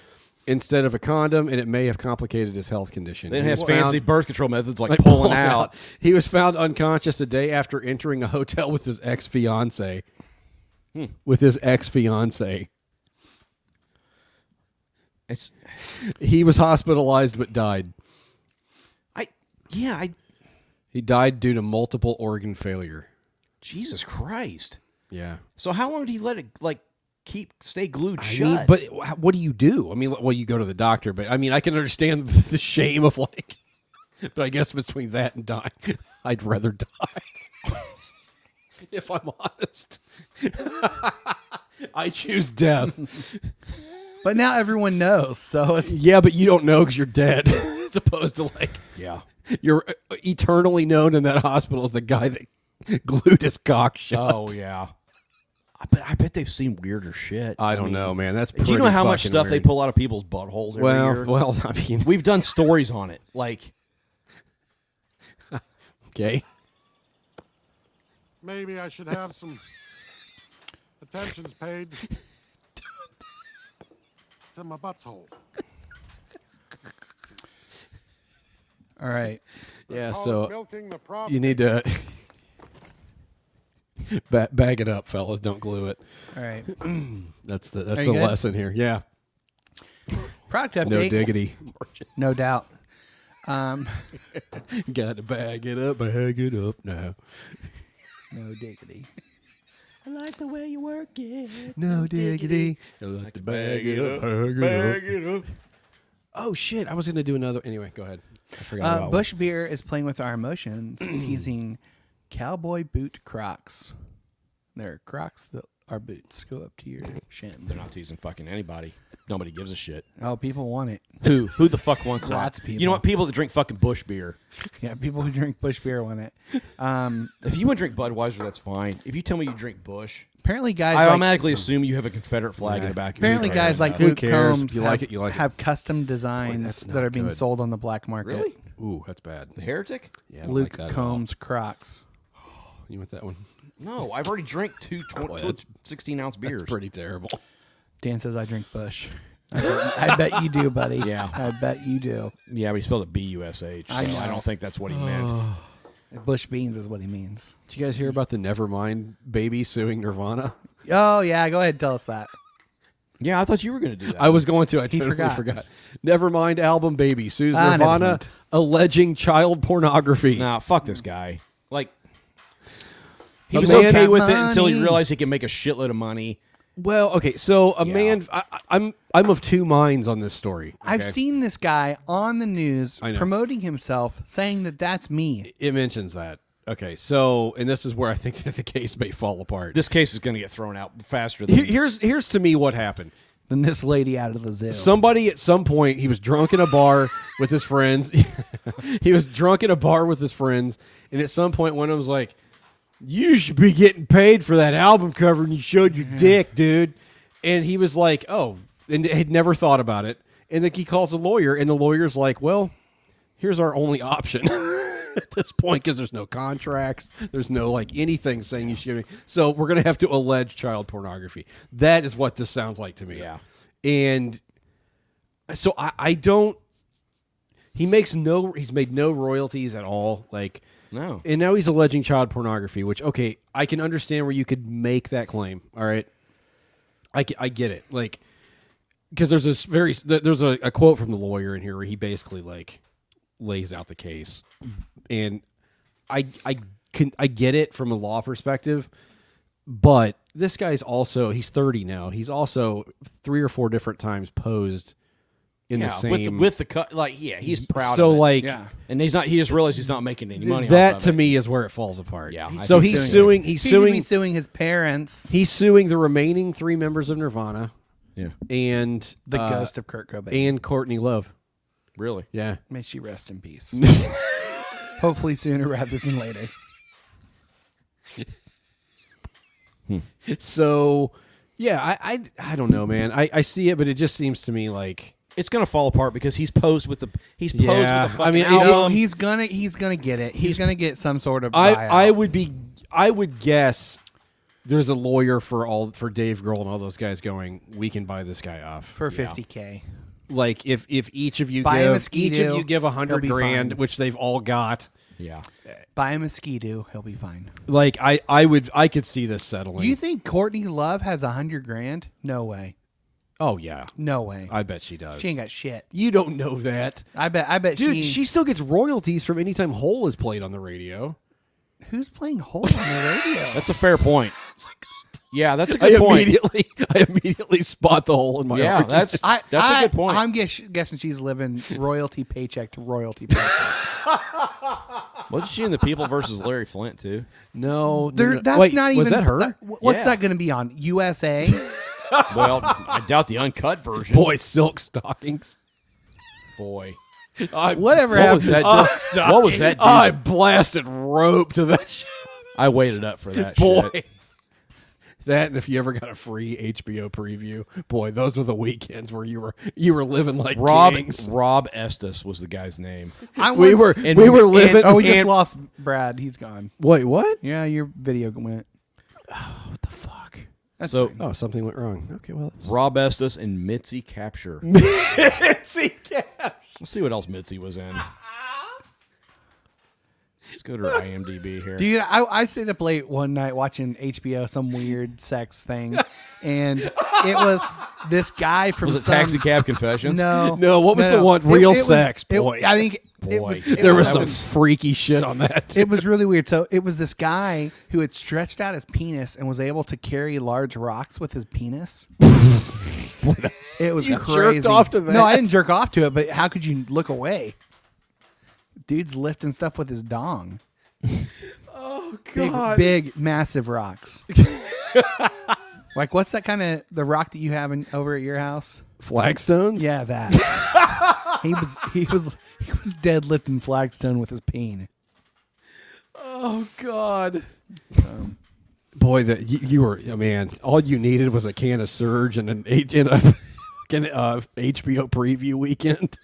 instead of a condom, and it may have complicated his health condition.
They
He
didn't have
was
fancy
found-
birth control methods um, like,
like
pulling out.
He was found unconscious a day after entering a hotel with his ex fiance.
Hmm.
With his ex fiance.
It's,
He was hospitalized but died.
I yeah. I
He died due to multiple organ failure.
Jesus Christ.
Yeah.
So how long did he let it like keep stay glued
I
shut?
mean, but wh- what do you do? I mean, well, you go to the doctor, but I mean, I can understand the shame of like, but I guess between that and dying, I'd rather die. if I'm honest, I choose death.
But now everyone knows. So it-
Oh, yeah, but you don't know because you're dead, as opposed to like,
yeah.
you're uh, eternally known in that hospital as the guy that glued his cock shut.
Oh yeah. I bet I bet they've seen weirder shit.
I don't
mean,
know, man. That's
Do you know
pretty
how much
fucking
stuff they
weird.
pull out of people's buttholes every
Well,
year?
well, I mean,
We've done stories on it. Like
okay.
Maybe I should have some attentions paid to my butthole.
all right.
Yeah,
Call it
so
milking the prophet.
you need to ba- bag it up, fellas. Don't glue it.
All right.
That's the that's
Are
the
you good?
lesson here. Yeah,
Product update.
no diggity.
No doubt. Um,
Got to bag it up, bag it up now.
no diggity.
I like the way you work it. No diggity. I like to bag it up, bag it up. Oh shit! I was gonna do another. Anyway, go ahead. I forgot.
Uh,
about
Bush Beer is playing with our emotions, teasing cowboy boot Crocs. They're Crocs that Our boots go up to your shin.
They're not teasing fucking anybody. Nobody gives a shit.
Oh, people want it.
Who? Who the fuck wants that?
Lots of
You know
people.
what? People that drink fucking Bush beer.
Yeah, people who drink Bush beer want it. Um,
if you want to drink Budweiser, that's fine. If you tell me you drink Bush,
apparently guys
I
like-
automatically assume you have a Confederate flag in the back. of your
Apparently,
car.
guys like
Who
Luke
cares?
Combs
You
have,
like it? You like it?
have custom designs that
not
are being
good.
sold on the black market.
Really? Ooh, that's bad. The
Heretic?
Yeah, I don't
Luke
like that at all.
Combs Crocs.
You want that one?
No, I've already drank two, tw-
Boy,
two
Oh, that's-
16 ounce beers.
That's pretty terrible.
Dan says I drink Bush. I bet, I bet you do, buddy.
Yeah.
I bet you do.
Yeah, but he spelled it B U S H.
I
I,
know.
I don't think that's what he meant.
Bush beans is what he means.
Did you guys hear about the Nevermind baby suing Nirvana?
Oh yeah, go ahead and tell us that.
Yeah, I thought you were going to do that.
I was going to. I
He
totally
forgot.
forgot. Nevermind album baby sues
Ah,
Nirvana
Nevermind.
alleging child pornography.
Nah, fuck this guy. Like, he
A
was
man-
okay
Got
with it until he
money.
realized he could make a shitload of money.
Well, okay, so a man. I, I- I'm I'm of two minds on this story.
I've
okay?
seen this guy on the news
I know.
promoting himself, saying that that's me.
it mentions that. Okay, so and this is where I think that the case may fall apart.
This case is going to get thrown out faster than
Here- here's here's to me what happened.
Then this lady out of the zoo.
Somebody at some point he was drunk in a bar with his friends. he was drunk in a bar with his friends, and at some point one of them was like, "You should be getting paid for that album cover, and you showed your dick, dude." And he was like, "Oh," and had never thought about it. And then he calls a lawyer, and the lawyer's like, "Well, here's our only option." At this point, because there's no contracts, there's no like anything saying you should. So we're gonna have to allege child pornography. That is what this sounds like to me. Yeah, and so I, I don't he makes no he's made no royalties at all like
no
Oh. and now he's alleging child pornography which okay i can understand where you could make that claim all right i, ca- I get it like because there's this very th- there's a, a quote from the lawyer in here where he basically like lays out the case and i i can i get it from a law perspective but this guy's also he's 30 now he's also three or four different times posed in
yeah,
the same
with the, with the cut. Like, yeah, he's proud.
So,
of it.
like-
yeah. and he's not. He just realized he's not making any money.
that
off of
to
it.
me is where it falls apart.
Yeah, I
So
think
he's suing.
his-
He's
he should be
suing.
suing his parents.
He's suing the remaining three members of Nirvana.
Yeah.
And
The
uh,
ghost of Kurt Cobain.
and Courtney Love.
Really?
Yeah.
May she rest in peace. Hopefully sooner rather than later.
So, yeah, I, I I don't know, man. I I see it, but it just seems to me like
it's gonna fall apart because he's posed with the he's posed
yeah.
with the
I
fucking
mean,
album.
No, he's gonna he's gonna get it. He's, gonna get some sort of.
um, I
buyout.
I would be I would guess there's a lawyer for all for Dave Grohl and all those guys going. We can buy this guy off
for
Yeah.
fifty k.
Like if if each of you
Buy him a
give each
Ski-Doo,
of you give a
he'll
hundred
be
grand,
fine.
which they've all got.
Yeah.
Buy him a skidoo. He'll be fine.
Like I, I would, I could see this settling.
You think Courtney Love has a hundred grand? No way.
oh yeah,
No way.
I bet she does.
She ain't got shit.
you don't know that,
I bet. I bet.
dude.
she,
She, still gets royalties from anytime Hole is played on the radio.
Who's playing hole on the radio?
That's a fair point. Yeah, that's a
I
good point.
immediately, I immediately spot the hole in my.
Yeah,
argument.
that's
I,
that's a good point.
I'm guess, guessing she's living royalty paycheck to royalty paycheck.
Wasn't she in the People versus Larry Flint too?
no, no,
There,
no.
that's
Wait,
not even.
Was that her?
that- wh- what's
Yeah.
that going to be on USA?
Well, I doubt the uncut version.
Boy, silk stockings.
boy.
Whatever
What was
happens.
that?
Uh,
what was that?
I
I,
blasted rope to that shit.
I waited up for that.
boy.
shit.
That and if you ever got a free HBO preview, boy, those were the weekends where you were you were living like
Rob
kings.
Rob Estes was the guy's name.
I
We were
once-
and-
we were
and-
living.
oh, we just
and-
lost Brad. He's gone.
Wait, what?
Yeah, your video went.
What the fuck?
That's
So-
fine.
Oh, something went wrong. Okay, well, it's
Rob Estes and Mitzi Capture. Let's see what else Mitzi was in. Let's go to her IMDb here.
Dude, I, I stayed up late one night watching HBO some weird sex thing, and it was this guy from
was it
some,
Taxi Cab Confessions?
No,
No, what was
no,
the
no.
one?
It-
Real
it was-
sex,
it-
boy.
I think it
Boy.
was. it
there was some
something-
freaky shit on that.
it was really weird. So it was this guy who had stretched out his penis and was able to carry large rocks with his penis. it was
You jerked
crazy.
off to
No, I
that?
didn't jerk off to it, but how could you look away? Dude's lifting stuff with his dong.
oh
Big, big, massive rocks. Like, what's that kind of the rock that you have in, over at your house?
Flagstones?
Yeah, that. he was he was he was deadlifting flagstone with his peen.
Oh God. Um, Boy, that you, you were yeah, man. All you needed was a can of Surge and an H- and a, an uh, HBO preview weekend.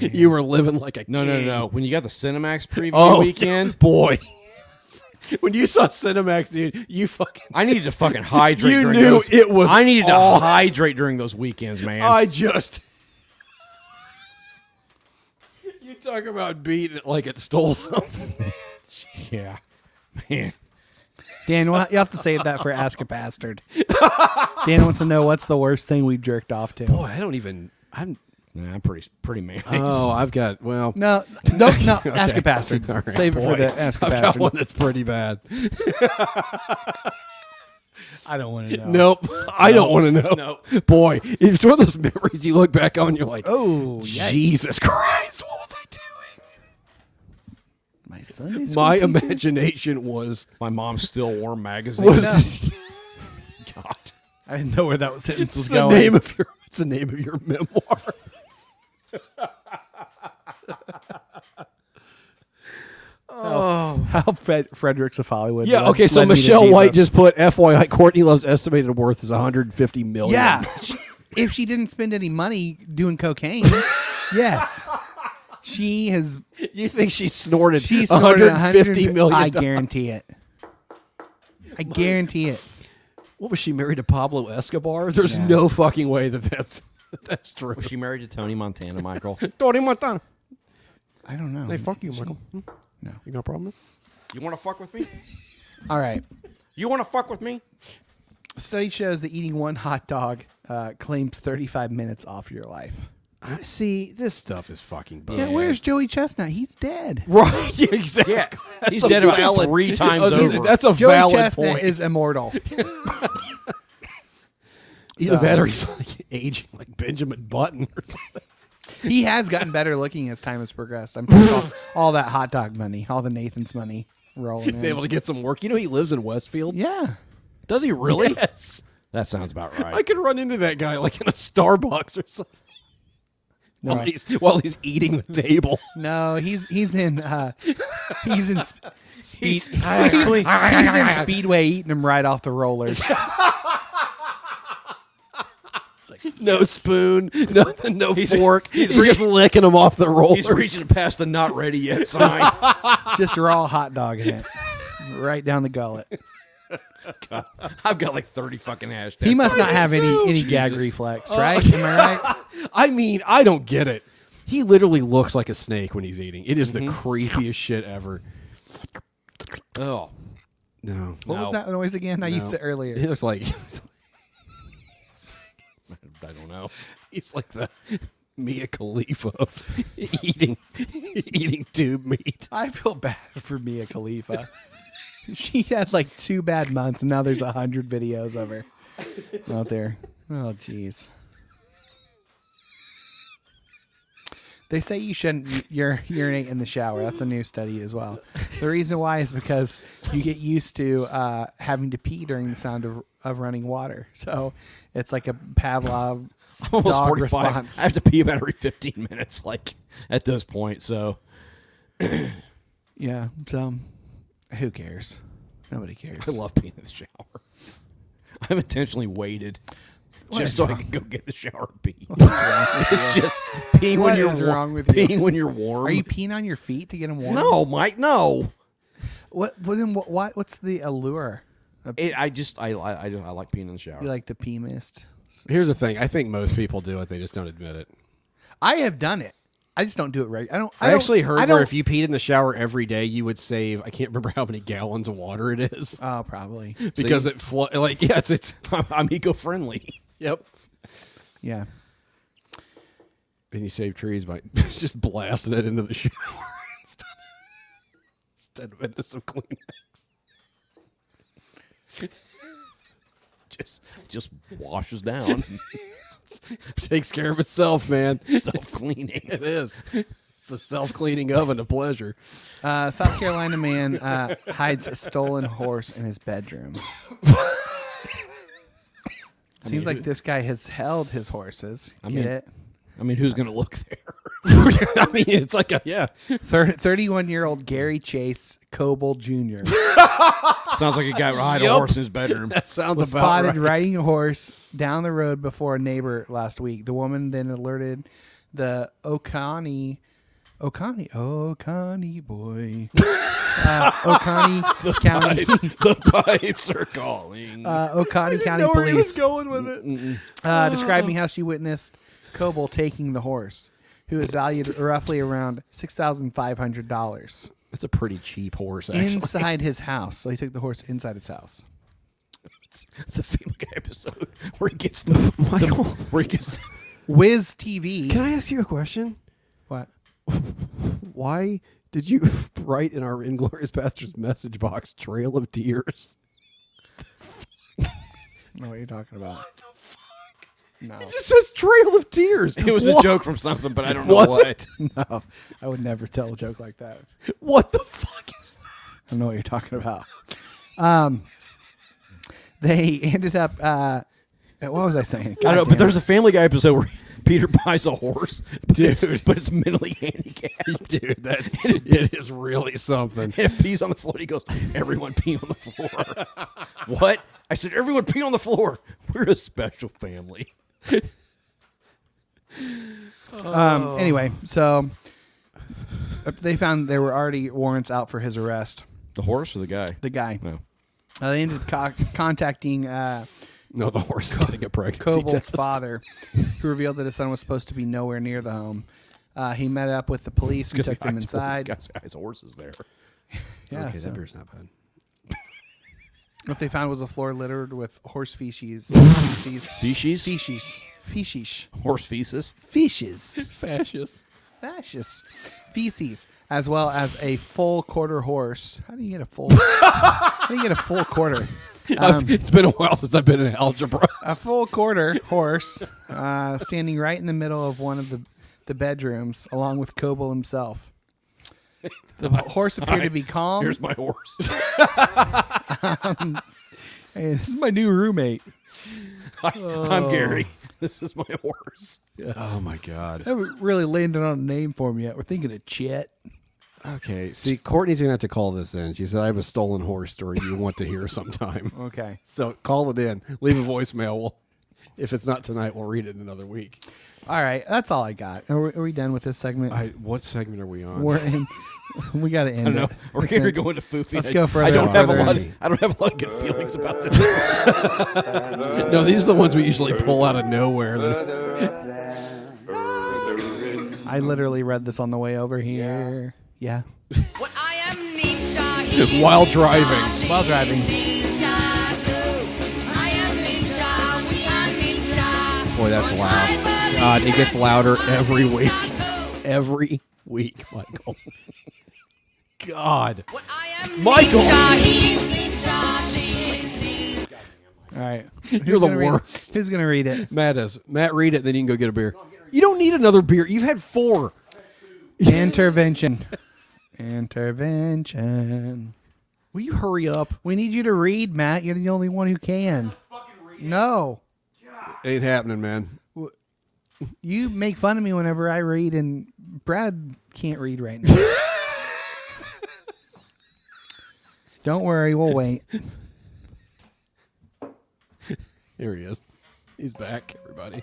You were living like a
No, no,
king.
no. When you got the Cinemax preview
Oh,
weekend,
boy. When you saw Cinemax, dude, you fucking.
I needed to fucking hydrate.
You
during
knew
those-
it was
I needed
off.
to hydrate during those weekends, man.
I just. you talk about beating it like it stole something.
yeah, man.
Dan, we'll, you have to save that for Ask a Bastard. Dan wants to know what's the worst thing we jerked off to.
Boy, I don't even. I'm.
Nah, I'm pretty pretty man.
Oh, I've got well.
No, no, no. Ask a bastard.
All right,
Save it for
boy.
the ask a
I've got
bastard.
one that's pretty bad.
I don't want to know.
Nope, I don't
No.
want to know. Boy, it's one of those memories you look back on. You're like,
Oh, yikes.
Jesus Christ! What was I
My Sunday
doing?
school
My
teacher?
imagination was
My mom's still wore magazine.
Was- God.
I didn't know where that was- sentence
It's
was
the
going.
Name of your, it's the name of your memoir.
Oh, how Fred, Fredericks of Hollywood.
Yeah.
led-
Okay. So
led me to
Michelle White
Jesus.
just put FYI, Courtney Love's estimated worth is 150 million.
Yeah. She- if she didn't spend any money doing cocaine, yes. She has.
You think she snorted?
She snorted
150 million.
I guarantee it. I guarantee it.
What was she married to Pablo Escobar? There's no fucking way that that's that that's true.
Was she married to Tony Montana, Michael?
Tony Montana.
I don't know.
Hey, fuck you, Michael.
No.
You got a problem?
you want to fuck with me?
All right.
You want to fuck with me?
Study shows that eating one hot dog uh, claims 35 minutes off your life.
I see. This stuff is fucking bull.
Yeah, where's Joey Chestnut? He's dead.
Right, yeah, exactly.
Yeah,
That's
he's
a
dead about
valid-
three times
That's-
over.
That's a
Joey
valid
Chestnut
point.
is immortal.
Either
So-
that or he's like aging like Benjamin Button or something.
he has gotten better looking as time has progressed. I'm sure all, all that hot dog money, all the Nathan's money rolling
He's
in.
able to get some work. You know, he lives in Westfield.
yeah.
Does he really?
Yes.
That sounds about right.
I could run into that guy like in a Starbucks or something.
No.
While, he's, while he's eating the table.
No, he's he's in uh he's in sp- speed
He's-
he's, he's in speedway eating them right off the rollers.
No spoon, no no fork. He's,
he's
just licking them off the roller.
He's reaching past the not ready yet sign.
Just raw hot dog in it. Right down the gullet.
God, I've got like thirty fucking hashtags.
He must not have any any gag
Jesus.
reflex,
Uh,
right? Am I right?
I mean, I don't get it. He literally looks like a snake when he's eating. It is the creepiest shit ever.
Oh,
No.
What was that noise again? I used
No.
it earlier.
He looks like
I don't know.
he's like the Mia Khalifa of eating eating tube meat.
I feel bad for Mia Khalifa. she had like two bad months, and now there's a hundred videos of her out there. Oh, jeez. They say you shouldn't u- ur- urinate in the shower. That's a new study as well. The reason why is because you get used to uh, having to pee during the sound of, of running water. So it's like a Pavlov
I'm almost
dog
45.
response.
I have to pee about every 15 minutes, like at this point. So
yeah. So who cares? Nobody cares.
I love peeing in the shower. I've intentionally waited just so I could go get the shower and pee. it's just pee when
What
you're
is
wa-
wrong with you?
peeing when you're warm.
Are you peeing on your feet to get them warm?
no, Mike, no.
What? Well, then what, what? What's the allure? of-
It, I just I, I I I like peeing in the shower.
You like the pee mist?
Here's the thing. I think most people do it. They just don't admit it.
I have done it. I just don't do it right. I don't.
I,
don't-
actually heard
I
where
don't-
if you peed in the shower every day, you would save. I can't remember how many gallons of water it is
Oh, probably.
because it flo- like yeah, it's, it's
I'm eco friendly.
yep.
Yeah.
And you save trees by just blasting it into the shower instead, instead of into some Kleenex.
Just just washes down,
Takes care of itself, man.
self cleaning.
It is. It's the self cleaning oven of pleasure.
Uh, South Carolina man uh, hides a stolen horse in his bedroom.
I
Seems
mean,
like
who-
this guy has held his horses.
I
Get
mean,
it?
I mean, who's gonna look there? I mean, it's like a yeah.
Thirty-one-year-old Gary Chase Coble Jr.
Sounds like a guy riding a
Yup.
horse in his bedroom.
That sounds
was
about
spotted
right.
riding a horse down the road before a neighbor last week. The woman then alerted the Oconee, Oconee, Oconee boy, uh, Oconee
The
County.
pipes- the pipes are calling.
Uh,
I
Oconee
didn't
County
know where
Police
he was going with it.
Uh, describing how she witnessed Coble taking the horse, who is valued roughly around six thousand five hundred dollars.
That's a pretty cheap horse. Actually.
Inside his house, so he took the horse inside his house.
the Family Guy episode where he gets the Michael, where he gets
Wiz TV.
Can I ask you a question?
What?
Why did you write in our Inglorious Bastards message box "Trail of Tears"?
I know what you're talking about. No.
It just says "Trail of Tears."
It was
Why-
a joke from something, but I don't know
Was
what.
it?
No, I would never tell a joke like that.
What the fuck is
I don't know what you're talking about. Um, they ended up. Uh, what was I saying?
I don't know,
God
but
damn it.
there's a Family Guy episode where Peter buys a horse, but it's, but it's mentally handicapped. Dude, that
it is really something.
And he pees on the floor. He goes, "Everyone pee on the floor." what? I said, "Everyone pee on the floor." We're a special family.
Um, Anyway, so uh, they found there were already warrants out for his arrest.
The horse or the guy?
The guy.
No.
Uh, they ended co- contacting. Uh,
No, the horse is getting a pregnancy
Kobol's
test.
father, who revealed that his son was supposed to be nowhere near the home. Uh, he met up with the police and
Because
took
the
them
guy's-
inside.
Guy's, guy's horse is there.
Yeah,
okay,
so-
that beer's not bad.
What they found was a floor littered with horse feces. feces.
Feces?
Feces. Feces.
Horse feces.
Feces.
Fascist.
Fascists. Feces, as well as a full quarter horse. How do you get a full? how do you get a full quarter? Um,
I've- it's been a while since I've been in algebra.
a full quarter horse uh, standing right in the middle of one of the, the bedrooms, along with Koble himself. The horse appeared to be calm.
Here's my horse.
Um, hey, this is my new roommate.
I, I'm Gary. This is my horse.
Oh my god.
haven't really landed on a name for him yet. We're thinking of Chet.
Okay, see, Courtney's gonna have to call this in. She said I have a stolen horse story you want to hear sometime.
Okay.
So call it in. Leave a voicemail. We'll, if it's not tonight, we'll read it in another week.
All right, that's all I got. Are we, are we done with this segment?
I, what segment are we on?
We're in. We got to end.
I don't know.
it.
We're
Let's
here
end-
going to Foofy.
Let's go further.
I don't
and
have a
further
lot.
in.
Of, I don't have a lot of good feelings about this.
no, these are the ones we usually pull out of nowhere. that-
I literally read this on the way over here. Yeah.
While driving.
While driving.
Boy, that's loud. God, it gets louder every week. Every week, Michael. God. Michael!
All right. Who's
You're the
gonna read-
worst.
Who's gonna read it?
Matt is. Matt, read it, then you can go get a beer. You don't need another beer. You've had four.
Intervention. Intervention.
Will you hurry up?
We need you to read, Matt. You're the only one who can. No.
Ain't happening, man.
You make fun of me whenever I read, and Brad can't read right now. Don't worry, we'll wait.
Here he is. He's back, everybody.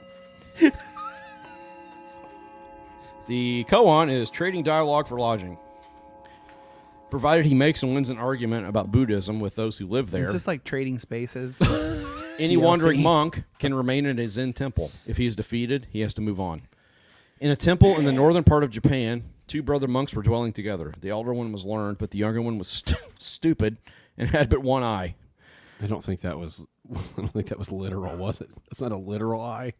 The koan is trading dialogue for lodging. Provided he makes and wins an argument about Buddhism with those who live there,
It's just like trading spaces.
any
TLC.
wandering monk can remain in a Zen temple. If he is defeated, he has to move on. In a temple in the northern part of Japan, two brother monks were dwelling together. The elder one was learned, but the younger one was st- stupid and had but one eye.
I don't think that was. I don't think that was literal, was it? That's not a literal eye.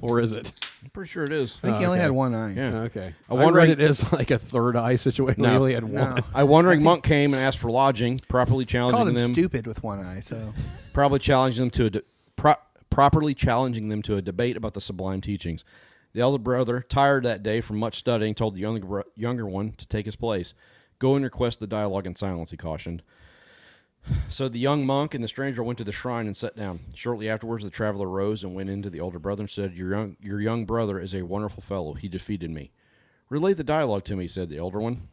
Or is it?
I'm pretty sure it is.
I think he only had one eye.
Yeah.
Okay.
I
I wonder
wondered-
it is like a third eye situation.
No.
We only had
No.
one.
A wandering monk came and asked for lodging, properly
Called
challenging
him
them.
stupid with one eye. So
probably challenging them to a de- pro- properly challenging them to a debate about the sublime teachings. The elder brother, tired that day from much studying, told the younger bro- younger one to take his place. Go and request the dialogue in silence. He cautioned. So the young monk and the stranger went to the shrine and sat down. Shortly afterwards, the traveler rose and went in to the older brother and said, "Your young, your young brother is a wonderful fellow. He defeated me. Relate the dialogue to me," said the elder one.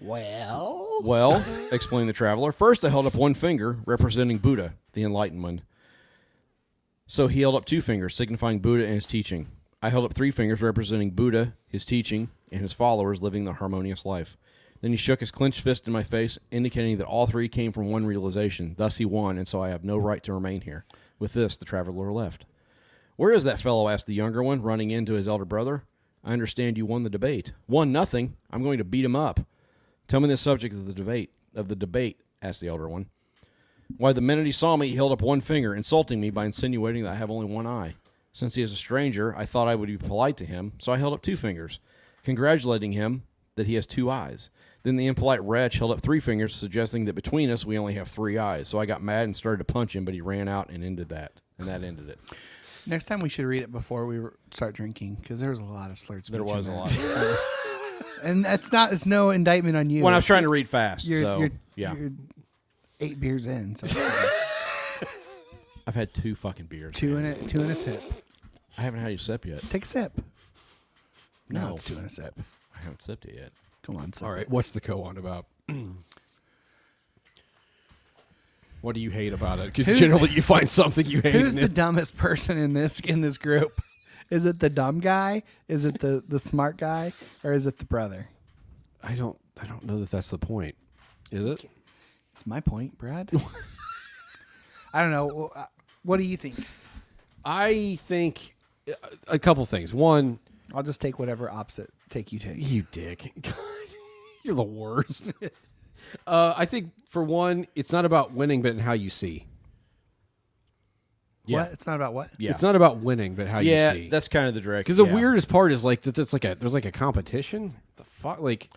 Well,
Well, explained the traveler, first I held up one finger, representing Buddha, the enlightened one. So he held up two fingers, signifying Buddha and his teaching. I held up three fingers, representing Buddha, his teaching, and his followers living the harmonious life. Then he shook his clenched fist in my face, indicating that all three came from one realization. Thus he won, and so I have no right to remain here. With this, the traveler left. Where is that fellow? asked the younger one, running into his elder brother. I understand you won the debate. Won nothing. I'm going to beat him up. Tell me the subject of the debate. Of the debate, asked the elder one. Why, the minute he saw me, he held up one finger, insulting me by insinuating that I have only one eye. Since he is a stranger, I thought I would be polite to him, so I held up two fingers, congratulating him that he has two eyes. Then the impolite wretch held up three fingers, suggesting that between us we only have three eyes. So I got mad and started to punch him, but he ran out and ended that, and that ended it.
next time we should read it before we re- start drinking because there was a lot of slurred speech.
There
in
was a lot.
and that's not. It's no indictment on you.
When I was trying to read fast,
You're,
so,
you're-
yeah.
you're eight beers in. So
I've had two fucking beers.
two in a two in a sip.
I haven't had a sip yet.
Take a sip. No,
No.
it's two in a sip.
I haven't sipped it yet.
Come on, sip
All right,
it.
what's the co on about? what do you hate about it? 'Cause
Who's-
generally, you find something you hate.
Who's
in
the
it.
dumbest person in this in this group? Is it the dumb guy? Is it the the smart guy? Or is it the brother?
I don't. I don't know that that's the point. Is it?
It's my point, Brad. I don't know. Well, uh, What do you think?
I think uh, a couple things. One,
I'll just take whatever opposite take you take.
You dick. God, you're the worst. uh, I think for one, it's not about winning, but in how you see.
What? It's not about what?
It's not about winning, but how
Yeah,
you see.
that's kind of the direction,
Because the
yeah.
weirdest part is like that. That's like a there's like a competition. The fuck, like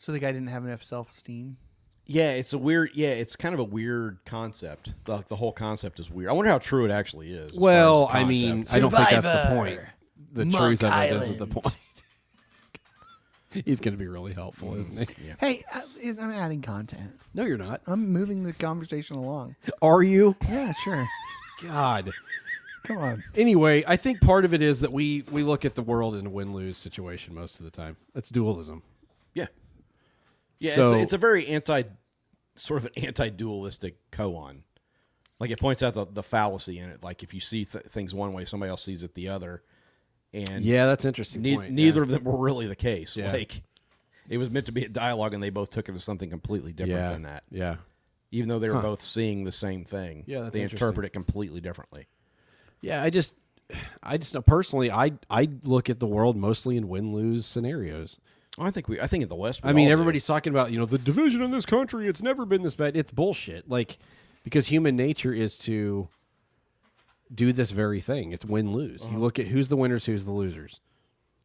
So the guy didn't have enough self esteem.
Yeah, it's a weird. Yeah, it's kind of a weird concept. The, the whole concept is weird. I wonder how true it actually is. as far
Well,
as the
I mean,
concept.
I don't think that's the point. The truth of it isn't the point. He's going to be really helpful, isn't he?
Hey, I, I'm adding content.
No, you're not.
I'm moving the conversation along.
Are you?
Yeah, sure.
God.
Come on.
Anyway, I think part of it is that we we look at the world in a win lose situation most of the time. That's dualism.
Yeah. Yeah,
So-
it's, it's a very anti, sort of an anti-dualistic koan. Like it points out the, the fallacy in it. Like if you see th- things one way, somebody else sees it the other. And
Yeah, that's interesting
nei-
point,
Neither
yeah.
of them were really the case.
Yeah.
Like it was meant to be a dialogue, and they both took it as something completely different
Yeah,
than that.
yeah.
Even though they were
Huh.
both seeing the same thing,
Yeah, that's
they
interesting.
interpret it completely differently.
Yeah, I just I just know personally I I look at the world mostly in win lose scenarios.
I think we I think in the West we
I mean
all do.
everybody's talking about, you know, the division in this country, it's never been this bad. It's bullshit. Like because human nature is to do this very thing. It's win lose. You look at who's the winners, who's the losers.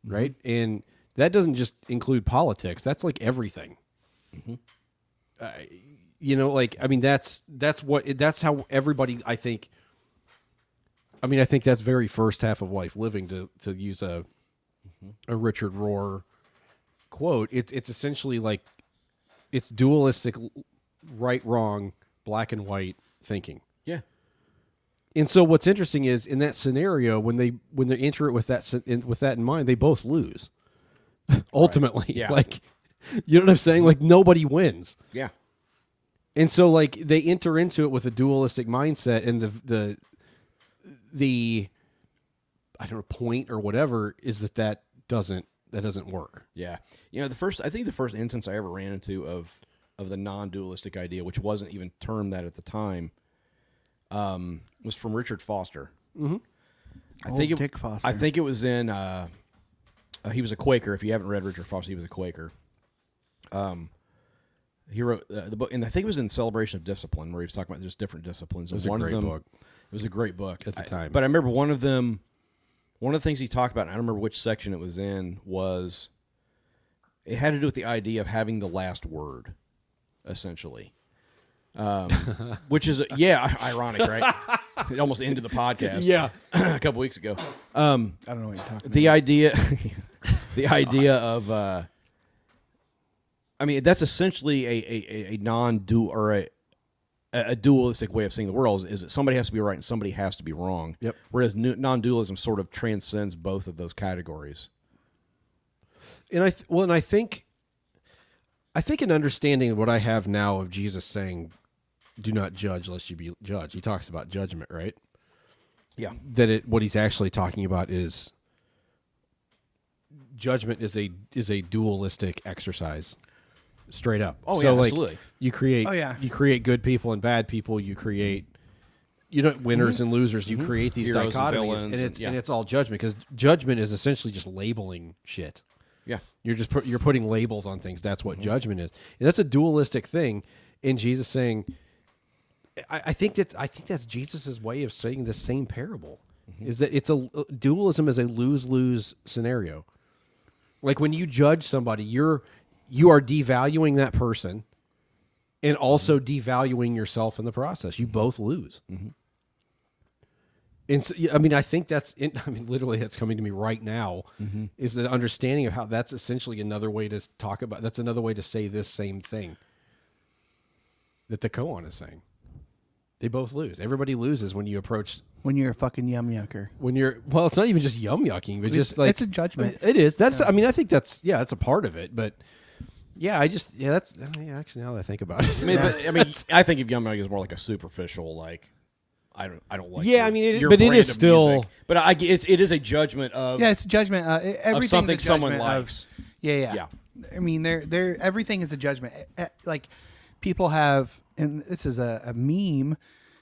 Right? And that doesn't just include politics. That's like everything. I- you know, like I mean that's that's what that's how everybody I think I mean, I think that's very first half of life living to to use a a Richard Rohr quote. It's it's essentially like it's dualistic l- right wrong black and white thinking.
Yeah.
And so what's interesting is in that scenario when they when they enter it with that sen- in, with that in mind, they both lose. Ultimately,
Yeah.
like you know what I'm saying? Like nobody wins.
Yeah.
And so like they enter into it with a dualistic mindset and the the the I don't know point or whatever is that that doesn't that doesn't work.
Yeah. You know, the first I think the first instance I ever ran into of of the non-dualistic idea, which wasn't even termed that at the time, um, was from Richard Foster.
Mhm.
I
Old
think it,
Dick Foster.
I think it was in. Uh, uh, he was a Quaker. If you haven't read Richard Foster, he was a Quaker. Um, he wrote uh, the book, and I think it was in Celebration of Discipline, where he was talking about there's different disciplines.
It was
and
a
one
great
of them,
book.
It was a great book
At the
I-
time.
but I remember one of them, one of the things he talked about. And I don't remember which section it was in. Was it had to do with the idea of having the last word, essentially. Um, which is yeah, ironic, right? it almost ended the podcast.
Yeah.
a couple weeks ago. Um,
I don't know what you're talking
the idea, the idea of, uh, I mean, that's essentially a a, a- a non do or a a, a dualistic way of seeing the world is, is that somebody has to be right and somebody has to be wrong.
Yep.
Whereas nu- non-dualism sort of transcends both of those categories.
and I th- well, and I think, I think an understanding of what I have now of Jesus saying, "Do not judge, lest you be judged." He talks about judgment, right?
Yeah.
That it what he's actually talking about is judgment is a is a dualistic exercise, straight up.
Oh,
so
yeah,
like,
absolutely.
You create,
Oh, yeah.
you create good people and bad people. You create. You know, winners
Mhm.
and losers. You
Mhm.
create these
Heroes and
dichotomies,
villains
and,
and-
it's
yeah.
and it's all judgment because judgment is essentially just labeling shit.
Yeah.
You're just put, you're putting labels on things. That's what
Mhm.
judgment is. And that's a dualistic thing. And Jesus saying, I, I think that I think that's Jesus's way of saying the same parable. Is that it's a uh, dualism is a lose lose scenario. Like when you judge somebody, you're you are devaluing that person, and also devaluing yourself in the process. You both lose. And so, yeah, I mean, I think that's, in, I mean, literally that's coming to me right now
Mm-hmm.
Mhm.
is the understanding of how that's essentially another way to talk about, that's another way to say this same thing that the koan is saying. They both lose. Everybody loses when you approach,
when you're a fucking yum yucker.
when you're, well, it's not even just yum yucking, but
It's-
just like,
it's a judgment.
It is. That's, I mean, I think that's, yeah, that's a part of it, but yeah, I just, yeah, that's, I mean, actually, now that I think about it,
I mean, but, I mean, I think of Young Young is more like a superficial, like I don't, I don't like.
Yeah,
your-
I mean, it-
your
but it
brand
is
of
still-
music. But I, it's, it is a judgment of.
Yeah, it's a judgment. Uh, e- everything's
something
a judgment
someone
of-
likes.
yeah, yeah,
Yeah.
I mean, they're, they're, everything is a judgment. Eh, eh, Like people have, and this is a, a meme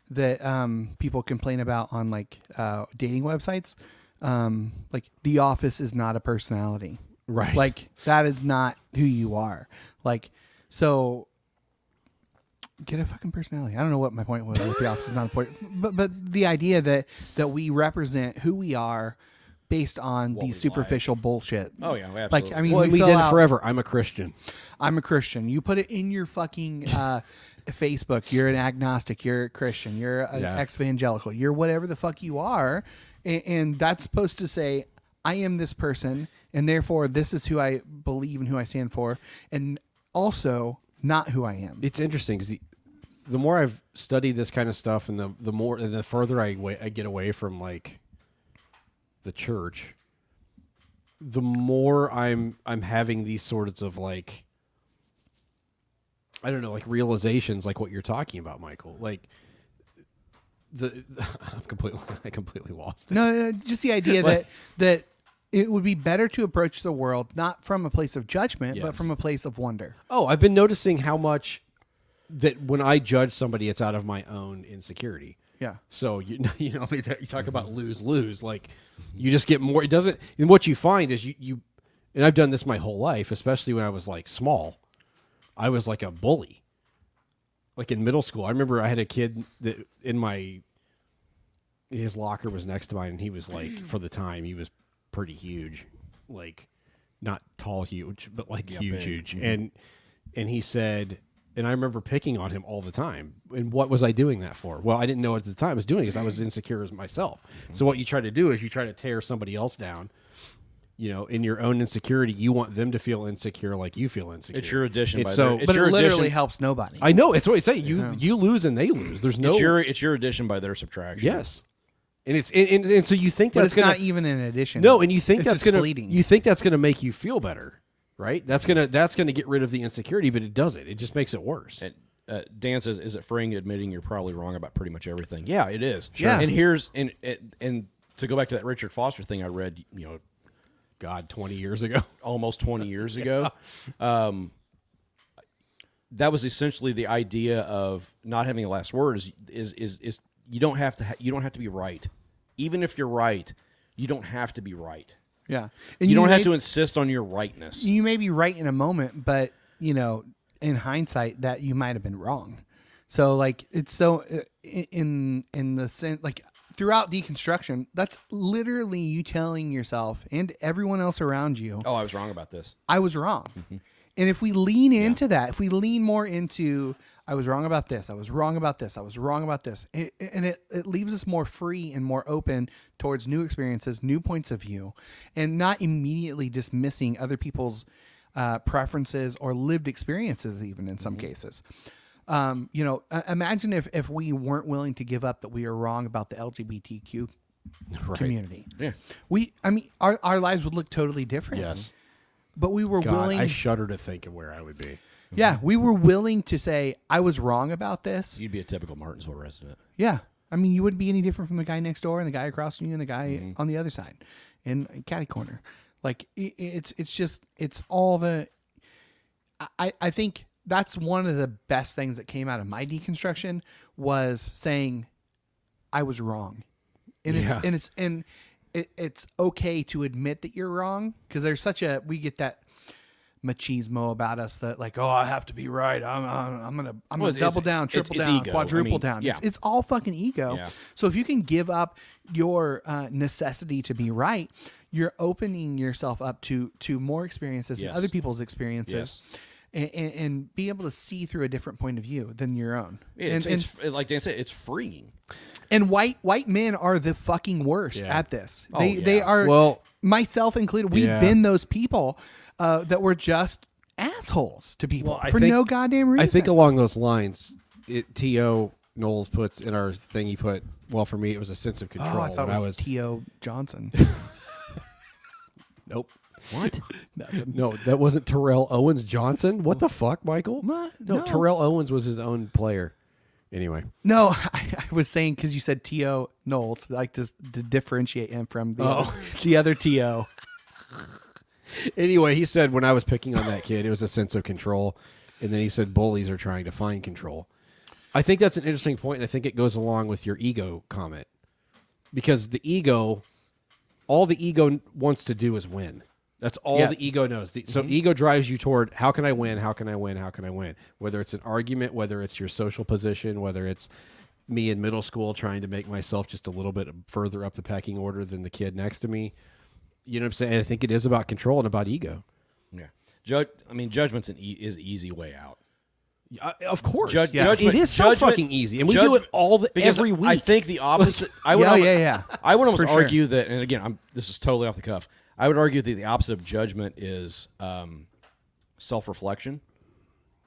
that um, people complain about on like uh, dating websites. Um, like The Office is not a personality,
Right.
Like that is not who you are. Like so. Get a fucking personality. I don't know what my point was with the office is not important, but but the idea that that we represent who we are based on the superficial bullshit.
Oh, yeah,
like
absolutely.
I mean,
well,
we,
and we
fill
did it
out-
forever. I'm a Christian.
I'm a Christian. You put it in your fucking uh, Facebook. You're an agnostic. You're a Christian. You're an
Yeah.
ex-evangelical. You're whatever the fuck you are, and, and that's supposed to say, "I am this person, and therefore this is who I believe and who I stand for," and also not who I am.
It's interesting because the, the more I've studied this kind of stuff, and the the more and the further I, wa- I get away from like the church, the more I'm I'm having these sorts of like I don't know, like realizations, like what you're talking about, Michael. Like the I'm completely I completely lost.
No, no, no, just the idea that that it would be better to approach the world not from a place of judgment, but
Yes.
from a place of wonder.
Oh, I've been noticing how much that when I judge somebody, it's out of my own insecurity.
Yeah.
So you you know you talk about lose lose like you just get more. It doesn't. And what you find is you you and I've done this my whole life, especially when I was like small. I was like a bully. Like in middle school, I remember I had a kid that in my his locker was next to mine, and he was like for the time he was pretty huge, like not tall huge, but like
Yeah,
huge
big.
huge.
Mhm.
And and he said, and I remember picking on him all the time. And what was I doing that for? Well, I didn't know at the time I was doing because I was
Mm-hmm.
insecure as myself. So what you try to do is you try to tear somebody else down. You know, in your own insecurity, you want them to feel insecure like you feel insecure.
It's your addition
And
by
so,
their- it's But it your
literally addition- helps nobody.
I know. It's what I say. You you lose and they lose. There's no
it's your, it's your addition by their subtraction.
yes, and it's and, and, and so you think
But
that's
it's
gonna,
not even an addition.
No, and you think
It's
that's
just
gonna
fleeting.
you think that's gonna make you feel better, right? That's gonna that's gonna get rid of the insecurity, but it doesn't. It just makes it worse.
And, uh, Dan says, "Is it freeing admitting you're probably wrong about pretty much everything?" Yeah, it is.
Sure. Yeah.
And here's and and- and to go back to that Richard Foster thing I read, you know,
God, twenty years ago,
almost twenty years ago, um, that was essentially the idea of not having a last word. Is is is, is you don't have to ha- you don't have to be right, even if you're right, you don't have to be right.
Yeah.
you, don't have
may-
to insist on your rightness.
You may be right in a moment, but you know, in hindsight, that you might have been wrong. So like, it's so uh, i- in in the sense like throughout deconstruction, that's literally you telling yourself and everyone else around you,
Oh, I was wrong about this.
I was wrong. And if we lean into that, if we lean more into, I was wrong about this, I was wrong about this, I was wrong about this, it, and it, it leaves us more free and more open towards new experiences, new points of view, and not immediately dismissing other people's uh, preferences or lived experiences, even in some cases. um, you know, uh, imagine if if we weren't willing to give up that we are wrong about the LGBTQ
Right.
community.
Yeah.
We, I mean, our our lives would look totally different. Yes. But we were
God,
willing.
I shudder to think of where I would be.
yeah, we were willing to say I was wrong about this.
You'd be a typical Martinsville resident.
Yeah. I mean, you wouldn't be any different from the guy next door and the guy across from you and the guy
Mm-hmm.
on the other side in catty corner. Like i- it's it's just it's all the I- I I think that's one of the best things that came out of my deconstruction was saying I was wrong. And
Yeah.
it's and it's and it, it's okay to admit that you're wrong because there's such a we get that machismo about us that like oh I have to be right I'm I'm, I'm gonna I'm
Well,
gonna
it's-
double down
it's-
triple
it's
down
ego. I
quadruple
mean,
down
yeah.
it's, it's all fucking ego
Yeah.
so if you can give up your uh, necessity to be right you're opening yourself up to to more experiences and
Yes.
other people's experiences and, and, and be able to see through a different point of view than your own
It's,
and, and
it's like Dan said, it's freeing.
and white white men are the fucking worst
Yeah.
at this.
Oh,
They they
yeah.
are
Well-
myself included. We've
Yeah.
been those people uh, that were just assholes to people
I
for
think-
no goddamn reason.
I think along those lines, it T.O. Knowles puts in our thing, he put, well, for me, it was a sense of
Oh,
control.
I thought
when
it was T.O. Johnson.
Nope. What? no, that wasn't Terrell Owens Johnson. What the fuck, Michael? no,
no.
Terrell Owens was his own player. Anyway.
no, I, I was saying because you said T.O. Knowles, like to, to differentiate him from the
Oh.
the other T.O.
Anyway, he said when I was picking on that kid, it was a sense of control. And then he said bullies are trying to find control. I think that's an interesting point, and I think it goes along with your ego comment. Because the ego, all the ego wants to do is win. That's all
Yeah.
the ego knows. The, so
Mhm.
ego drives you toward how can I win? How can I win? How can I win? Whether it's an argument, whether it's your social position, whether it's me in middle school trying to make myself just a little bit further up the pecking order than the kid next to me. You know what I'm saying? I think it is about control and about ego.
Yeah. Judge. I mean, judgment's an e- is easy way out.
Uh, of course,
Judge,
Yes.
judgment,
It is so
judgment-
fucking easy, and we do it all the-
because
every
I
week.
think the opposite. I would.
Yeah,
almo-
yeah, yeah.
I would almost
For sure.
argue that, and again, I'm this is totally off the cuff. I would argue that the opposite of judgment is um, self reflection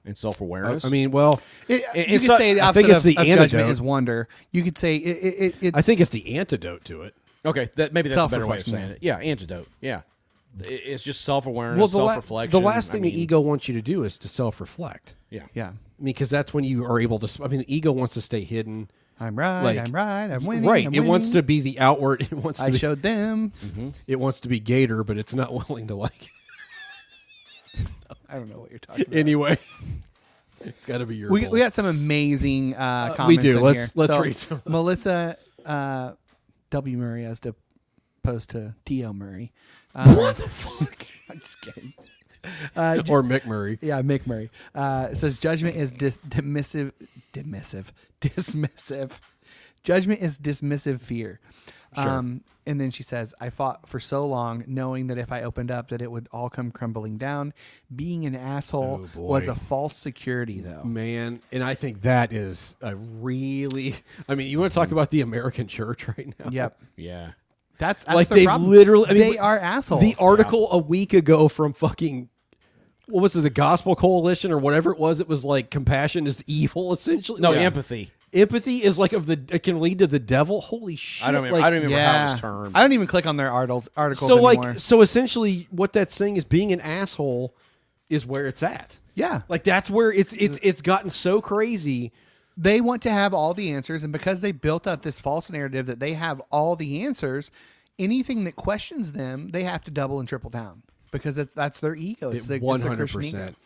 and self awareness.
I mean, well,
It-
It-
you
it's
could
not-
say the
I
opposite
think it's
of,
the
of judgment
antidote.
is wonder. You could say it, it, it, it's
I think it's the antidote to it.
Okay, that maybe that's a better way of
Self-reflection.
saying it. Yeah, antidote. Yeah, I- it's just self awareness,
Well, the, la-
self reflection.
the last thing the ego wants you to do is to self reflect.
Yeah.
Yeah.
Because that's when you are able to. s- I mean, the ego wants to stay hidden.
I'm right.
like-
I'm right. I'm winning.
Right.
I'm
it wants
winning.
to be the outward. It wants. To
I
be, Mm-hmm.
showed them.
It wants to be Gator, but it's not willing to like.
I don't know what you're talking about.
anyway, it's got to be your.
we,
fault.
we got some amazing uh,
Uh, we
comments.
do.
in
Let's-
here.
let's
So,
read some of
Melissa uh, W. Murray as to opposed to T.L. Murray. Um, what the fuck? I'm just kidding. Uh,
Or Mick Murray.
Yeah, Mick Murray. Uh, it says judgment is dis- dismissive, dismissive, dismissive. Judgment is dismissive fear.
Sure.
Um, and then she says, I fought for so long knowing that if I opened up that it would all come crumbling down. Being an asshole
Oh,
was
boy.
a false security though.
Man, and I think that is a really. I mean, you want to talk about the American church right now?
Mm-hmm. Yep.
Yeah.
That's, that's
like
the
they
problem.
literally. I mean,
they are assholes.
The article a week ago from fucking. What was it? The Gospel Coalition or whatever it was. It was like compassion is evil, essentially.
No
Like,
empathy.
Empathy is like of the. It can lead to the devil. Holy shit!
I don't. Remember,
like-
I don't remember how it was termed.
I don't even click on their articles. Articles
so
anymore.
like so essentially what that's saying is being an asshole is where it's at
yeah,
like that's where it's it's
Mm.
it's gotten so crazy
they want to have all the answers, and because they built up this false narrative that they have all the answers, anything that questions them, they have to double and triple down because it's, that's their ego. It's
It-
the one hundred
100%.
percent.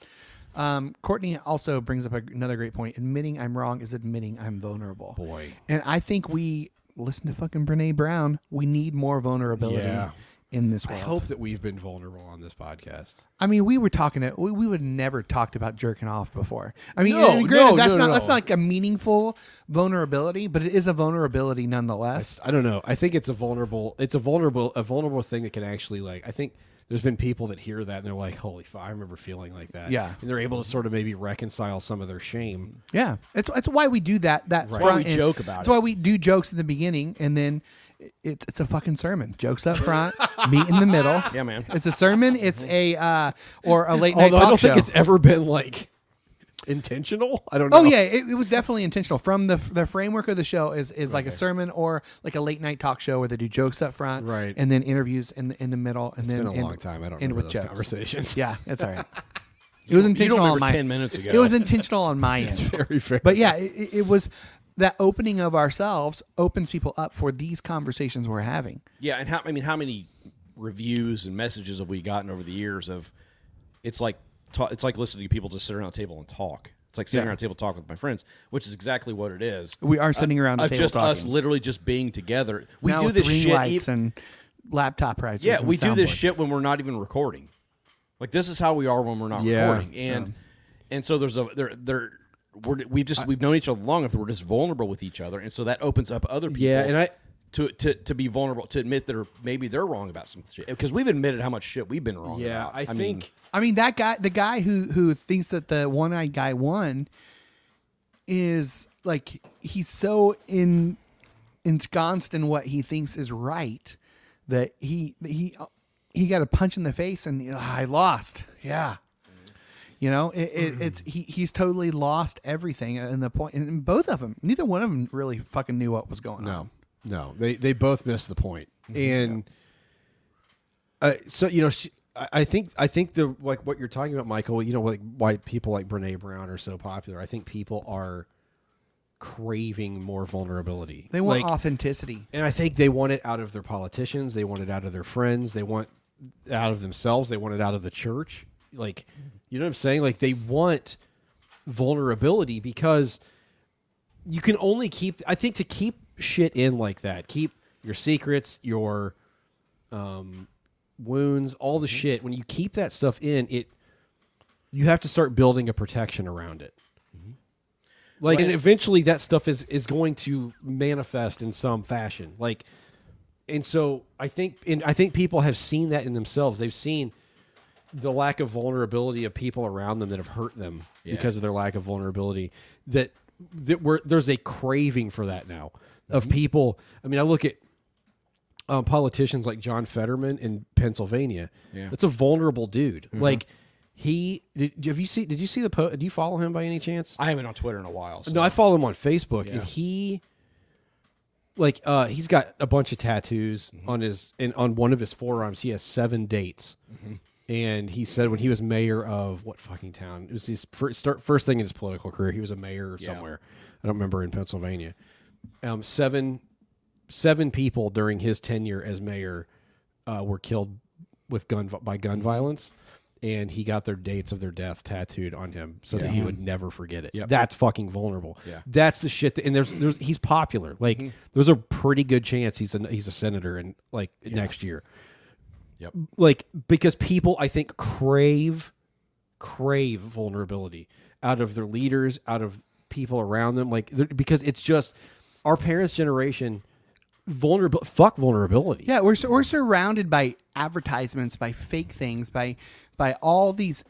Um, Courtney also brings up a, another great point. Admitting I'm wrong is admitting I'm vulnerable.
Boy.
and I think we listen to fucking Brene Brown. We need more vulnerability
Yeah.
in this
i
world.
hope that we've been vulnerable on this podcast
I mean, we were talking. To, we, we would never talked about jerking off before. I mean,
No,
and granted,
no,
that's
no,
not
no.
that's not like a meaningful vulnerability, but it is a vulnerability nonetheless.
i don't know i think it's a vulnerable it's a vulnerable a vulnerable thing that can actually like i think there's been people that hear that and they're like holy fuck i remember feeling like that
Yeah.
and they're able to sort of maybe reconcile some of their shame
Yeah, that's that's why we do that. That
Right.
front
Why we
end.
joke about
That's
it.
why we do jokes in the beginning, and then it, it's it's a fucking sermon. Jokes up front, meat in the middle.
Yeah, man.
It's a sermon. It's a uh, or a late night
although
talk
i don't
show.
think it's ever been like intentional? I don't know.
Oh yeah, it, it was definitely intentional. From the the framework of the show is is like a
Okay.
sermon or like a late night talk show where they do jokes up front,
Right.
and then interviews in the, in the middle, and
It's
then
been a
end-
long time. I don't
end
remember
with
those
jokes.
conversations.
Yeah, that's all right. It
You
was
don't- you don't
intentional on
remember
my
10 minutes ago.
It was intentional on my end.
It's very fair.
But yeah, it, it- it was that opening of ourselves opens people up for these conversations we're having.
Yeah, and how I mean, how many reviews and messages have we gotten over the years of? It's like ta- it's like listening to people just sit around a table and talk. It's like sitting
Yeah.
around a table talk with my friends, which is exactly what it is.
We are sitting
Uh,
around a
of
table
just us
talking.
literally just being together. We
Now
do
with
this
ring
shit. e-
lights and laptop prizes.
yeah,
and
we do this
soundboard.
shit when we're not even recording. Like this is how we are when we're not
Yeah.
recording, and and so there's a there there. We're, we've just we've known each other long enough that we're just vulnerable with each other, and so that opens up other people.
Yeah, and I-
to to, to be vulnerable to admit that are, maybe they're wrong about some shit because we've admitted how much shit we've been wrong.
Yeah,
about.
I
mean,
think-
I mean that guy, the guy who who thinks that the one eyed guy won, is like he's so in ensconced in what he thinks is right that he that he he got a punch in the face and "Ah, I lost. Yeah, you know it,
Mm-hmm.
it, it's he he's totally lost everything and the point. And both of them, neither one of them really fucking knew what was going on. Mm-hmm.
No, they they both missed the point. And uh, so you know, she, I, I think I think the like what you're talking about, Michael. You know, like why people like Brene Brown are so popular. I think people are craving more vulnerability.
They want
Like,
authenticity.
and I think they want it out of their politicians. They want it out of their friends. They want it out of themselves. They want it out of the church. Like, you know what I'm saying? Like, they want vulnerability because you can only keep. I think to keep shit in like that, keep your secrets, your um, wounds, all the shit. When you keep that stuff in, it you have to start building a protection around it. Like, and
Right.
eventually that stuff is is going to manifest in some fashion. Like, and so I think, and I think people have seen that in themselves. They've seen the lack of vulnerability of people around them that have hurt them
Yeah.
because of their lack of vulnerability. That that we're, there's a craving for that now of
Mm-hmm.
people. I mean, I look at um, politicians like John Fetterman in Pennsylvania.
Yeah.
that's a vulnerable dude.
Mhm.
Like he did. Have you see? Did you see the po Do you follow him by any chance?
I haven't on Twitter in a while. So.
No, I follow him on Facebook,
Yeah.
and he, like, uh, he's got a bunch of tattoos
Mm-hmm.
on his and on one of his forearms. He has seven dates,
Mhm.
and he said when he was mayor of what fucking town? It was his first start, first thing in his political career. He was a mayor
Yeah.
somewhere. I don't remember in Pennsylvania. Um, seven, seven people during his tenure as mayor uh, were killed with gun vi- by
Mm-hmm.
gun violence. And he got their dates of their death tattooed on him so that he
Yeah.
would never forget it.
Yep.
That's fucking vulnerable.
Yeah.
That's the shit. That, and there's there's he's popular. Like
Mhm.
there's a pretty good chance he's a he's a senator and like next year.
Yep.
Like because people I think crave crave vulnerability out of their leaders, out of people around them. Like they're- because it's just our parents' generation vulnerable. Fuck vulnerability.
Yeah, we're we're surrounded by advertisements, by fake things, by by all these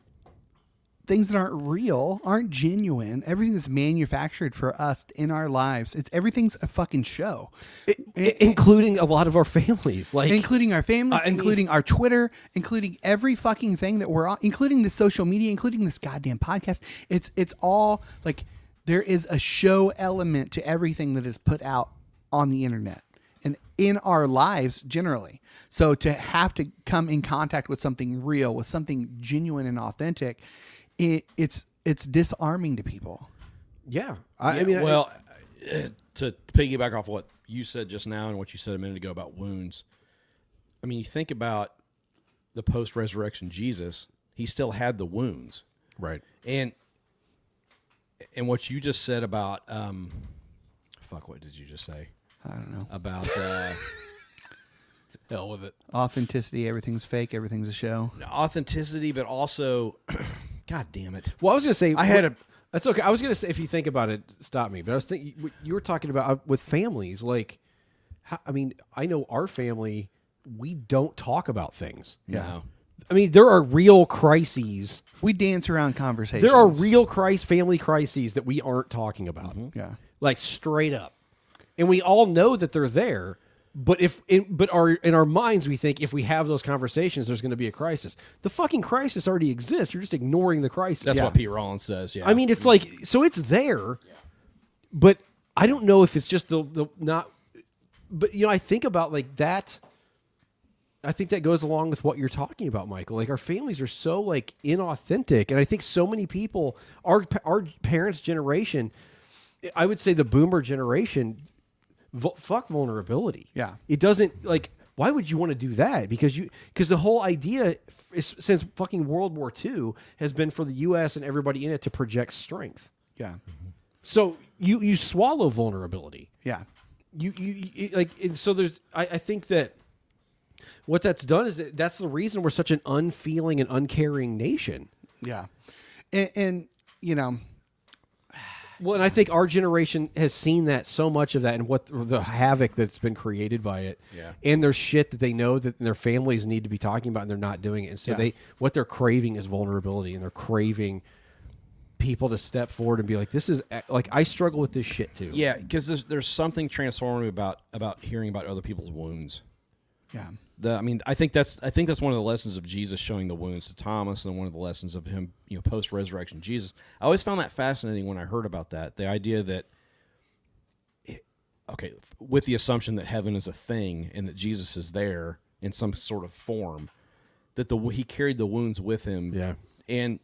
things that aren't real, aren't genuine. Everything that's manufactured for us in our lives. It's everything's a fucking show,
I- including a lot of our families. Like uh,
including our families,
I mean-
including our Twitter, including every fucking thing that we're on, including the social media, including this goddamn podcast. It's it's all like there is a show element to everything that is put out on the internet and in our lives generally. So to have to come in contact with something real, with something genuine and authentic, it, it's it's disarming to people.
Yeah,
Yeah, well, uh, to piggyback off what you said just now and what you said a minute ago about wounds, I mean, you think about the post resurrection Jesus, he still had the wounds,
right?
And and what you just said about um, fuck, what did you just say?
I don't know
about uh, hell with it
authenticity. Everything's fake. Everything's a show.
authenticity, but also, god damn it.
Well, I was gonna say
I had a
That's okay. I was gonna say if you think about it, stop me. But I was thinking what you were talking about uh, with families. Like, how, I mean, I know our family. We don't talk about things.
Yeah.
I mean, there are real crises.
We dance around conversations.
There are real Christ family crises that we aren't talking about.
Yeah.
Like straight up. And we all know that they're there, But if in, but our in our minds we think if we have those conversations, there's going to be a crisis. The fucking crisis already exists. You're just ignoring the crisis.
That's what Pete Rollins says. Yeah,
I mean, it's like so it's there, but I don't know if it's just the the not. But you know, I think about like that. I think that goes along with what you're talking about, Michael. Like our families are so like inauthentic, and I think so many people, our our parents' generation, I would say the Boomer generation, vu- fuck vulnerability.
Yeah.
it doesn't like. Why would you want to do that? Because you because the whole idea is, since fucking World War II has been for the U.S. and everybody in it to project strength.
Yeah.
So you you swallow vulnerability.
Yeah.
You you, you it- like and so there's I, I think that what that's done is that that's the reason we're such an unfeeling and uncaring nation.
Yeah. And, and you know,
Well, and I think our generation has seen that so much of that and what the havoc that's been created by it.
Yeah.
And their shit that they know that their families need to be talking about and they're not doing it. And so
Yeah.
they what they're craving is vulnerability and they're craving people to step forward and be like, this is like I struggle with this shit too.
Yeah, because there's, there's something transformative about about hearing about other people's wounds.
Yeah.
The, I mean, I think that's I think that's one of the lessons of Jesus showing the wounds to Thomas, and one of the lessons of him, you know, post resurrection Jesus. I always found that fascinating when I heard about that. The idea that, eh, okay, with the assumption that heaven is a thing and that Jesus is there in some sort of form, that the he carried the wounds with him. Yeah, and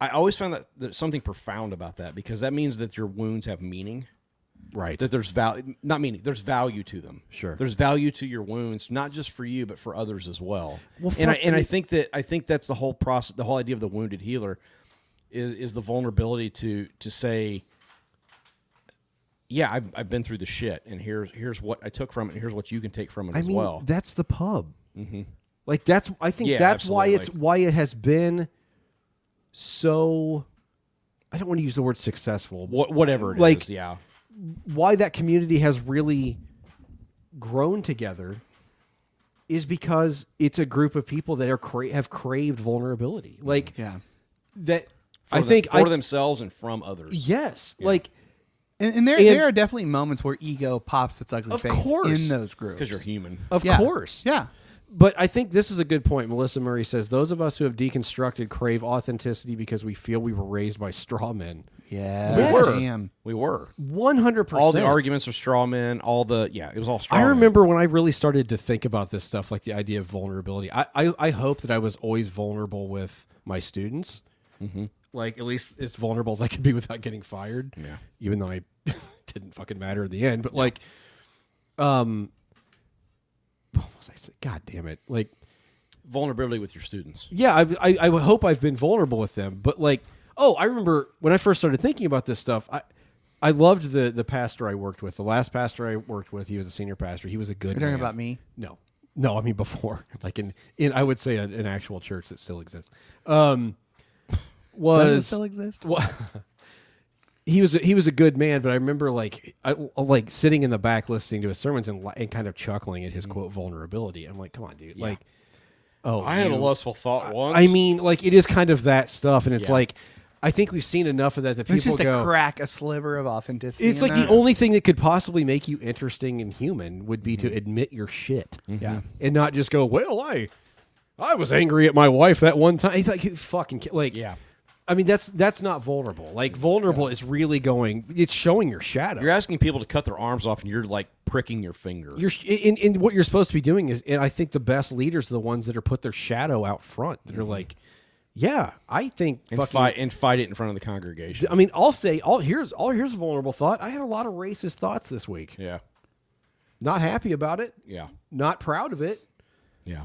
I always found that there's something profound about that because that means that your wounds have meaning.
Right.
That there's value, not meaning, there's value to them.
Sure.
There's value to your wounds, not just for you, but for others as well.
Well,
and I,
fuck,
and
I
I
mean-
think that, I think that's the whole process, the whole idea of the wounded healer is, is the vulnerability to, to say, yeah, I've, I've been through the shit and here's, here's what I took from it. And here's what you can take from it
I
as
mean,
well.
that's the pub.
Mhm.
Like that's I think
Yeah,
that's why it's
absolutely.
why it has been so I don't want to use the word successful.
Wha- whatever it is,
like,
yeah.
Why that community has really grown together is because it's a group of people that are cra- have craved vulnerability. Like
yeah.
that
For
I
them-
think
for
I,
themselves and from others.
Yes. Like
and, and there
and-
there are definitely moments where ego pops its ugly
Of
face
course.
in those groups
Because you're human.
Of
Yeah.
course.
Yeah.
But I think this is a good point. Melissa Murray says those of us who have deconstructed crave authenticity because we feel we were raised by straw men.
Yeah.
We were.
Damn.
We were.
100%.
All the arguments are straw men. All the yeah, it was all straw.
I
men.
remember when I really started to think about this stuff, like the idea of vulnerability. I, I, I hope that I was always vulnerable with my students,
Mm-hmm.
like at least as vulnerable as I could be without getting fired.
Yeah.
Even though I didn't fucking matter in the end, but like, um, what was I say? God damn it! Like,
vulnerability with your students.
yeah, I, I, I would hope I've been vulnerable with them, but like, oh, I remember when I first started thinking about this stuff. I I loved the the pastor I worked with. The last pastor I worked with, he was a senior pastor. He was a good.
You're talking
man.
about me?
No, no, I mean before, like in in I would say an, an actual church that still exists. Um, was
Does it still exist?
Well, he was a, he was a good man, but I remember like I, uh, like sitting in the back listening to his sermons and li- and kind of chuckling at his
Mm.
quote vulnerability. I'm like, come on, dude, like. Oh,
I had a
you-
lustful thought
I-
once.
I mean, like it is kind of that stuff, and it's
Yeah.
like I think we've seen enough of that that people
it's just
go.
a crack a sliver of authenticity
it's
in
like the
that.
only thing that could possibly make you interesting and human would be
Mm-hmm.
to admit your shit,
Yeah.
and not just go, "Well, I, I was angry at my wife that one time." It's like you fucking ki- like, yeah. I mean, that's that's not vulnerable. Like vulnerable is really going. It's showing your shadow.
Mm-hmm. You're asking people to cut their arms off, and you're like pricking your finger.
You're sh- and, and what you're supposed to be doing is, and I think the best leaders are the ones that are put their shadow out front. That are like, yeah, I think
Mm-hmm. and
fucking-
fight and fight it in front of the congregation.
I mean, I'll say, all here's all here's a vulnerable thought. I had a lot of racist thoughts this week.
Yeah,
not happy about it.
Yeah.
not proud of it.
Yeah.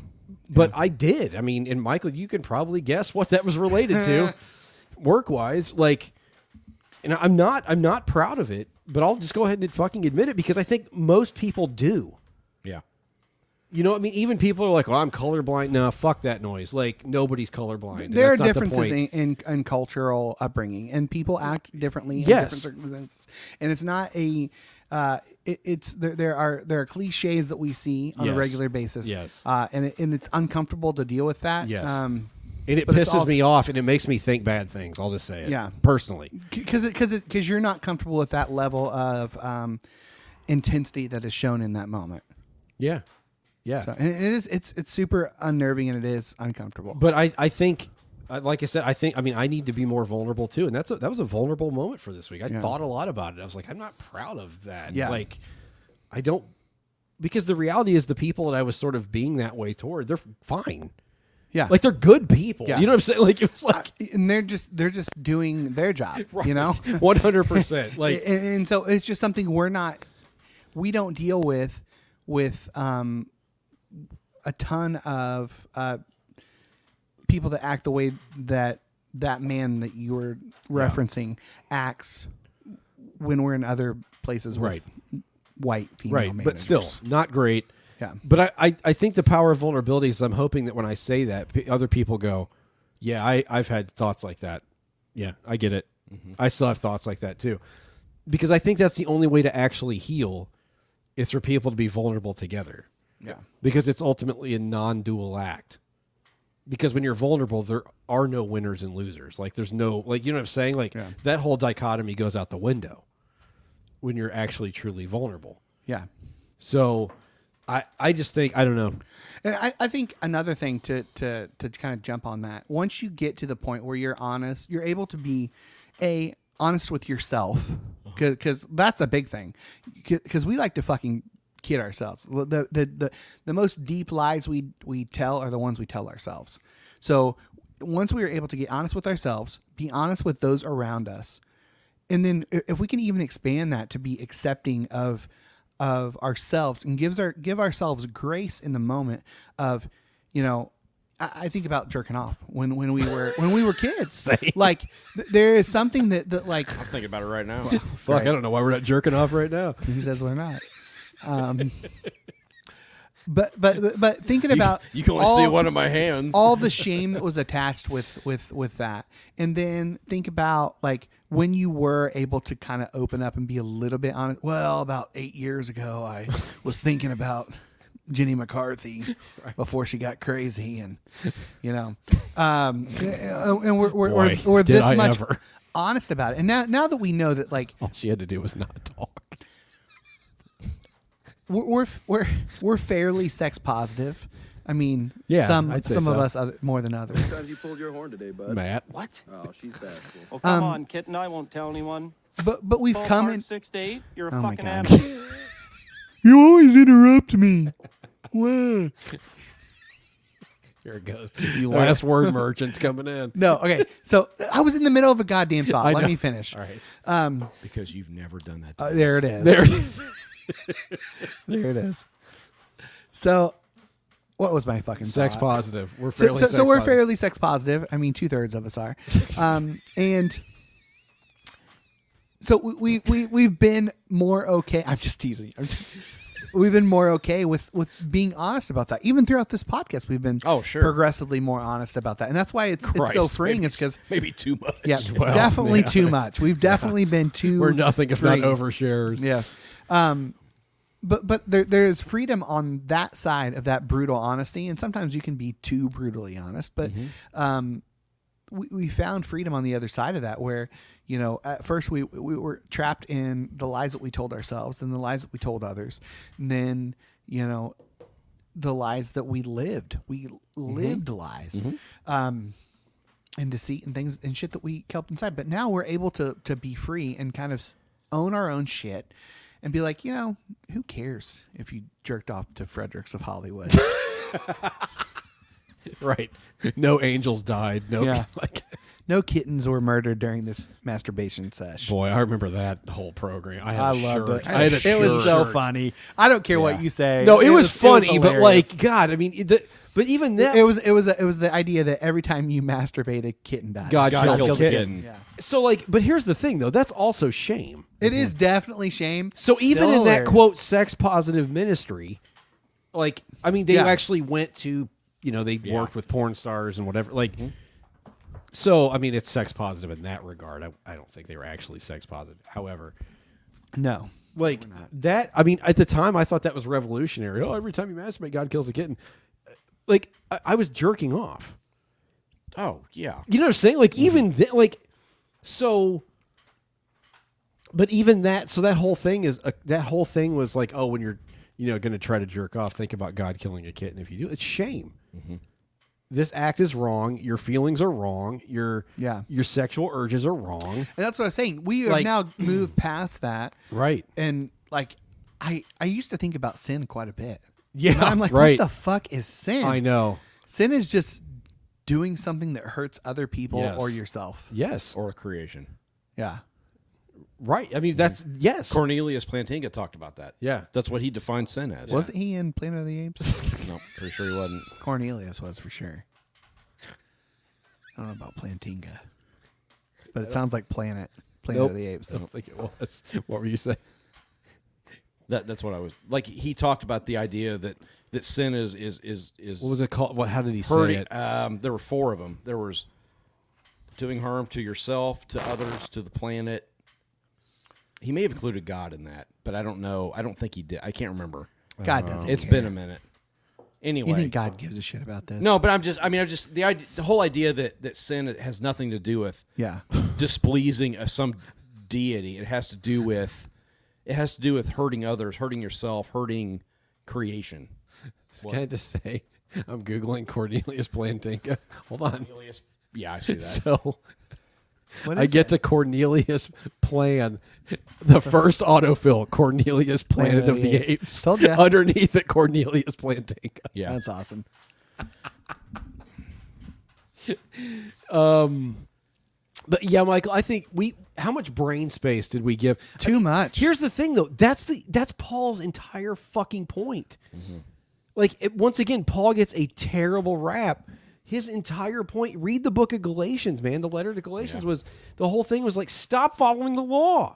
but I did. I mean, and Michael, you can probably guess what that was related to, work wise. Like, and I'm not, I'm not proud of it, but I'll just go ahead and fucking admit it because I think most people do.
Yeah.
You know, what I mean, even people are like, "Well, I'm colorblind." No, fuck that noise. Like nobody's colorblind. and
there are
that's not the
differences
point.
in, in, in cultural upbringing and people act differently in
Yes.
different circumstances and it's not a uh, it, it's there, there are there are cliches that we see on
Yes.
a regular basis
Yes.
uh, and, it, and it's uncomfortable to deal with that
Yes.
um,
and it
but it's
pisses
also-
me off, and it makes me think bad things. I'll just say it.
Yeah.
personally.
because because because you're not comfortable with that level of um, intensity that is shown in that moment.
Yeah. Yeah.
So, and it is it's it's super unnerving and it is uncomfortable.
But I, I think, I- like I said, I think I mean I need to be more vulnerable too, and that's a, that was a vulnerable moment for this week. I
Yeah.
thought a lot about it. I was like, I'm not proud of that.
Yeah.
Like, I don't because the reality is the people that I was sort of being that way toward, they're fine.
Yeah.
Like they're good people.
Yeah.
You know what I'm saying? Like it was like
and they're just they're just doing their job, you know?
100%, like-
and, and so it's just something we're not we don't deal with with um a ton of uh people that act the way that that man that you were referencing acts when we're in other places with
Right.
white female
right, but still
managers.
not great.
Yeah.
But I, I, I think the power of vulnerability is I'm hoping that when I say that, p- other people go, yeah, I, I've had thoughts like that. Yeah, I get it. I still have thoughts like that too. Because I think that's the only way to actually heal is for people to be vulnerable together.
Yeah.
Because it's ultimately a non dual act. Because when you're vulnerable, there are no winners and losers. Like there's no like you know what I'm saying? Like that whole dichotomy goes out the window when you're actually truly vulnerable.
Yeah.
So I I just think I don't know.
And I, I think another thing to, to to kind of jump on that, once you get to the point where you're honest, you're able to be a honest with yourself because that's a big thing because we like to fucking kid ourselves Well, the, the the the most deep lies we we tell are the ones we tell ourselves so once we are able to get honest with ourselves be honest with those around us and then i- if we can even expand that to be accepting of of ourselves and gives our give ourselves grace in the moment of you know I, I think about jerking off when when we were when we were kids like th- there is something that that like
I'm thinking about it right now.
Fuck, I don't know why we're not jerking off right now.
Who says we're not? Um, but but but thinking
You-
about
you can only see one of my hands.
all the shame that was attached with with with that, and then think about like when you were able to kind of open up and be a little bit honest. Well, about eight years ago, I was thinking about Jenny McCarthy before she got crazy, and you know, um, and we're we're, we're,
Boy,
we're
did
this
I
much
ever. Oh.
honest about it. And now now that we know that like
All she had to do was not talk.
we're we're we're, we're fairly sex positive. I mean,
Yeah,
some
I'd say
some of
so.
us other, more than others.
times you pulled your horn today, bud?
Matt.
What? Oh, she's bad.
Oh, come
Um,
on, kitten. I won't tell anyone.
But but we've
Full
come
heart
in.
six to eight. You're a
Oh my
fucking
God.
animal.
You always interrupt me. Wow.
Here it goes.
You
last
are-
word merchants coming in.
No, okay. So I was in the middle of a goddamn thought.
I
Let
know.
me finish.
All right.
Um,
Because you've never done that.
Uh, there it is.
There it
is.
there it is. So, what was my fucking
Sex
thought?
positive. We're
So-
fairly
so, so
sex
we're
positive.
fairly sex positive. I mean, two thirds of us are, um, and so we, we we we've been more okay. I'm just teasing. I'm just- we've been more okay with with being honest about that. Even throughout this podcast, we've been oh sure progressively more honest about that, and that's why it's, it's so
Christ,
freeing.
maybe
it's because
maybe too much.
Yeah,
Well,
definitely
yeah.
too much. We've definitely been too.
We're nothing if not
free.
overshares.
Yes. Um, but but there there is freedom on that side of that brutal honesty, and sometimes you can be too brutally honest. But
Mm-hmm.
um, we, we found freedom on the other side of that, where you know at first we we were trapped in the lies that we told ourselves, and the lies that we told others, and then you know the lies that we lived. We
Mm-hmm.
lived lies.
Mhm.
Um, and deceit and things and shit that we kept inside. But now we're able to to be free and kind of s- own our own shit and be like, you know, who cares if you jerked off to Fredericks of Hollywood?
Right. No angels died. No.
Yeah.
Like,
no kittens were murdered during this masturbation sesh.
boy, I remember that whole program. I, had
I
a
loved
shirt.
it.
I had a
It was
shirt.
so funny. I don't care what you say.
No, it,
It
was,
was- it was
funny, but
hilarious.
like, God, I mean, it- the, but even that,
it was it was it was the idea that every time you masturbate, a kitten dies.
God, kills,
a
kitten. So like, but here's the thing though, that's also shame.
It is definitely shame.
So even
Still
in that
hilarious.
quote sex positive ministry, like I mean they
Yeah.
actually went to you know they worked with porn stars and whatever like. So I mean it's sex positive in that regard. I, I don't think they were actually sex positive. However,
no,
like that. I mean at the time I thought that was revolutionary. Oh, every time you masturbate, God kills the kitten. Like I, I was jerking off.
Oh yeah.
Mm-hmm.
You know what I'm saying? Like even th- like so but even that, so that whole thing is uh, that whole thing was like, oh, when you're you know going to try to jerk off, think about God killing a kitten. If you do, it's shame.
Mm-hmm.
This act is wrong. Your feelings are wrong. Your yeah. your sexual urges are wrong.
And that's what I was saying. We have
Like-
now moved past that.
Right.
And like I I used to think about sin quite a bit.
Yeah,
And I'm like,
right.
what the fuck is sin?
I know.
Sin is just doing something that hurts other people or
Yes.
yourself.
Yes.
Or a creation.
Yeah.
Right. I mean, that's
Mm-hmm.
yes.
Cornelius Plantinga talked about that.
Yeah.
That's what he defined sin as.
Wasn't he in Planet of the Apes?
No, pretty sure he wasn't.
Cornelius was for sure. I don't know about Plantinga. But it sounds like Planet. Planet
Nope.
of the Apes.
I don't think it was. What were you saying?
That that's what I was like. He talked about the idea that that sin is is is is
What was it called? What? How did he
hurting-
say it?
Um, there were four of them. There was doing harm to yourself, to others, to the planet. He may have included God in that, but I don't know. I don't think he did. I can't remember.
God doesn't
It's
care.
been a minute. Anyway,
You think God gives a shit about this?
No, but I'm just. I mean, I'm just the idea, the whole idea that that sin has nothing to do with
Yeah.
displeasing a, some deity. It has to do with it has to do with hurting others, hurting yourself, hurting creation.
Can I just say, I'm googling Cornelius Plantinga. Hold on.
Cornelius- yeah, I see that.
So
What
I
is
get to Cornelius Plan, the first autofill, Cornelius Planet, of the Apes.
Told ya.
Underneath it, Cornelius Plantinga.
Yeah,
That's awesome.
Um, but yeah, Michael, I think we how much brain space did we give?
Too much.
Here's the thing, though. That's the that's Paul's entire fucking point. Like it, once again, Paul gets a terrible rap. His entire point. Read the book of Galatians, man. The letter to Galatians was the whole thing was like stop following the law.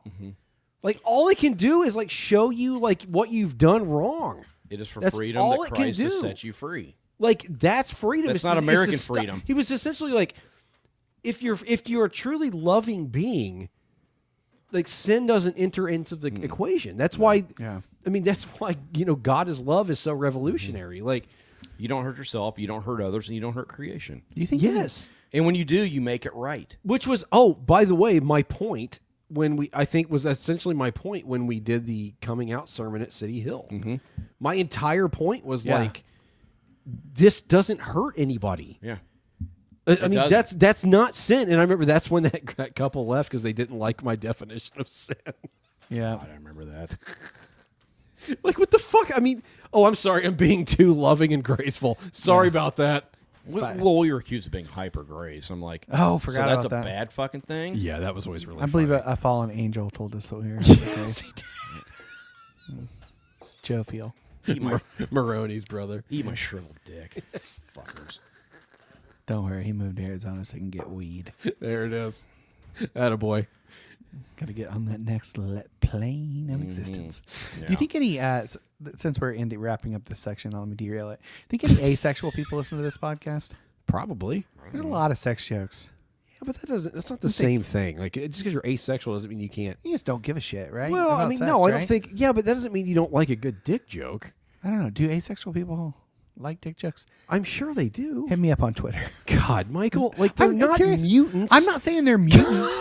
Like all it can do is like show you like what you've done wrong.
It is for
That's
freedom
all
that
it can
Christ has
do.
set you free.
Like that's freedom.
That's
It's-
not
it's
American
the stu-
freedom.
He was essentially like, if you're if you're a truly loving being, like sin doesn't enter into the
Mm.
equation. That's why.
Yeah.
I mean, that's why you know God is love is so revolutionary.
Mm-hmm.
Like,
You don't hurt yourself, you don't hurt others, and you don't hurt creation.
You think
yes,
and when you do, you make it right.
which was oh by the way, my point when we I think was essentially my point when we did the coming out sermon at City Hill. My entire point was
Mm-hmm. Yeah.
like, this doesn't hurt anybody.
Yeah.
I, I
It
mean,
doesn't.
that's that's not sin. And I remember that's when that, that couple left because they didn't like my definition of sin.
Yeah.
I remember that.
like, what the fuck? I mean, oh, I'm sorry, I'm being too loving and graceful. Sorry
Yeah.
about that.
Well, well, we were accused of being hyper grace. I'm like,
Oh,
so
forgot
that's
about
a
that.
bad fucking thing.
Yeah, that was always really.
I believe a, a fallen angel told us so here. yes, Joe Feel.
Eat my-
Maroney's brother.
Eat my shriveled dick, fuckers.
Don't worry, he moved to Arizona so he can get weed.
There it is. Attaboy.
Gotta get on that next le- plane of
Mhm.
existence. Do
Yeah.
you think any, uh, s- th- since we're ending, wrapping up this section, I'll let me derail it. Think any asexual people listen to this podcast?
Probably.
There's a lot of sex jokes.
Yeah, but that doesn't. That's not the same thing. Like, it- just because you're asexual doesn't mean you can't.
You just don't give a shit, right?
Well, I
About
mean,
sex,
no, I don't
right?
think. Yeah, but that doesn't mean you don't like a good dick joke.
I don't know. Do asexual people like dick jokes?
I'm sure they do.
Hit me up on Twitter.
God, Michael, like they're not
curious.
mutants.
I'm not saying they're mutants.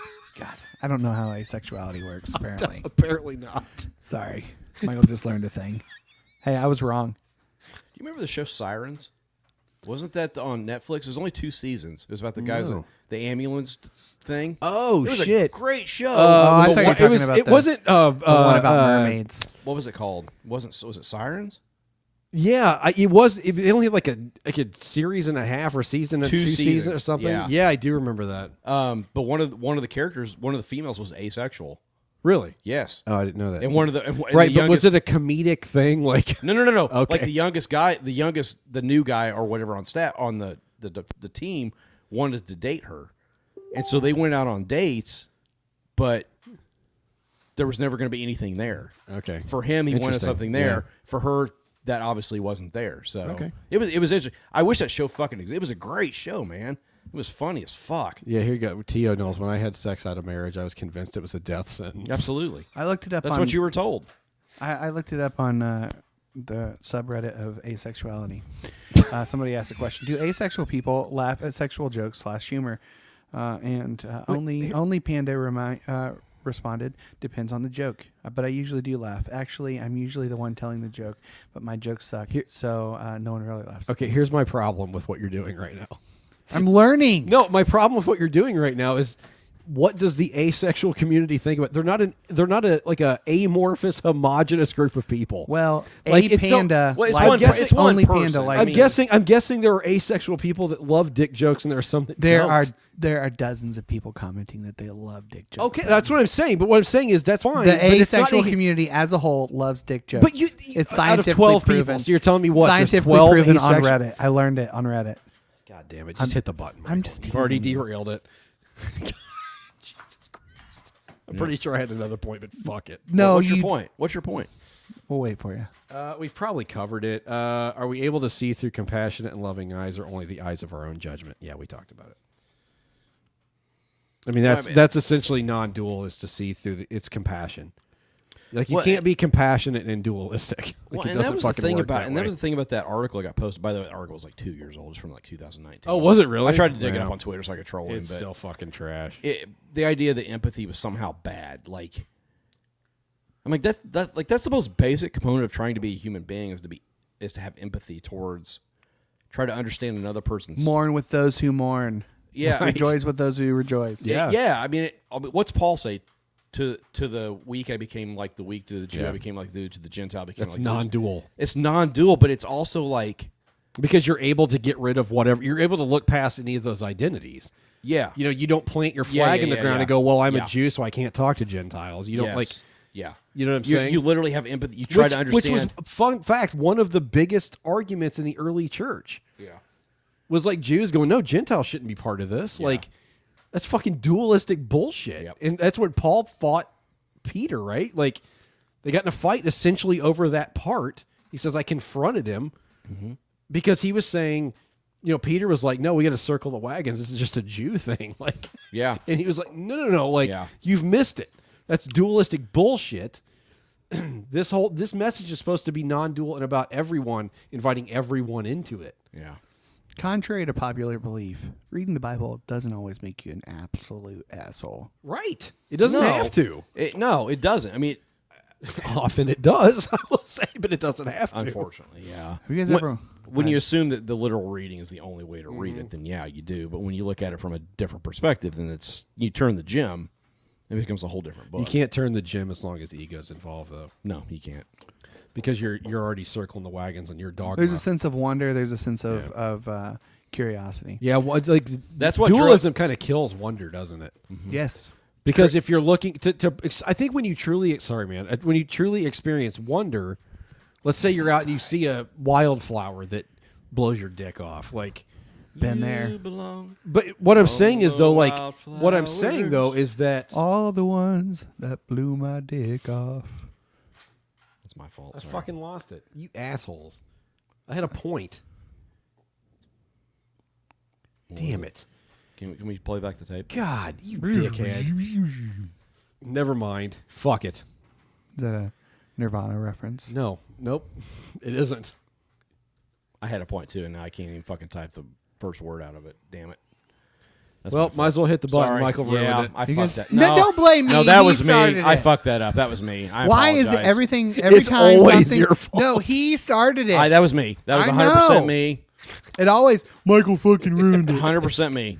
God, I don't know how asexuality works. Apparently,
apparently not.
Sorry, Michael just learned a thing. Hey, I was wrong.
Do you remember the show Sirens? Wasn't that on Netflix? It was only two seasons. It was about the guys,
No.
the ambulance thing.
Oh
it was
shit.
A great show.
Uh,
Oh, I thought you were
the one- it
talking
was,
about
it
the-
wasn't uh,
the
uh,
one about
uh,
mermaids.
what was it called? Wasn't was it Sirens?
Yeah, I, it was. It, they only had like a like a series and a half or season, two,
Two
two seasons or
seasons,
something.
yeah.
I do remember that.
Um, but one of the, one of the characters, one of the females, was asexual.
Really?
Yes.
Oh, I didn't know that.
And one of the- and one- and
right,
the
but was it a comedic thing? Like
No, no, no, no.
Okay.
Like the youngest guy, the youngest, the new guy or whatever on staff on the the the team wanted to date her, and so they went out on dates, but there was never going to be anything there.
Okay.
For him, he wanted
Interesting.
something there. For her, that obviously wasn't there. So
Okay.
it was it was interesting. I wish that show fucking existed. It was a great show, man. It was funny as fuck.
yeah, here you go. T.O. knows when I had sex out of marriage, I was convinced it was a death sentence.
Absolutely.
I looked it up.
That's
on-
what you were told.
I, I looked it up on uh, the subreddit of asexuality. Uh, somebody asked a question: Do asexual people laugh at sexual jokes slash humor? Uh, and uh, only only Panda remind uh, responded, "Depends on the joke, Uh, but I usually do laugh. Actually, I'm usually the one telling the joke, but my jokes suck, so uh, no one really laughs."
Okay, here's my problem with what you're doing right now.
I'm learning.
No, my problem with what you're doing right now is what does the asexual community think about? They're not an they're not a like a amorphous homogenous group of people.
Well,
like
a panda
It's, not, well, it's
likes-
one,
I guess
it's
it's
one
only
person.
panda likes
I'm
me.
guessing I'm guessing there are asexual people that love dick jokes and there are some that
There
don't.
are there are dozens of people commenting that they love dick jokes.
Okay, that's what I'm saying. But what I'm saying is that's fine.
The
but it's not
asexual
a-
community as a whole loves dick jokes.
But you- you-
it's
out of
scientifically
12 people,
proven.
so you're telling me what, there's
Scientifically
12
proven on
asexual-
Reddit. I learned it on Reddit.
God damn it! Just
I'm-
hit the button.
I'm just
You've already
teasing you.
derailed it. Jesus Christ! I'm
Yeah.
pretty sure I had another point, but fuck it.
No,
what's
you-
your point? What's your point?
We'll wait for you.
Uh, we've probably covered it. Uh, are we able to see through compassionate and loving eyes, or only the eyes of our own judgment? Yeah, we talked about it. I mean, that's
I mean-
that's essentially non-dual is to see through. The, it's compassion. Like you
Well,
can't be compassionate and dualistic. Like,
Well,
it
and that
doesn't
was the
fucking
thing
work
about,
that
and that
way.
was the thing about that article I got posted. By the way, the article was like two years old. It's from like 2019.
Oh, was it really?
I tried to dig it
Wow.
up on Twitter so I could troll him.
It's
but
still fucking trash.
It, the idea that empathy was somehow bad, like, I'm like that that like that's the most basic component of trying to be a human being is to be is to have empathy towards, try to understand another person's
Mourn with those who mourn.
Yeah.
rejoice with those who rejoice.
Yeah, yeah. I mean, it, I mean, what's Paul say? To, to the weak I became like the weak to the Jew
Yeah.
I became like the Jew, to the Gentile I became
That's
like the-
non-dual.
It's non-dual, but it's also like
because you're able to get rid of whatever you're able to look past any of those identities.
Yeah.
you know, you don't plant your
Yeah,
flag
yeah,
in the
yeah,
ground
yeah.
and go, "Well, I'm
Yeah.
a Jew, so I can't talk to Gentiles." You don't
Yes.
like,
yeah.
you know what I'm
You-
saying?
you literally have empathy. You try
Which-
to
Which
understand.
was, fun fact, one of the biggest arguments in the early church.
Yeah.
was like Jews going, "No, Gentiles shouldn't be part of this." Like, that's fucking dualistic bullshit. And that's when Paul fought Peter, right? Like, they got in a fight essentially over that part. He says, "I confronted him."
Mm-hmm.
because he was saying, you know, Peter was like, "No, we got to circle the wagons. This is just a Jew thing." Like,
yeah,
and he was like, "No, no, no! Like,
Yeah.
you've missed it. That's dualistic bullshit." this whole this message is supposed to be non-dual and about everyone, inviting everyone into it.
Yeah.
Contrary to popular belief, reading the Bible doesn't always make you an absolute asshole.
Right. It doesn't
No.
have to.
It, no, it doesn't. I mean,
often it does. I will say, but it doesn't have to.
Unfortunately, yeah.
Have you guys
when,
ever- Mm-hmm.
When you assume that the literal reading is the only way to read it, then yeah, you do. But when you look at it from a different perspective, then it's you turn the gem, it becomes a whole different book.
You can't turn the gym as long as the ego's involved, though.
No, you can't.
Because you're you're already circling the wagons on your dog.
There's a sense of wonder. There's a sense of of uh, curiosity.
Yeah, well, it's like
That's what
dualism kind of kills wonder, doesn't it?
Yes.
because if you're looking to, to, ex- I think when you truly, sorry, man, uh, when you truly experience wonder, let's say you're out and you see a wildflower that blows your dick off, like
Been there.
But what I'm saying is though,
the
like what I'm saying though is that
All the ones that blew my dick off.
That's my fault.
I
sorry.
fucking lost it. You assholes! I had a point. Damn it!
Can, we- can we play back the tape?
God, you dickhead! Never mind. Fuck it.
Is that a Nirvana reference?
No, nope, it isn't.
I had a point too, and now I can't even fucking type the first word out of it. Damn it. That's
well,
my fault.
might as well hit the button.
Sorry.
Michael ruined
yeah,
it.
I fucked that.
No, don't blame
No,
me.
that
He
was me.
started
I
it.
fucked that up. That was me. I
Why is it
apologize.
everything every
It's
time
always
something?
your fault.
No, he started it.
I, that was me. That was
I
100%
know.
me.
It always Michael fucking ruined it.
100% me.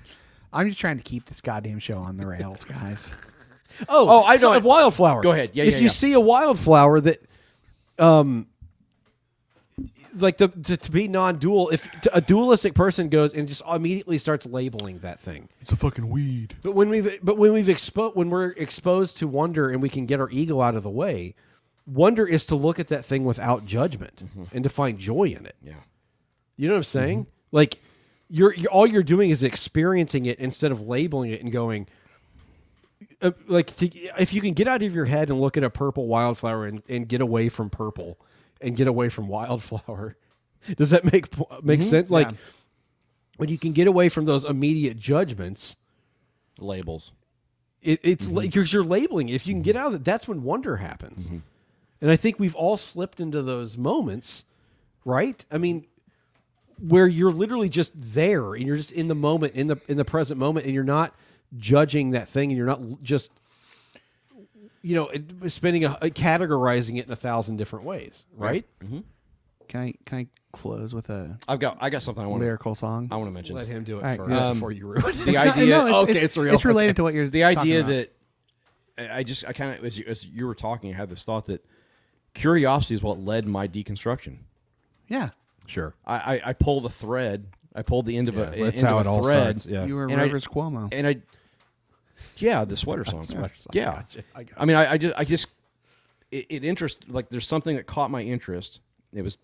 I'm just trying to keep this goddamn show on the rails, guys.
Oh,
Oh, I
so
know
a
it.
wildflower.
Go ahead. Yeah,
if
yeah,
you
yeah.
see a wildflower that, um, like the to, to be non-dual, if t- a dualistic person goes and just immediately starts labeling that thing.
It's a fucking weed.
But when we've but when we've exposed when we're exposed to wonder and we can get our ego out of the way, wonder is to look at that thing without judgment and to find joy in it.
Mm-hmm. Yeah. Mm-hmm.
You know what I'm saying? Like you're, you're all you're doing is experiencing it instead of labeling it and going uh, like to, if you can get out of your head and look at a purple wildflower and, and get away from purple and get away from wildflower. Does that make po- make
Mhm.
sense? Like
Yeah.
when you can get away from those immediate judgments,
Labels.
it, it's like you're, you're labeling. If you can get out of it, that's when wonder happens. And I think we've all slipped into those moments, right? I mean, where you're literally just there and you're just in the moment, in the in the present moment, and you're not judging that thing, and you're not l- just you know, it, spending a, categorizing it in a thousand different ways, right?
Mm-hmm.
Can I can I close with a?
I've got I got something I want
lyrical song.
I want to mention.
Let him do it
All right,
first
yeah.
before you ruin it.
the idea.
no, it's- Okay, it's- it's real. it's related to what you're
The
talking
idea
about.
that I I just I kind of as you, as you were talking, I had this thought that curiosity is what led my deconstruction.
Yeah.
Sure.
I, I, I pulled a thread. I pulled the end of a.
Yeah, that's
end of
how
a
it all
thread,
starts, yeah.
You were
and I-
Rivers Cuomo.
And I. Yeah, the sweater song.
Sweater song,
Yeah,
gotcha, I
I,
got
mean, I, I just, I just, it, it interest like there's something that caught my interest. It was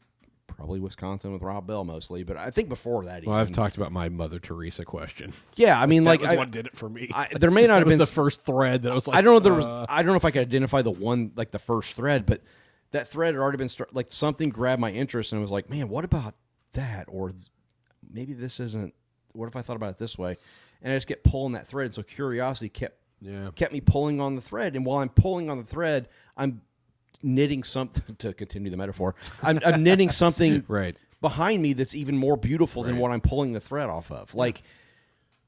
probably Wisconsin with Rob Bell mostly, but I think before that.
Well, I've
even.
talked about my Mother Teresa question.
Yeah, I mean,
Mm. That
like
was
I,
what did it for me.
I, there may not
That
have
was
been
the
s-
first thread that I was like,
I don't know. If there was.
uh,
I don't know if I could identify the one like the first thread, but that thread had already been start, like something grabbed my interest and I was like, man, what about that? Or th- maybe this isn't. What if I thought about it this way? And I just kept pulling that thread. So curiosity kept
Yeah.
kept me pulling on the thread. And while I'm pulling on the thread, I'm knitting something to continue the metaphor. I'm, I'm knitting something
Right.
behind me that's even more beautiful than
Right.
what I'm pulling the thread off of. Like,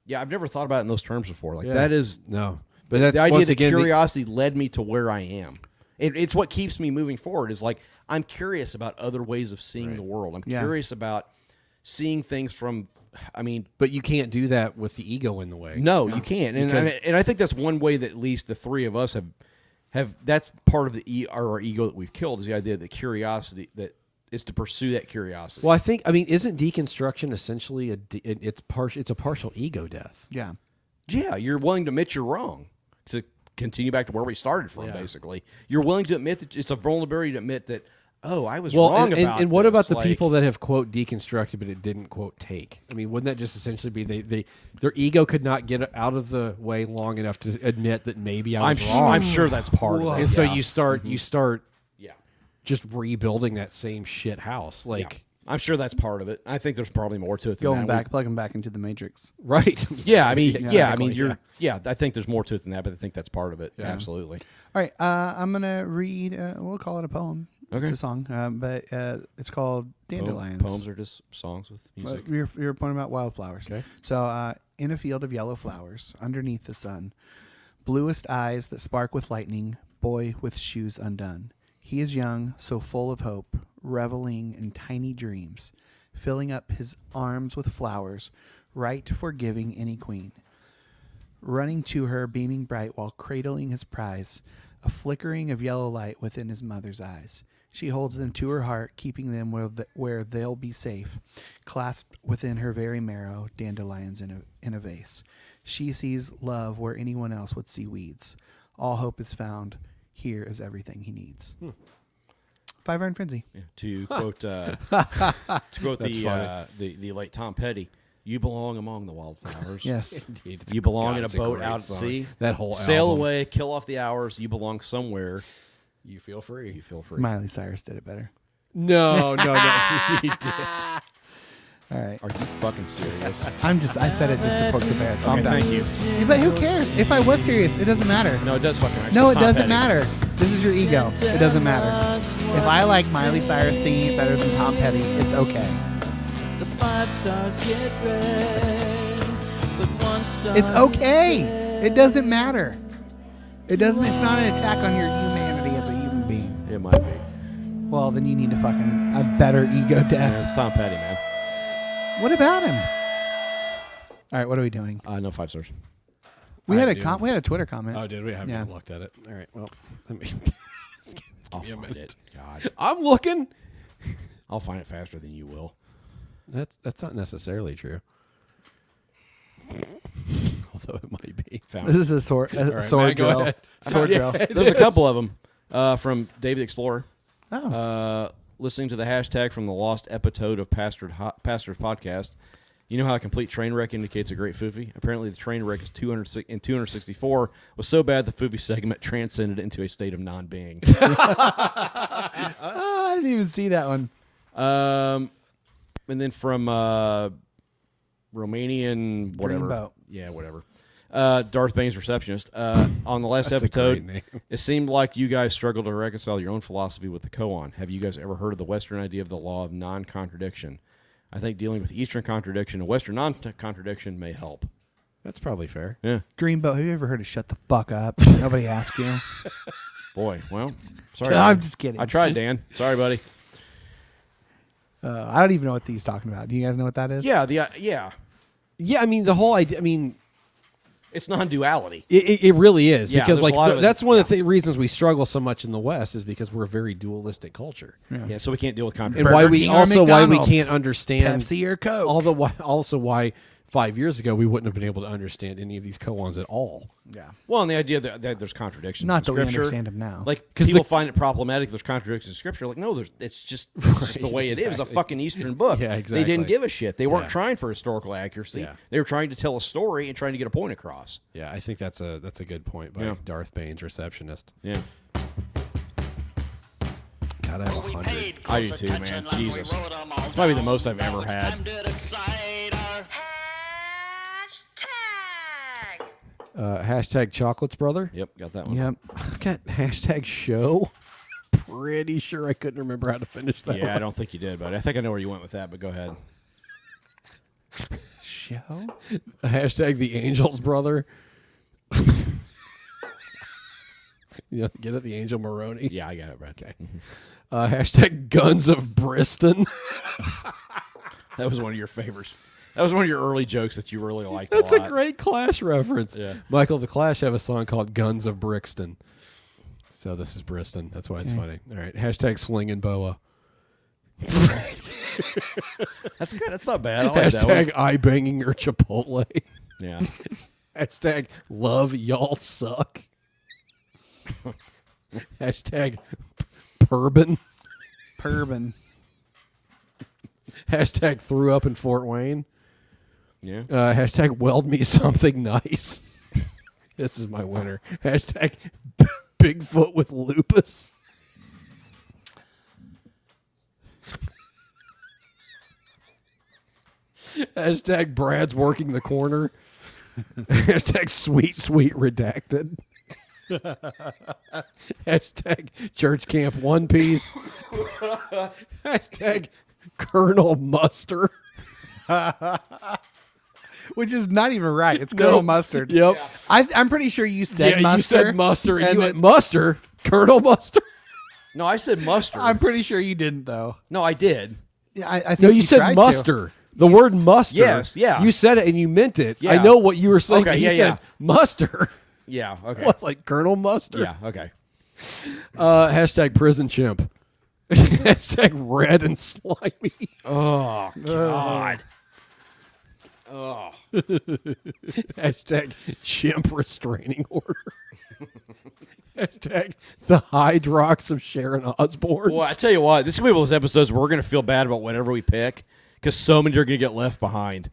yeah, I've never thought about it in those terms before. Like
Yeah.
that is
No. But
but
that's
the idea
once
that
again the-
curiosity led me to where I am. It, it's what keeps me moving forward. Is like I'm curious about other ways of seeing the world. I'm
Yeah.
curious about seeing things from. I mean,
but you can't do that with the ego in the way.
no, you can't. And
Because-
I, and I think that's one way that at least the three of us have have that's part of the e, our ego that we've killed is the idea that curiosity that is to pursue that curiosity.
Well, I think I mean, isn't deconstruction essentially a de- it- it's partial? It's a partial ego death.
Yeah.
Yeah, you're willing to admit you're wrong to continue back to where we started from.
Yeah.
Basically, you're willing to admit that it's a vulnerability to admit that oh, I was
well,
wrong
and, and-
about.
and what
this.
about the
Like,
people that have quote deconstructed, but it didn't quote take? I mean, wouldn't that just essentially be they, they their ego could not get out of the way long enough to admit that maybe I
I'm
was
su-
wrong.
I'm sure that's part of it,
And so
yeah. Mm-hmm.
you start you start
Yeah.
just rebuilding that same shit house
Yeah.
like.
I'm sure that's part of it. I think there's probably more to it. Than
Going
that.
back, plugging back into the Matrix.
Right.
Yeah, I mean, yeah, I
Exactly,
mean, you're, yeah. I think there's more to it than that, but I think that's part of it. Absolutely.
All right, uh, I'm gonna read. Uh, we'll call it a poem.
Okay.
It's a song, uh, but uh, it's called Dandelions.
Poems are just songs with
Well,
music.
You're, you're pointing about wildflowers. Okay. So, uh, in a field of yellow flowers, underneath the sun, bluest eyes that spark with lightning, boy with shoes undone. He is young, so full of hope, reveling in tiny dreams, filling up his arms with flowers, right for giving any queen. Running to her, beaming bright while cradling his prize, a flickering of yellow light within his mother's eyes. She holds them to her heart, keeping them where, th- where they'll be safe, clasped within her very marrow, dandelions in a, in a vase. She sees love where anyone else would see weeds. All hope is found. Here is everything he needs.
Hmm.
Five Iron Frenzy.
To quote, uh, to quote
That's
the,
funny.
uh, the the late Tom Petty, "You belong among the wildflowers."
Yes.
Indeed. It's-
you belong
God,
in a
it's a
boat
great
out at
song.
sea.
That whole
sail
album.
away, kill off the hours. You belong somewhere.
You feel free.
You feel free.
Miley Cyrus did it better.
No, no, no. he did.
All right.
Are you fucking serious?
I'm just, I said it just to poke the bear. Calm
Okay,
down.
thank you.
Yeah, But who cares? If I was serious, it doesn't matter.
No, it does fucking matter.
No, it
It's Tom Petty.
doesn't matter. This is your ego. It doesn't matter. If I like Miley Cyrus singing it better than Tom Petty, it's okay.
The five stars get red, but one star.
It's okay. It doesn't matter. It doesn't. It's not an attack on your humanity as a human being.
It might be.
Well, then you need to fucking a better ego
Yeah,
death.
it's Tom Petty, man.
What about him? All right, what are we doing?
Uh, no five stars.
We
I
had a
do.
com- we had a Twitter comment.
Oh, did we? I haven't
Yeah.
even looked at it. All right. Well, I mean,
I'll
me a
find
minute.
it. God,
I'm looking.
I'll find it faster than you will.
That's that's not necessarily true. Although it might be.
Found
This is a sword
All
a
right,
sword
Matt, go
drill.
ahead.
Sword
Yeah,
drill.
it
There's a
is.
couple of them uh, from Dave the Explorer.
Oh.
Uh, listening to the hashtag from the lost episode of Pastor Ho- Pastor's podcast. You know how a complete train wreck indicates a great foofy? Apparently, the train wreck is 200 in 264 was so bad the foofy segment transcended into a state of non-being.
Oh, I didn't even see that one.
um, and then from uh, Romanian whatever,
Dreamboat.
yeah, whatever. Uh, Darth Bane's receptionist. Uh, on the last
That's a great
episode,
name.
it seemed like you guys struggled to reconcile your own philosophy with the koan. Have you guys ever heard of the Western idea of the law of non-contradiction? I think dealing with Eastern contradiction and Western non-contradiction may help.
That's probably fair.
Yeah,
Dreamboat. Have you Uh, ever heard of "Shut the fuck up"? Nobody asked you.
Boy, well, sorry.
No, I'm
Dan.
just kidding.
I tried, Dan. Sorry, buddy.
Uh, I don't even know what he's talking about. Do you guys know what that is?
Yeah, the uh, yeah,
yeah. I mean, the whole idea. I mean,
it's non-duality.
It, it, it really is
Yeah,
because
there's
like
a lot
th-
of it-
that's one of the th- reasons we struggle so much in the West is because we're a very dualistic culture.
Yeah, so we can't deal with
and
contradiction.
why we also why we can't understand
Pepsi or Coke.
All the why, also why five years ago we wouldn't have been able to understand any of these koans at all.
Yeah.
Well, and the idea that, that there's contradictions.
Not
in
that we
scripture.
understand 'em now.
Like
'Cause
people
the-
find it problematic. There's contradictions in scripture. Like no, there's it's just, it's just the
Right,
way it is. It was A
exactly.
fucking Eastern book.
Yeah,
They
exactly.
didn't give a shit. They weren't
Yeah.
trying for historical accuracy.
Yeah.
They were trying to tell a story and trying to get a point across.
Yeah, I think that's a that's a good point by
Yeah.
Darth Bane's receptionist.
Yeah.
God, I have a hundred.
I do too, man. Jesus, it's probably the most I've ever had.
Uh, hashtag chocolates, brother.
Yep, got that one.
Yep. I've got hashtag show. Pretty sure I couldn't remember how to finish that.
Yeah, I
one.
don't think you did, but I think I know where you went with that. But go ahead.
Show.
Hashtag the angels, brother. you know, get it, the angel Maroney.
Yeah, I got it, Brad. Okay.
Uh, hashtag guns of Briston.
That was one of your favorites. That was one of your early jokes that you really liked.
That's
a,
a
lot.
great Clash reference.
Yeah.
Michael, the Clash have a song called Guns of Brixton. So this is Briston. That's why it's
Okay.
funny. All right. Hashtag sling and boa.
That's good. That's not bad. I like that
hashtag
one.
eye banging or Chipotle.
Yeah.
hashtag love y'all suck. hashtag Purbin.
Purbin.
Hashtag threw up in Fort Wayne.
Yeah.
Uh, hashtag weld me something nice. this is my winner. Hashtag Bigfoot with lupus. hashtag Brad's working the corner. hashtag sweet, sweet redacted. hashtag church camp one piece. hashtag Colonel Muster.
Which is not even right. It's Colonel
Nope.
Mustard.
Yep.
I, I'm pretty sure you said
yeah,
mustard.
you said mustard. And you
then-
went mustard, Colonel Mustard.
No, I said mustard.
I'm pretty sure you didn't though.
No, I did.
Yeah, I, I think
No, you,
tried
said
to.
muster. The word muster.
Yes, yeah.
You said it and you meant it. I
Yeah.
know what you were saying.
Okay,
but you
yeah,
said
yeah.
muster.
Yeah. Okay.
What, like Colonel Mustard?
Yeah. Okay.
Uh, hashtag prison chimp. hashtag red and slimy.
Oh God.
Oh. hashtag chimp restraining order. hashtag the hydrox of Sharon Osbourne.
Well, I tell you what, this is gonna be one of those episodes where we're gonna feel bad about whatever we pick because so many are gonna get left behind.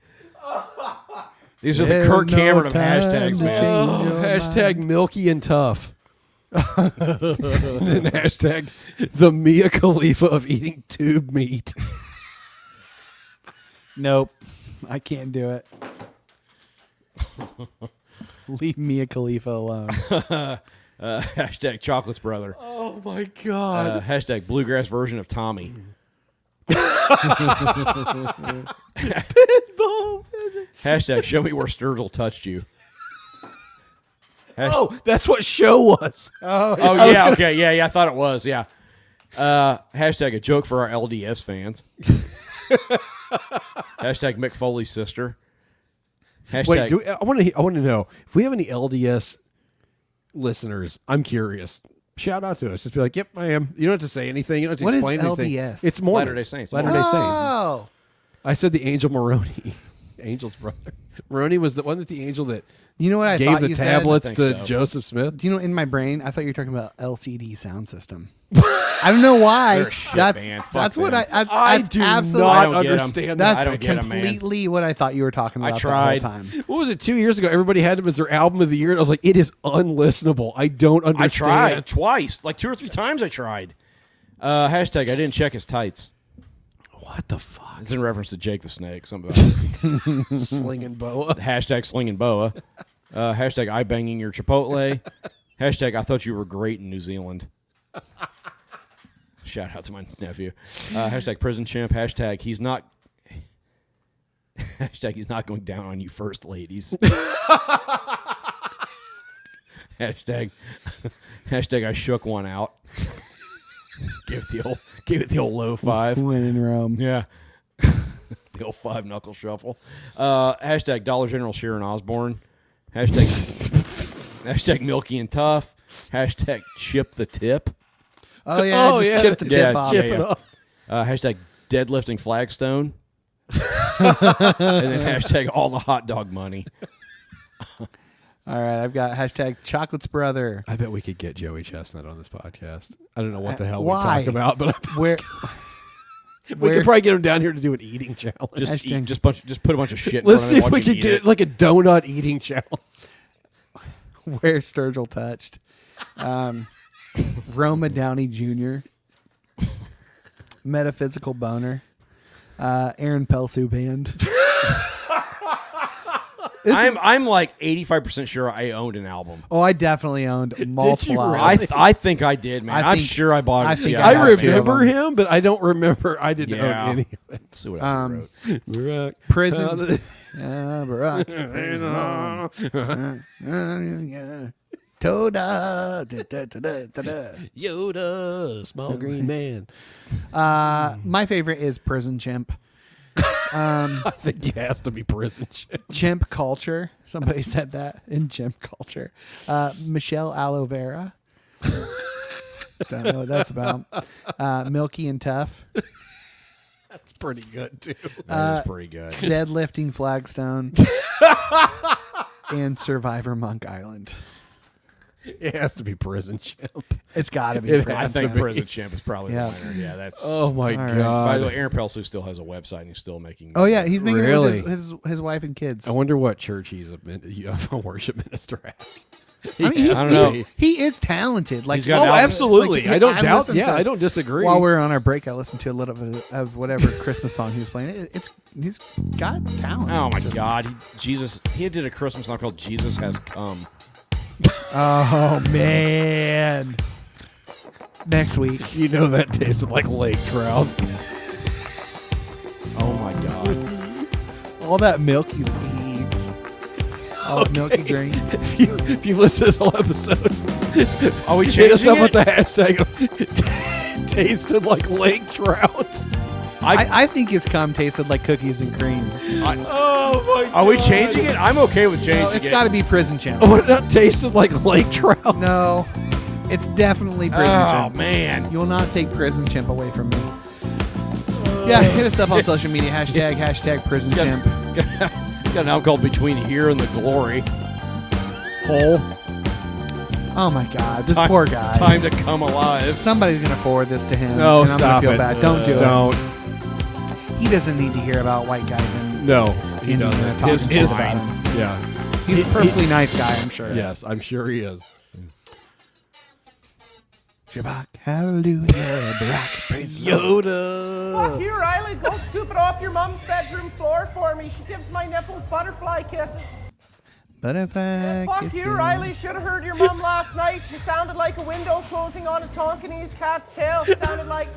These are
There's
the Kirk
no
Cameron of
time
hashtags,
to
man.
change your Oh, hashtag milky and tough. and then hashtag the Mia Khalifa of eating tube meat.
Nope. I can't do it. Leave Mia Khalifa alone.
uh, hashtag chocolates brother.
Oh my
Uh, hashtag bluegrass version of Tommy. Hashtag show me where Sturgill touched you. Hash-
oh, that's what show was.
Oh,
Oh
I
yeah,
was gonna-
okay, yeah, yeah. I thought it was, yeah. Uh, hashtag a joke for our LDS fans. hashtag Mick Foley's sister. Hashtag
Wait, do we, I want to I want to know if we have any LDS listeners. I'm curious. Shout out to us. Just be like, "Yep, I am." You don't have to say anything. You don't have to
What is
explain anything.
LDS?
It's Mormons.
Latter-day Saints.
Latter-day Saints.
Oh.
I said the angel Moroni, angel's brother. Moroni was the one that the angel that
You know what I
gave
thought
the
you said?
tablets
I
to
think so.
Joseph Smith.
Do you know in my brain I thought you were talking about LCD sound system. I don't know why.
They're a shit
that's
band. Fuck
that's what
them.
I. That's,
I
that's
do
absolutely,
not
I don't get 'em.
understand that.
That's
I don't get 'em, man.
completely what I thought you were talking
I
about
tried.
the whole time.
What was it? Two years ago, everybody had him as their album of the year, and I was like, "It is unlistenable. I don't understand."
I tried twice, like two or three times. I tried. Uh, hashtag I didn't check his tights.
What the fuck?
It's in reference to Jake the Snake. Something about
Slinging boa.
hashtag slinging boa. Uh, hashtag I banging your Chipotle. hashtag I thought you were great in New Zealand. Shout out to my nephew. Uh, hashtag prison chimp. Hashtag he's not. Hashtag he's not going down on you first, ladies. hashtag hashtag I shook one out. give the old give it the old low five.
When in Rome.
Yeah. the old five knuckle shuffle. Uh, hashtag Dollar General Sharon Osborne. Hashtag hashtag Milky and Tough. Hashtag Chip the Tip.
Oh, yeah, Oh, just yeah. chip the tip off.
yeah,
Chip it
yeah.
off.
Uh, hashtag Deadlifting Flagstone. and then hashtag All the Hot Dog Money.
All right, I've got hashtag Chocolates Brother.
I bet we could get Joey Chestnut on this podcast. I don't know what the
Uh,
hell
why?
we talk about, but I,
where
we
where-
could probably get him down here to do an eating challenge.
Just, eat, just, bunch, just put a bunch of shit. in
Let's
front
see
of him, watch
if we
him
could
eat
get
it.
it like a donut eating challenge.
where Sturgill touched. Um, Roma Downey Jr. Metaphysical boner. Uh, Aaron Pelsu band.
I'm I'm like 85 percent sure I owned an album.
Oh, I definitely owned multiple.
I,
albums.
th- I think I did, man.
I
I am
think-
sure I bought it.
I think
yeah.
I got two of
remember him, but I don't remember. I didn't
Yeah.
own any of it.
See what
Um,
Barack.
prison.
Uh, the-
Yeah, Barack. Prison. Toda. Da, da, da, da, da, da.
Yoda, small green man.
Uh,
Mm.
my favorite is Prison Chimp. Um,
I think he has to be prison shit.
chimp culture. Somebody said that in chimp culture. Uh, Michelle Aloe Vera. Don't know what that's about. Uh, Milky and tough.
That's pretty good too.
Uh, Deadlifting flagstone. and Survivor Monk Island.
It has to be prison chimp.
It's got to be.
It
Prison
I think
Chimp.
Prison Champ is probably
Yeah.
the winner. Yeah, that's.
Oh my
All right.
god!
By the way, Aaron Pelsu still has a website and he's still making.
Oh yeah, he's making
Really?
it with his, his his wife and kids.
I wonder what church he's a, min- you have a worship minister at.
I mean, he's,
I don't
he,
know.
he is talented. Like,
He's got Oh, an- absolutely. I don't doubt-
listened
yeah, I don't disagree.
While we were on our break, I listened to a little bit of whatever Christmas song he was playing. It, it's he's got talent.
Oh my God, he, Jesus! He did a Christmas song called "Jesus Has Come."
Oh man. Next week,
You know that tasted like lake trout.
Oh my God!
all that milk he eats, all the milk he drinks.
if you if you listen to this whole episode,
Are we
hit us
changing
up with
it?
the hashtag of tasted like lake trout.
I-
I, I think his cum tasted like cookies and cream.
Oh my!
Are we changing it? I'm okay with changing
No, it's
it.
got to be prison chimp.
Oh, it not tasted like lake trout.
No, it's definitely prison
Oh,
chimp.
man.
you will not take prison chimp away from me. Yeah, hit us up on social media hashtag hashtag prison
It's
chimp.
got, it's got an album called "Between Here and the Glory." Hole.
Oh my god, this
Time-
poor guy.
Time to come alive.
Somebody's gonna forward this to him.
No,
and I'm gonna
stop
feel
it.
bad. Don't do
Don't.
it. He doesn't need to hear about white guys and
No, he
Indian
doesn't.
talking
His,
shit
his,
about him.
yeah.
He's a
He-
perfectly nice guy, I'm sure.
Yes, I'm sure he is.
Shabbat, hallelujah, Barack, praise the Lord.
Fuck you, Riley. Go scoop it off your mom's bedroom floor for me. She gives my nipples butterfly kisses.
Butterfly
Fuck
kisses.
you, Riley. Should have heard your mom last night. She sounded like a window closing on a Tonkinese cat's tail. Sounded like